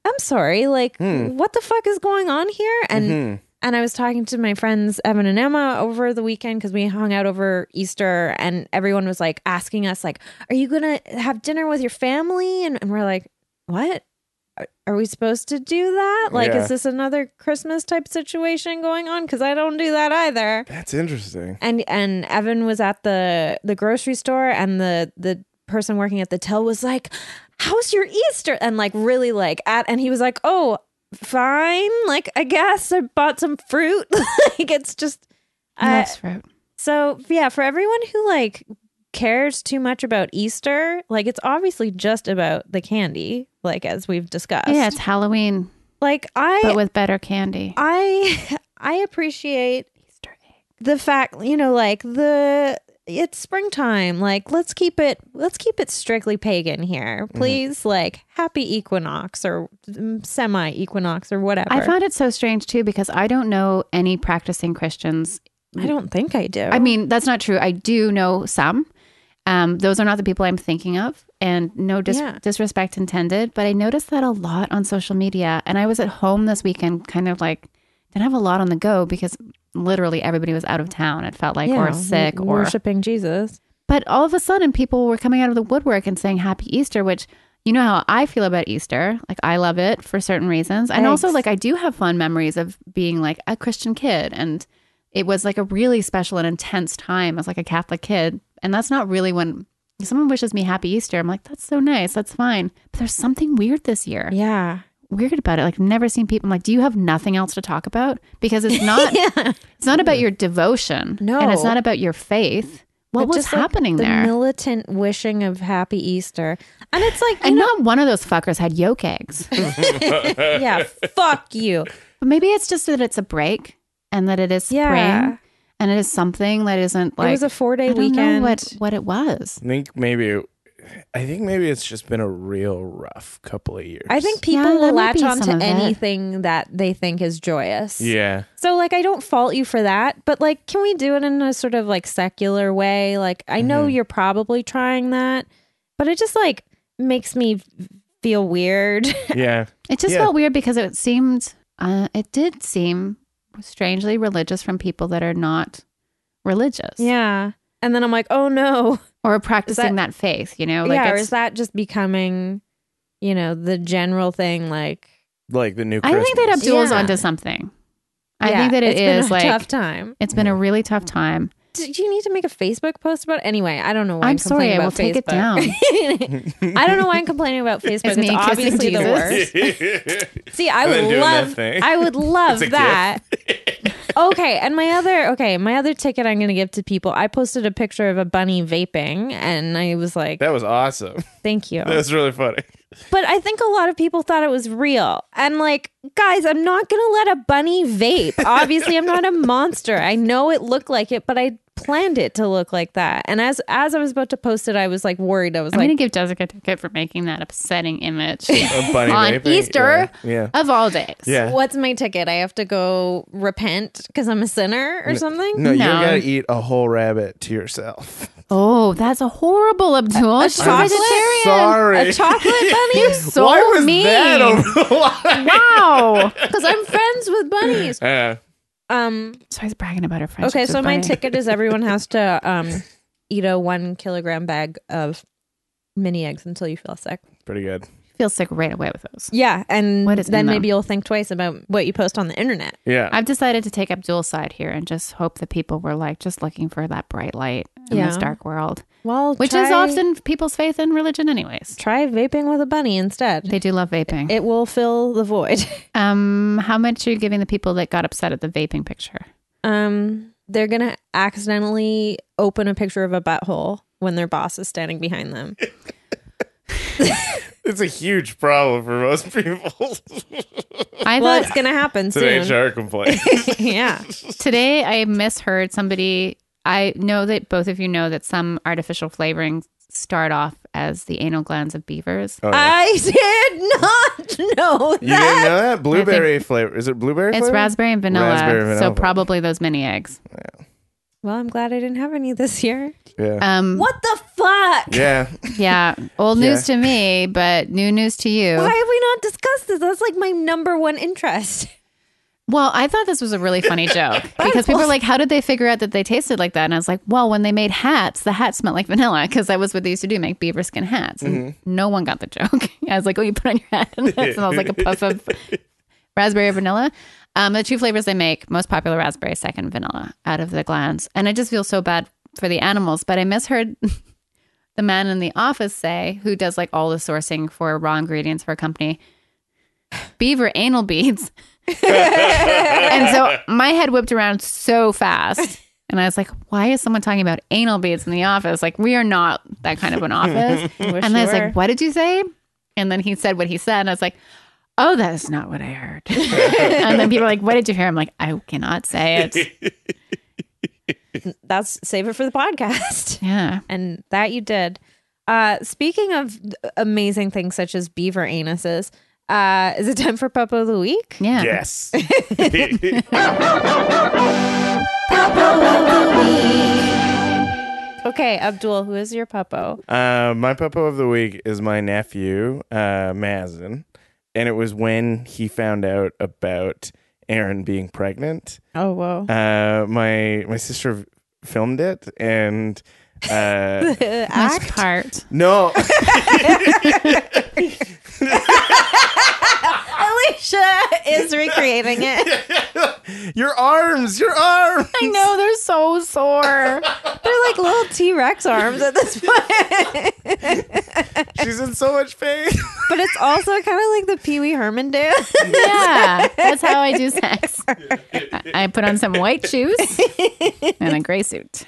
Speaker 1: I'm sorry, like what the fuck is going on here? And
Speaker 3: Mm-hmm.
Speaker 1: and I was talking to my friends Evan and Emma over the weekend because we hung out over Easter, and everyone was like asking us, like, "Are you gonna have dinner with your family?" And, and we're like, "What? Are- Are we supposed to do that? Like,
Speaker 3: Yeah.
Speaker 1: is this another Christmas type situation going on? Because I don't do that either."
Speaker 3: That's interesting.
Speaker 1: and and Evan was at the the grocery store and the the person working at the till was like how's your easter and like really like at and he was like oh fine like i guess i bought some fruit like it's just uh,
Speaker 2: Loves fruit.
Speaker 1: so yeah for everyone who like cares too much about easter like it's obviously just about the candy like as we've discussed
Speaker 2: Yeah, it's Halloween,
Speaker 1: like i
Speaker 2: but with better candy.
Speaker 1: I I appreciate
Speaker 2: Easter egg.
Speaker 1: the fact, you know, like the it's springtime. Like let's keep it let's keep it strictly pagan here.
Speaker 2: Mm-hmm.
Speaker 1: Please like happy equinox or semi equinox or whatever.
Speaker 2: I found it so strange too because I don't know any practicing Christians
Speaker 1: I don't think I do.
Speaker 2: I mean, that's not true. I do know some. Um, those are not the people I'm thinking of, and no dis-
Speaker 1: Yeah.
Speaker 2: disrespect intended. But I noticed that a lot on social media, and I was at home this weekend, kind of like didn't have a lot on the go because literally everybody was out of town. It felt like or sick
Speaker 1: w-
Speaker 2: or
Speaker 1: worshiping Jesus.
Speaker 2: but all of a sudden, people were coming out of the woodwork and saying Happy Easter, which you know how I feel about Easter. Like, I love it for certain reasons. And also,
Speaker 1: Thanks.
Speaker 2: like, I do have fond memories of being like a Christian kid. And it was like a really special and intense time as like a Catholic kid. And that's not really when if someone wishes me Happy Easter. I'm like, that's so nice. That's fine. But there's something weird this year.
Speaker 1: Yeah.
Speaker 2: Weird about it. Like, I've never seen people. I'm like, do you have nothing else to talk about? Because it's not. It's not about your devotion. And it's
Speaker 1: No.
Speaker 2: not about your faith. What
Speaker 1: But
Speaker 2: was
Speaker 1: just, like,
Speaker 2: happening
Speaker 1: the
Speaker 2: there?
Speaker 1: militant wishing of happy Easter. And it's like, you
Speaker 2: and
Speaker 1: know,
Speaker 2: not one of those fuckers had yolk eggs.
Speaker 1: yeah, fuck you.
Speaker 2: but maybe it's just that it's a break and that it is spring
Speaker 1: Yeah.
Speaker 2: and it is something that isn't like
Speaker 1: it was a four
Speaker 2: I
Speaker 1: day
Speaker 2: don't
Speaker 1: weekend.
Speaker 2: know what what it was.
Speaker 3: I think maybe, I think maybe it's just been a real rough couple of years.
Speaker 1: I think people
Speaker 2: Yeah,
Speaker 1: will
Speaker 2: that might
Speaker 1: latch
Speaker 2: be
Speaker 1: on to
Speaker 2: some of it.
Speaker 1: anything that they think is joyous.
Speaker 3: Yeah.
Speaker 1: So like I don't fault you for that, but like can we do it in a sort of like secular way? Like I
Speaker 2: Mm-hmm.
Speaker 1: know you're probably trying that, but it just like makes me feel weird.
Speaker 3: Yeah.
Speaker 2: It just
Speaker 3: Yeah.
Speaker 2: felt weird because it seemed uh, it did seem strangely religious from people that are not religious
Speaker 1: Yeah. And then I'm like, oh no.
Speaker 2: or practicing that, faith, you know? Oh, Like
Speaker 1: yeah. Or
Speaker 2: it's-
Speaker 1: is that just becoming, you know, the general thing? Like,
Speaker 3: like the new.
Speaker 2: I
Speaker 3: Christmas.
Speaker 2: think that Abdul's
Speaker 1: Yeah.
Speaker 2: onto something. I
Speaker 1: yeah,
Speaker 2: think that it
Speaker 1: it's been
Speaker 2: is
Speaker 1: a
Speaker 2: like
Speaker 1: tough time.
Speaker 2: it's been a really tough time.
Speaker 1: Do you need to make a Facebook post about it? Anyway, I don't know why I'm,
Speaker 2: I'm sorry,
Speaker 1: complaining
Speaker 2: I will
Speaker 1: about
Speaker 2: take it down.
Speaker 1: down. I don't know why I'm complaining about Facebook. It's,
Speaker 2: me kissing
Speaker 1: obviously the
Speaker 2: Jesus.
Speaker 1: worst. See, I
Speaker 3: And then
Speaker 1: would
Speaker 3: doing that
Speaker 1: love
Speaker 3: thing.
Speaker 1: I would love
Speaker 3: It's a
Speaker 1: that. okay, and my other okay, my other ticket I'm going to give to people. I posted a picture of a bunny vaping and I was like,
Speaker 3: that was awesome.
Speaker 1: "Thank you."
Speaker 3: That was really funny.
Speaker 1: But I think a lot of people thought it was real. And like, guys, I'm not going to let a bunny vape. Obviously, I'm not a monster. I know it looked like it, but I planned it to look like that. And as as I was about to post it, I was like worried. I was
Speaker 2: I'm
Speaker 1: like,
Speaker 2: gonna give Jessica a ticket for making that upsetting image
Speaker 3: A bunny
Speaker 2: on
Speaker 3: vaping,
Speaker 2: Easter
Speaker 3: Yeah.
Speaker 2: of all days.
Speaker 3: Yeah. yeah.
Speaker 1: "What's my ticket? I have to go repent because I'm a sinner or something."
Speaker 3: No, you
Speaker 2: No.
Speaker 3: gotta eat a whole rabbit to yourself.
Speaker 2: Oh, that's a horrible Abdul. She's a
Speaker 1: chocolate?
Speaker 2: vegetarian.
Speaker 3: Sorry.
Speaker 1: A chocolate bunny?
Speaker 2: You're so
Speaker 3: Why was
Speaker 2: mean.
Speaker 3: that a
Speaker 2: wow.
Speaker 1: Because I'm friends with bunnies.
Speaker 3: uh,
Speaker 1: Um.
Speaker 2: So he's bragging about her friendship.
Speaker 1: Okay, so my
Speaker 2: ticket.
Speaker 1: ticket is everyone has to um eat a one kilogram bag of mini eggs until you feel sick.
Speaker 3: Pretty good.
Speaker 2: feel sick right away with those.
Speaker 1: Yeah, and
Speaker 2: What is in
Speaker 1: then
Speaker 2: them?
Speaker 1: maybe you'll think twice about what you post on the internet.
Speaker 3: Yeah.
Speaker 2: I've decided to take Abdul's side here and just hope that people were like just looking for that bright light in this
Speaker 1: Yeah.
Speaker 2: dark world,
Speaker 1: Well,
Speaker 2: which is often people's faith in religion, anyways.
Speaker 1: try vaping with a bunny instead.
Speaker 2: They do love vaping.
Speaker 1: It will fill the void.
Speaker 2: Um, how much are you giving the people that got upset at the vaping picture?
Speaker 1: Um, they're gonna accidentally open a picture of a butthole when their boss is standing behind them.
Speaker 3: it's a huge problem for most people.
Speaker 2: I
Speaker 1: Well, it's
Speaker 2: thought
Speaker 1: gonna happen
Speaker 3: it's
Speaker 1: soon.
Speaker 3: an HR complaint.
Speaker 1: yeah,
Speaker 2: today I misheard somebody. I know that both of you know that some artificial flavorings start off as the anal glands of beavers.
Speaker 3: Oh, yeah.
Speaker 1: I did not know
Speaker 3: you didn't
Speaker 1: that.
Speaker 3: know that blueberry flavor? Is it blueberry?
Speaker 2: It's
Speaker 3: flavor?
Speaker 2: raspberry and vanilla,
Speaker 3: Raspberry and
Speaker 2: so
Speaker 3: vanilla.
Speaker 2: probably those mini eggs.
Speaker 1: Well, I'm glad I didn't have any this year.
Speaker 3: Yeah.
Speaker 2: Um,
Speaker 1: What the fuck?
Speaker 3: yeah.
Speaker 2: Yeah, old
Speaker 3: Yeah.
Speaker 2: news to me, but new news to you.
Speaker 1: Why have we not discussed this? That's like my number one interest.
Speaker 2: Well, I thought this was a really funny joke because people were like, "How did they figure out that they tasted like that?" And I was like, "Well, when they made hats, the hats smelled like vanilla because that was what they used to do, make beaver skin hats." And no one got the joke. I was like, "Oh, you put on your hat, and that smells like a puff of raspberry or vanilla." Um, the two flavors they make most popular raspberry, second vanilla, out of the glands. And I just feel so bad for the animals, but I misheard the man in the office say, who does like all the sourcing for raw ingredients for a company, beaver anal beads. and so my head whipped around so fast. And I was like, why is someone talking about anal beads in the office? Like, we are not that kind of an office. and I was
Speaker 1: you were.
Speaker 2: like, what did you say? And then he said what he said. And I was like, oh, that is not what I heard. and then people are like, what did you hear? I'm like, I cannot say it.
Speaker 1: That's save it for the podcast.
Speaker 2: Yeah.
Speaker 1: and that you did. Uh, speaking of amazing things such as beaver anuses, uh, is it time for Pop of the Week?
Speaker 2: Yeah.
Speaker 3: Yes. Uh,
Speaker 1: Okay, Abdul, who is your puppo?
Speaker 3: Uh, my popo of the week is my nephew, uh, Mazin. And it was when he found out about Aaron being pregnant.
Speaker 1: Oh, whoa.
Speaker 3: Uh, my my sister filmed it and uh,
Speaker 2: Which part?
Speaker 3: no
Speaker 1: Alicia is recreating it.
Speaker 3: your arms your arms
Speaker 2: I know they're so sore.
Speaker 1: They're like little T Rex arms at this point.
Speaker 3: she's in so much pain
Speaker 1: but it's also kind of like the Pee Wee Herman dance.
Speaker 2: yeah, that's how I do sex. I put on some white shoes and a gray suit.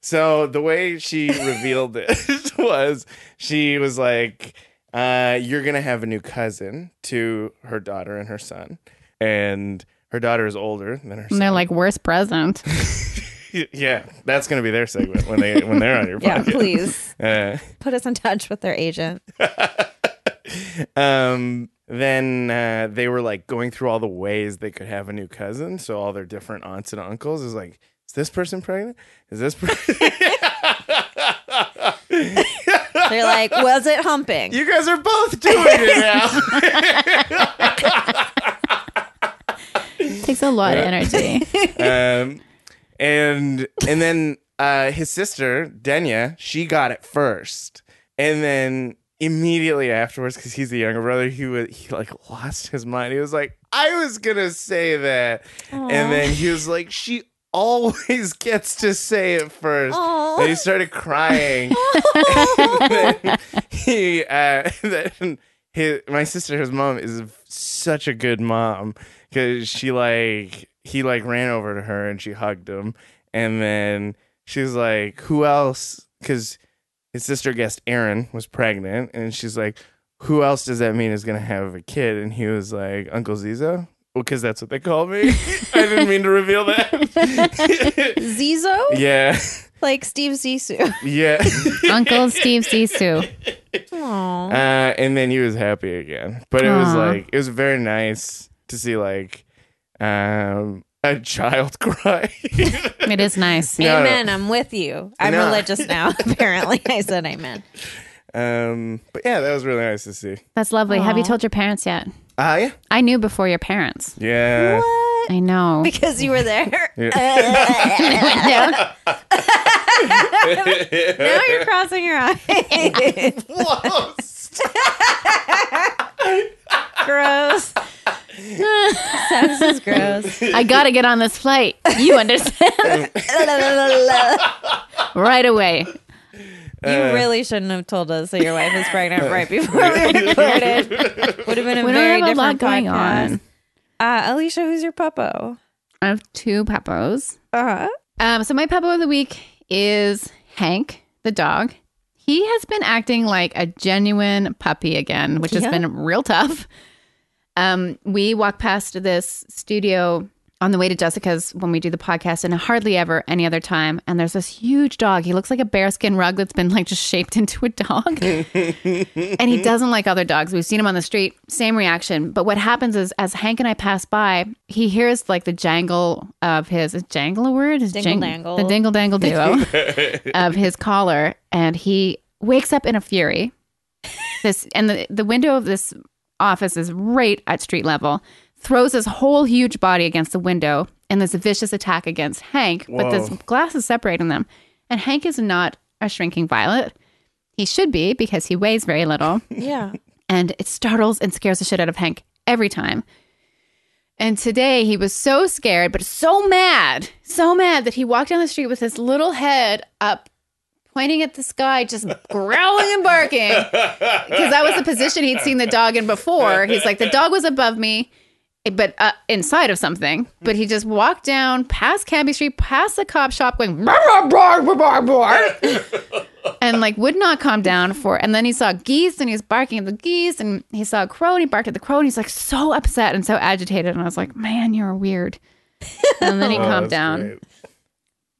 Speaker 3: So the way she revealed it was she was like, uh, you're gonna have a new cousin to her daughter and her son. And her daughter is older than her
Speaker 2: And
Speaker 3: son.
Speaker 2: they're like, worst present.
Speaker 3: Yeah, that's gonna be their segment when they when they're on your
Speaker 1: yeah,
Speaker 3: podcast.
Speaker 1: please
Speaker 3: Uh,
Speaker 1: put us in touch with their agent.
Speaker 3: um, then uh, they were like going through all the ways they could have a new cousin. So all their different aunts and uncles is like, is this person pregnant? Is this? Pre-?
Speaker 4: They're like, was it humping?
Speaker 3: You guys are both doing it now.
Speaker 2: takes a lot of energy.
Speaker 3: um, and and then uh, his sister Denya, she got it first, and then immediately afterwards, because he's the younger brother, he was he like lost his mind. He was like, "I was gonna say that," and then he was like, "She." Always gets to say it first.
Speaker 4: Aw.
Speaker 3: And he started crying. and then he, uh, then his, my sister, his mom, is such a good mom because she like he like ran over to her and she hugged him, and then she was like, "Who else?" Because his sister guessed Aaron was pregnant, and she's like, "Who else does that mean is gonna have a kid?" And he was like, "Uncle Zizo." Because that's what they call me. I didn't mean to reveal that.
Speaker 4: Zizo?
Speaker 3: yeah.
Speaker 4: Like Steve Zissou.
Speaker 3: Yeah.
Speaker 2: Uncle Steve Sisu.
Speaker 4: Aw.
Speaker 3: Uh, and then he was happy again. But it was
Speaker 2: Aw.
Speaker 3: like it was very nice to see like um a child cry.
Speaker 2: It is nice.
Speaker 3: No, no.
Speaker 4: Amen. I'm with you. I'm
Speaker 3: No.
Speaker 4: religious now. Apparently, I said amen.
Speaker 3: um but yeah, that was really nice to see.
Speaker 2: That's lovely. Have you told your parents yet?
Speaker 3: Ah yeah.
Speaker 2: I knew before your parents.
Speaker 3: Yeah.
Speaker 4: What?
Speaker 2: I know.
Speaker 4: Because you were there. now you're crossing your eyes. gross. Sex is gross.
Speaker 2: I gotta get on this flight. You understand? right away. Uh,
Speaker 4: you really shouldn't have told us that your wife was pregnant right before we recorded. Would have been a
Speaker 2: We don't
Speaker 4: very
Speaker 2: have a
Speaker 4: different
Speaker 2: lot going
Speaker 4: podcast.
Speaker 2: on.
Speaker 4: Uh, Alicia, who's your puppo?
Speaker 2: I have two peppos.
Speaker 4: Uh-huh.
Speaker 2: Um, so my puppo of the week is Hank, the dog. He has been acting like a genuine puppy again, which has been real tough. Um, we walk past this studio on the way to Jessica's when we do the podcast, and hardly ever any other time. And there's this huge dog. He looks like a bearskin rug that's been like just shaped into a dog. and he doesn't like other dogs. We've seen him on the street, same reaction. But what happens is, as Hank and I pass by, he hears like the jangle of his is jangle a word? His
Speaker 4: Dingle dangle.
Speaker 2: the dingle dangle duo of his collar, and he wakes up in a fury. This and the the window of this office is right at street level. Throws his whole huge body against the window, and there's a vicious attack against Hank. But this
Speaker 3: Whoa.
Speaker 2: glass is separating them, and Hank is not a shrinking violet. He should be because he weighs very little
Speaker 4: Yeah.
Speaker 2: and it startles and scares the shit out of Hank every time. And today he was so scared, but so mad, so mad that he walked down the street with his little head up, pointing at the sky, just growling and barking. Because that was the position he'd seen the dog in before. He's like, the dog was above me, but uh, inside of something. But he just walked down past Cabby Street, past the cop shop, going, "Rar, rar, rar, rar, rar," and like would not calm down for. And then he saw geese and he was barking at the geese, and he saw a crow and he barked at the crow, and he's like so upset and so agitated. And I was like, man, you're weird. And then he
Speaker 3: Oh,
Speaker 2: calmed
Speaker 3: that's
Speaker 2: down.
Speaker 3: great.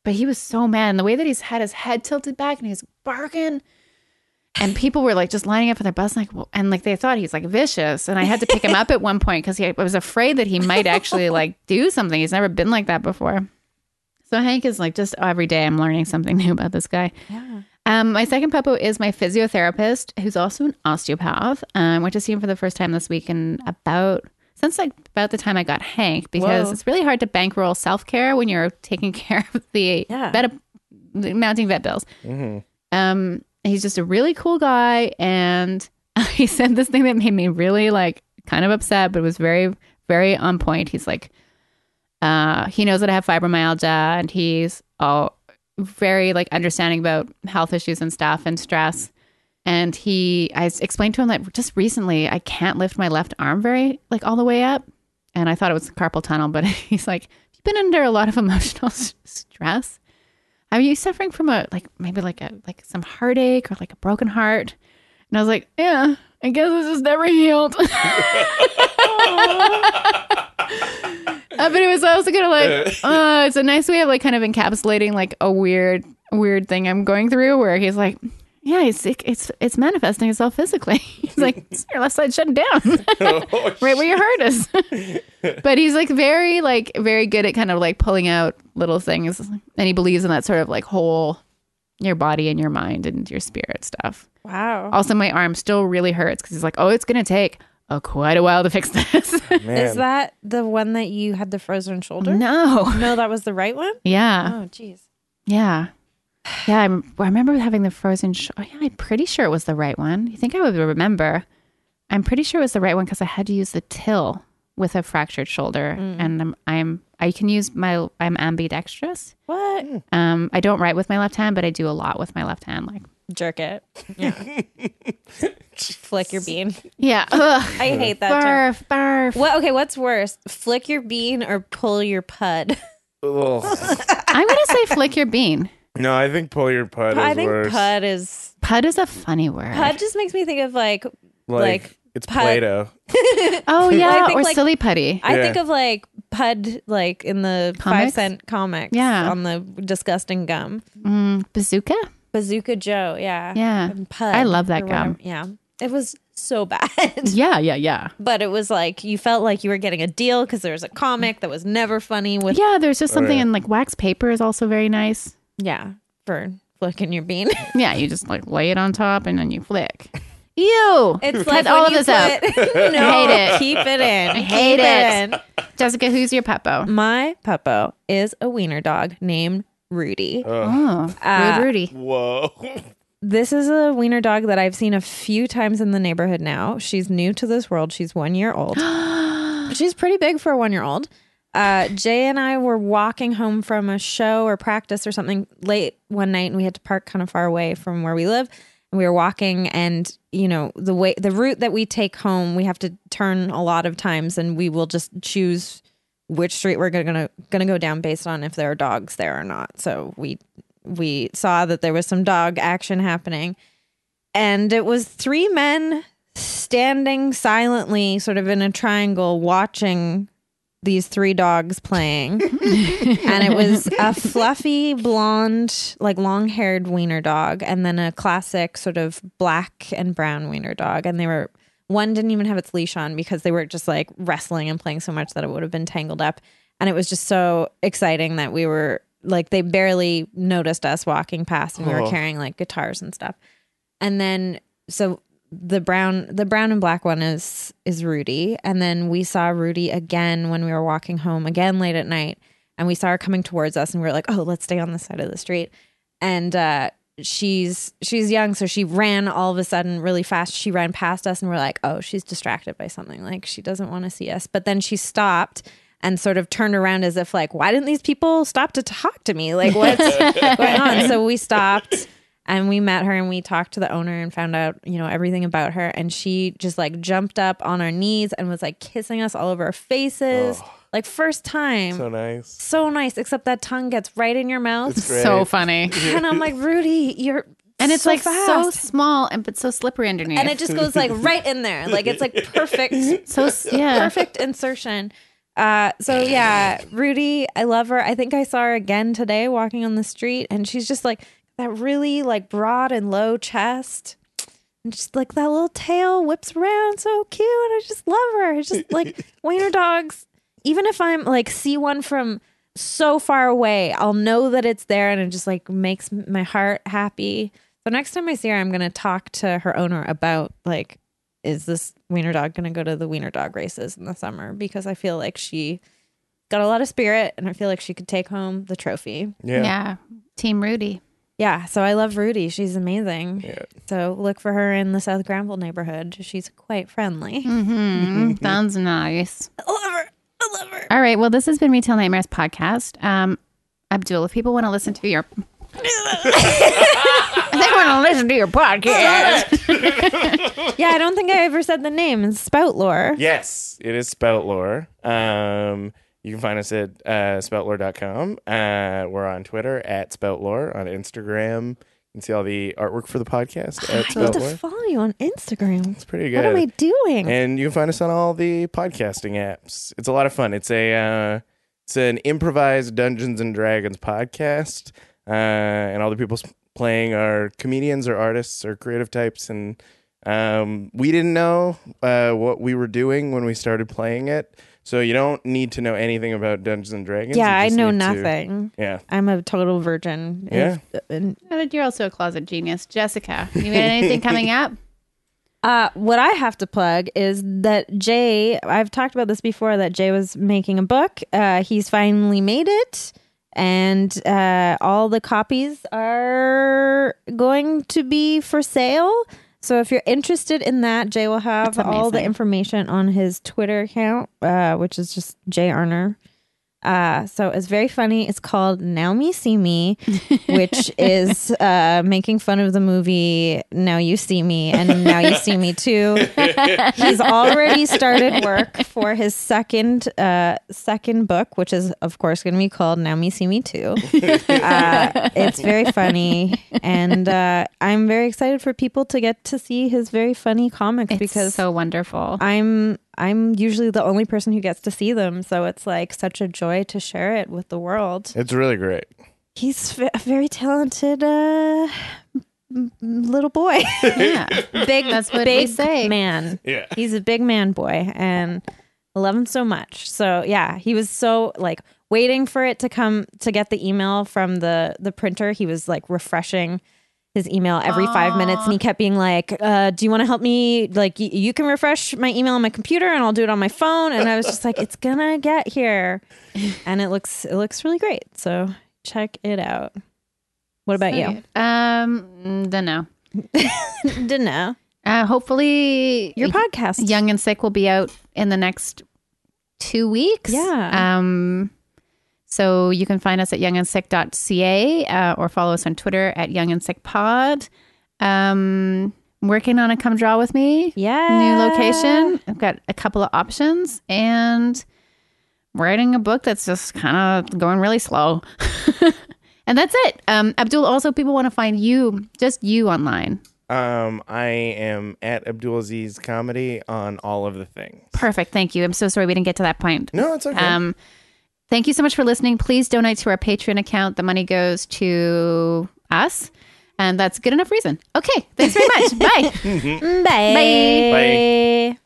Speaker 2: But he was so mad. And the way that he's had his head tilted back and he was barking. And people were like just lining up for their bus, like, well, and like they thought he's like vicious. And I had to pick him up at one point because I was afraid that he might actually like do something. He's never been like that before. So Hank is like just every day I'm learning something new about this guy.
Speaker 4: Yeah.
Speaker 2: Um, my second puppo is my physiotherapist, who's also an osteopath. Um, went to see him for the first time this week, and about since like about the time I got Hank, because
Speaker 4: Whoa.
Speaker 2: it's really hard to bankroll self care when you're taking care of the
Speaker 4: Yeah.
Speaker 2: vet, the mounting vet bills. Um, he's just a really cool guy, and he said this thing that made me really like kind of upset, but it was very very on point. He's like, uh, he knows that I have fibromyalgia, and he's all very like understanding about health issues and stuff and stress. And he, I s- explained to him that just recently I can't lift my left arm very like all the way up, and I thought it was carpal tunnel, but he's like, you've been under a lot of emotional s- stress. Are you suffering from a like maybe like a like some heartache or like a broken heart? And I was like, yeah, I guess this is never healed. Uh, but it was also kind of like, uh, it's a nice way of like kind of encapsulating like a weird, weird thing I'm going through. Where he's like, yeah, it's it's it's manifesting itself physically. He's like, "It's your left side shutting down,
Speaker 3: Oh,
Speaker 2: right where your heart is. but he's like very like very good at kind of like pulling out little things, and he believes in that sort of like whole your body and your mind and your spirit stuff.
Speaker 1: Wow.
Speaker 4: Oh,
Speaker 2: Also, my arm still really hurts because he's like, oh, it's going to take uh, quite a while to fix this.
Speaker 3: Man.
Speaker 1: Is that the one that you had the frozen shoulder?
Speaker 2: no. Uh.
Speaker 1: No, that was the right one?
Speaker 2: Yeah.
Speaker 1: Oh, jeez.
Speaker 2: Yeah. Yeah. I'm, I remember having the frozen. Sh- oh, yeah. I'm pretty sure it was the right one. You think I would remember? I'm pretty sure it was the right one because I had to use the till with a fractured shoulder,
Speaker 1: Mm.
Speaker 2: and I'm, I'm I can use my I'm ambidextrous.
Speaker 1: What?
Speaker 2: Um, I don't write with my left hand, but I do a lot with my left hand. Like,
Speaker 1: Jerk it. Yeah. Flick your bean.
Speaker 2: yeah, ugh,
Speaker 1: I hate that term.
Speaker 2: barf, barf.
Speaker 1: What? Okay, what's worse? Flick your bean or pull your pud?
Speaker 3: Ugh.
Speaker 2: I'm gonna say flick your bean.
Speaker 3: no, I think pull your putt
Speaker 1: I
Speaker 3: is
Speaker 1: think
Speaker 3: worse.
Speaker 1: pud is.
Speaker 2: Pud is a funny word.
Speaker 1: Pud just makes me think of like.
Speaker 3: like,
Speaker 1: like,
Speaker 3: it's
Speaker 1: putt.
Speaker 3: Play-Doh.
Speaker 2: Oh yeah,
Speaker 1: think,
Speaker 2: or
Speaker 1: like-
Speaker 2: silly putty.
Speaker 1: I
Speaker 3: Yeah.
Speaker 1: think of like pud, like in the five
Speaker 2: Comics?
Speaker 1: cent comics
Speaker 2: Yeah.
Speaker 1: on the disgusting gum.
Speaker 2: Mm, bazooka.
Speaker 1: Bazooka Joe, yeah.
Speaker 2: Yeah.
Speaker 1: And Pud.
Speaker 2: I love that
Speaker 1: or whatever.
Speaker 2: gum.
Speaker 1: Yeah. It was so bad.
Speaker 2: Yeah, yeah, yeah.
Speaker 1: but it was like you felt like you were getting a deal because there was a comic that was never funny with
Speaker 2: Yeah, there's just something
Speaker 3: yeah.
Speaker 2: in like wax paper is also very nice.
Speaker 1: yeah for flicking your bean.
Speaker 2: Yeah, you just like lay it on top and then you flick. Ew.
Speaker 1: It's
Speaker 2: Cut
Speaker 1: like
Speaker 2: all
Speaker 1: when
Speaker 2: of
Speaker 1: you
Speaker 2: this out.
Speaker 1: put- no,
Speaker 2: Hate it.
Speaker 1: Keep it in. I
Speaker 2: hate it.
Speaker 1: In.
Speaker 2: Jessica, who's your peppo?
Speaker 1: My puppo is a wiener dog named Rudy.
Speaker 2: Oh,
Speaker 1: Uh,
Speaker 2: Rude Rudy.
Speaker 3: Whoa.
Speaker 1: This is a wiener dog that I've seen a few times in the neighborhood now. She's new to this world. She's one year old. She's pretty big for a one year old. Uh, Jay and I were walking home from a show or practice or something late one night, and we had to park kind of far away from where we live. And we were walking, and you know the way the route that we take home, we have to turn a lot of times, and we will just choose which street we're gonna gonna, gonna go down based on if there are dogs there or not. So we we saw that there was some dog action happening, and it was three men standing silently, sort of in a triangle, watching these three dogs playing. and it was a fluffy blonde, like long haired wiener dog, and then a classic sort of black and brown wiener dog. And they were, one didn't even have its leash on because they were just like wrestling and playing so much that it would have been tangled up. And it was just so exciting that we were like, they barely noticed us walking past and we were
Speaker 3: Oh.
Speaker 1: carrying like guitars and stuff and then so the brown the brown and black one is is Rudy and then we saw Rudy again when we were walking home again late at night and we saw her coming towards us and we were like oh let's stay on this side of the street and uh she's she's young so she ran all of a sudden really fast she ran past us and we're like oh she's distracted by something like she doesn't want to see us but then she stopped and sort of turned around as if like why didn't these people stop to talk to me like what's going on so we stopped and we met her and we talked to the owner and found out you know everything about her and she just like jumped up on our knees and was like kissing us all over our faces like first time so,
Speaker 3: So nice.
Speaker 1: nice except that tongue gets right in your mouth
Speaker 3: It's great.
Speaker 2: So funny.
Speaker 1: and i'm like rudy you're
Speaker 2: And it's
Speaker 1: so
Speaker 2: like so
Speaker 1: fast.
Speaker 2: small and but so slippery underneath.
Speaker 1: and it just goes like right in there like it's like perfect
Speaker 2: so s- yeah.
Speaker 1: perfect insertion. Uh, so yeah, Rudy, I love her. I think I saw her again today walking on the street, and she's just like that really like broad and low chest, and just like that little tail whips around, so cute. I just love her. It's just like wiener dogs. Even if I'm like see one from so far away, I'll know that it's there, and it just like makes my heart happy. So next time I see her, I'm gonna talk to her owner about like is this wiener dog going to go to the wiener dog races in the summer because I feel like she got a lot of spirit and I feel like she could take home the trophy.
Speaker 3: Yeah.
Speaker 2: Yeah. Team Rudy.
Speaker 1: Yeah, so I love Rudy. She's amazing.
Speaker 3: Yeah.
Speaker 1: So look for her in the South Granville neighborhood. She's quite friendly.
Speaker 2: Mm-hmm. Sounds nice.
Speaker 1: I love her. I love her.
Speaker 2: All right. Well, this has been Retail Nightmares podcast. Um, Abdul, if people want to listen to your, If they want to listen to your podcast.
Speaker 1: Yeah, I don't think I ever said the name. It's Spout Lore.
Speaker 3: Yes, it is Spout Lore. Um, you can find us at uh, spoutlore.com. Uh, we're on Twitter at spoutlore, on Instagram. You can see all the artwork for the podcast at
Speaker 1: I need to
Speaker 3: spoutlore.
Speaker 1: follow you on Instagram.
Speaker 3: It's pretty
Speaker 1: What am I
Speaker 3: good.
Speaker 1: doing?
Speaker 3: And you can find us on all the podcasting apps. It's a lot of fun. It's a uh, it's an improvised Dungeons and Dragons podcast, uh, and all the people s- playing are comedians or artists or creative types, and Um, we didn't know uh, what we were doing when we started playing it, so you don't need to know anything about Dungeons and Dragons.
Speaker 1: yeah,
Speaker 3: You
Speaker 1: I
Speaker 3: just
Speaker 1: know
Speaker 3: need to-
Speaker 1: nothing.
Speaker 3: yeah,
Speaker 1: I'm a total virgin.
Speaker 3: Yeah.
Speaker 1: If- and-
Speaker 2: You're also a closet genius, Jessica. You got anything coming up?
Speaker 1: Uh, what I have to plug is that Jay, I've talked about this before, that Jay was making a book. Uh, he's finally made it, and uh, all the copies are going to be for sale. So if you're interested in that, Jay will have
Speaker 2: That's
Speaker 1: all the
Speaker 2: amazing.
Speaker 1: information on his Twitter account, uh, which is just Jay Arner. Uh, so it's very funny. It's called Now Me See Me, which is uh, making fun of the movie Now You See Me and Now You See Me Too. He's already started work for his second uh, second book, which is of course going to be called Now Me See Me Too. Uh, it's very funny, and uh, I'm very excited for people to get to see his very funny comics because
Speaker 2: so wonderful.
Speaker 1: I'm I'm usually the only person who gets to see them, so it's like such a joy to share it with the world.
Speaker 3: it's really great.
Speaker 1: He's a very talented uh, m- little boy,
Speaker 2: yeah,
Speaker 1: big
Speaker 2: that's what they
Speaker 1: big
Speaker 2: say.
Speaker 1: man.
Speaker 3: Yeah.
Speaker 1: He's a big man boy, and I love him so much. So yeah, he was so like waiting for it to come to get the email from the the printer. He was like refreshing his email every five minutes and he kept being like uh, do you want to help me like y- you can refresh my email on my computer and i'll do it on my phone and i was just like it's gonna get here and it looks it looks really great so check it out what about you
Speaker 2: Um, don't know.
Speaker 1: didn't know
Speaker 2: Uh, hopefully,
Speaker 1: your podcast
Speaker 2: Young and Sick will be out in the next two weeks.
Speaker 1: Yeah.
Speaker 2: Um, so you can find us at youngandsick.ca uh, or follow us on Twitter at youngandsickpod. Um, working on a come draw with me
Speaker 1: yeah
Speaker 2: new location. I've got a couple of options and writing a book that's just kind of going really slow. and that's it. Um, Abdul, also, people want to find you, just you online.
Speaker 3: Um, I am at Abdulaziz Comedy on all of the things.
Speaker 2: Perfect. Thank you. I'm so sorry we didn't get to that point.
Speaker 3: No, it's okay.
Speaker 2: Um, thank you so much for listening. Please donate to our Patreon account. The money goes to us.
Speaker 3: Mm-hmm.
Speaker 2: And that's good enough reason. Okay. Thanks very much. Bye.
Speaker 1: Bye.
Speaker 3: Bye.
Speaker 1: Bye.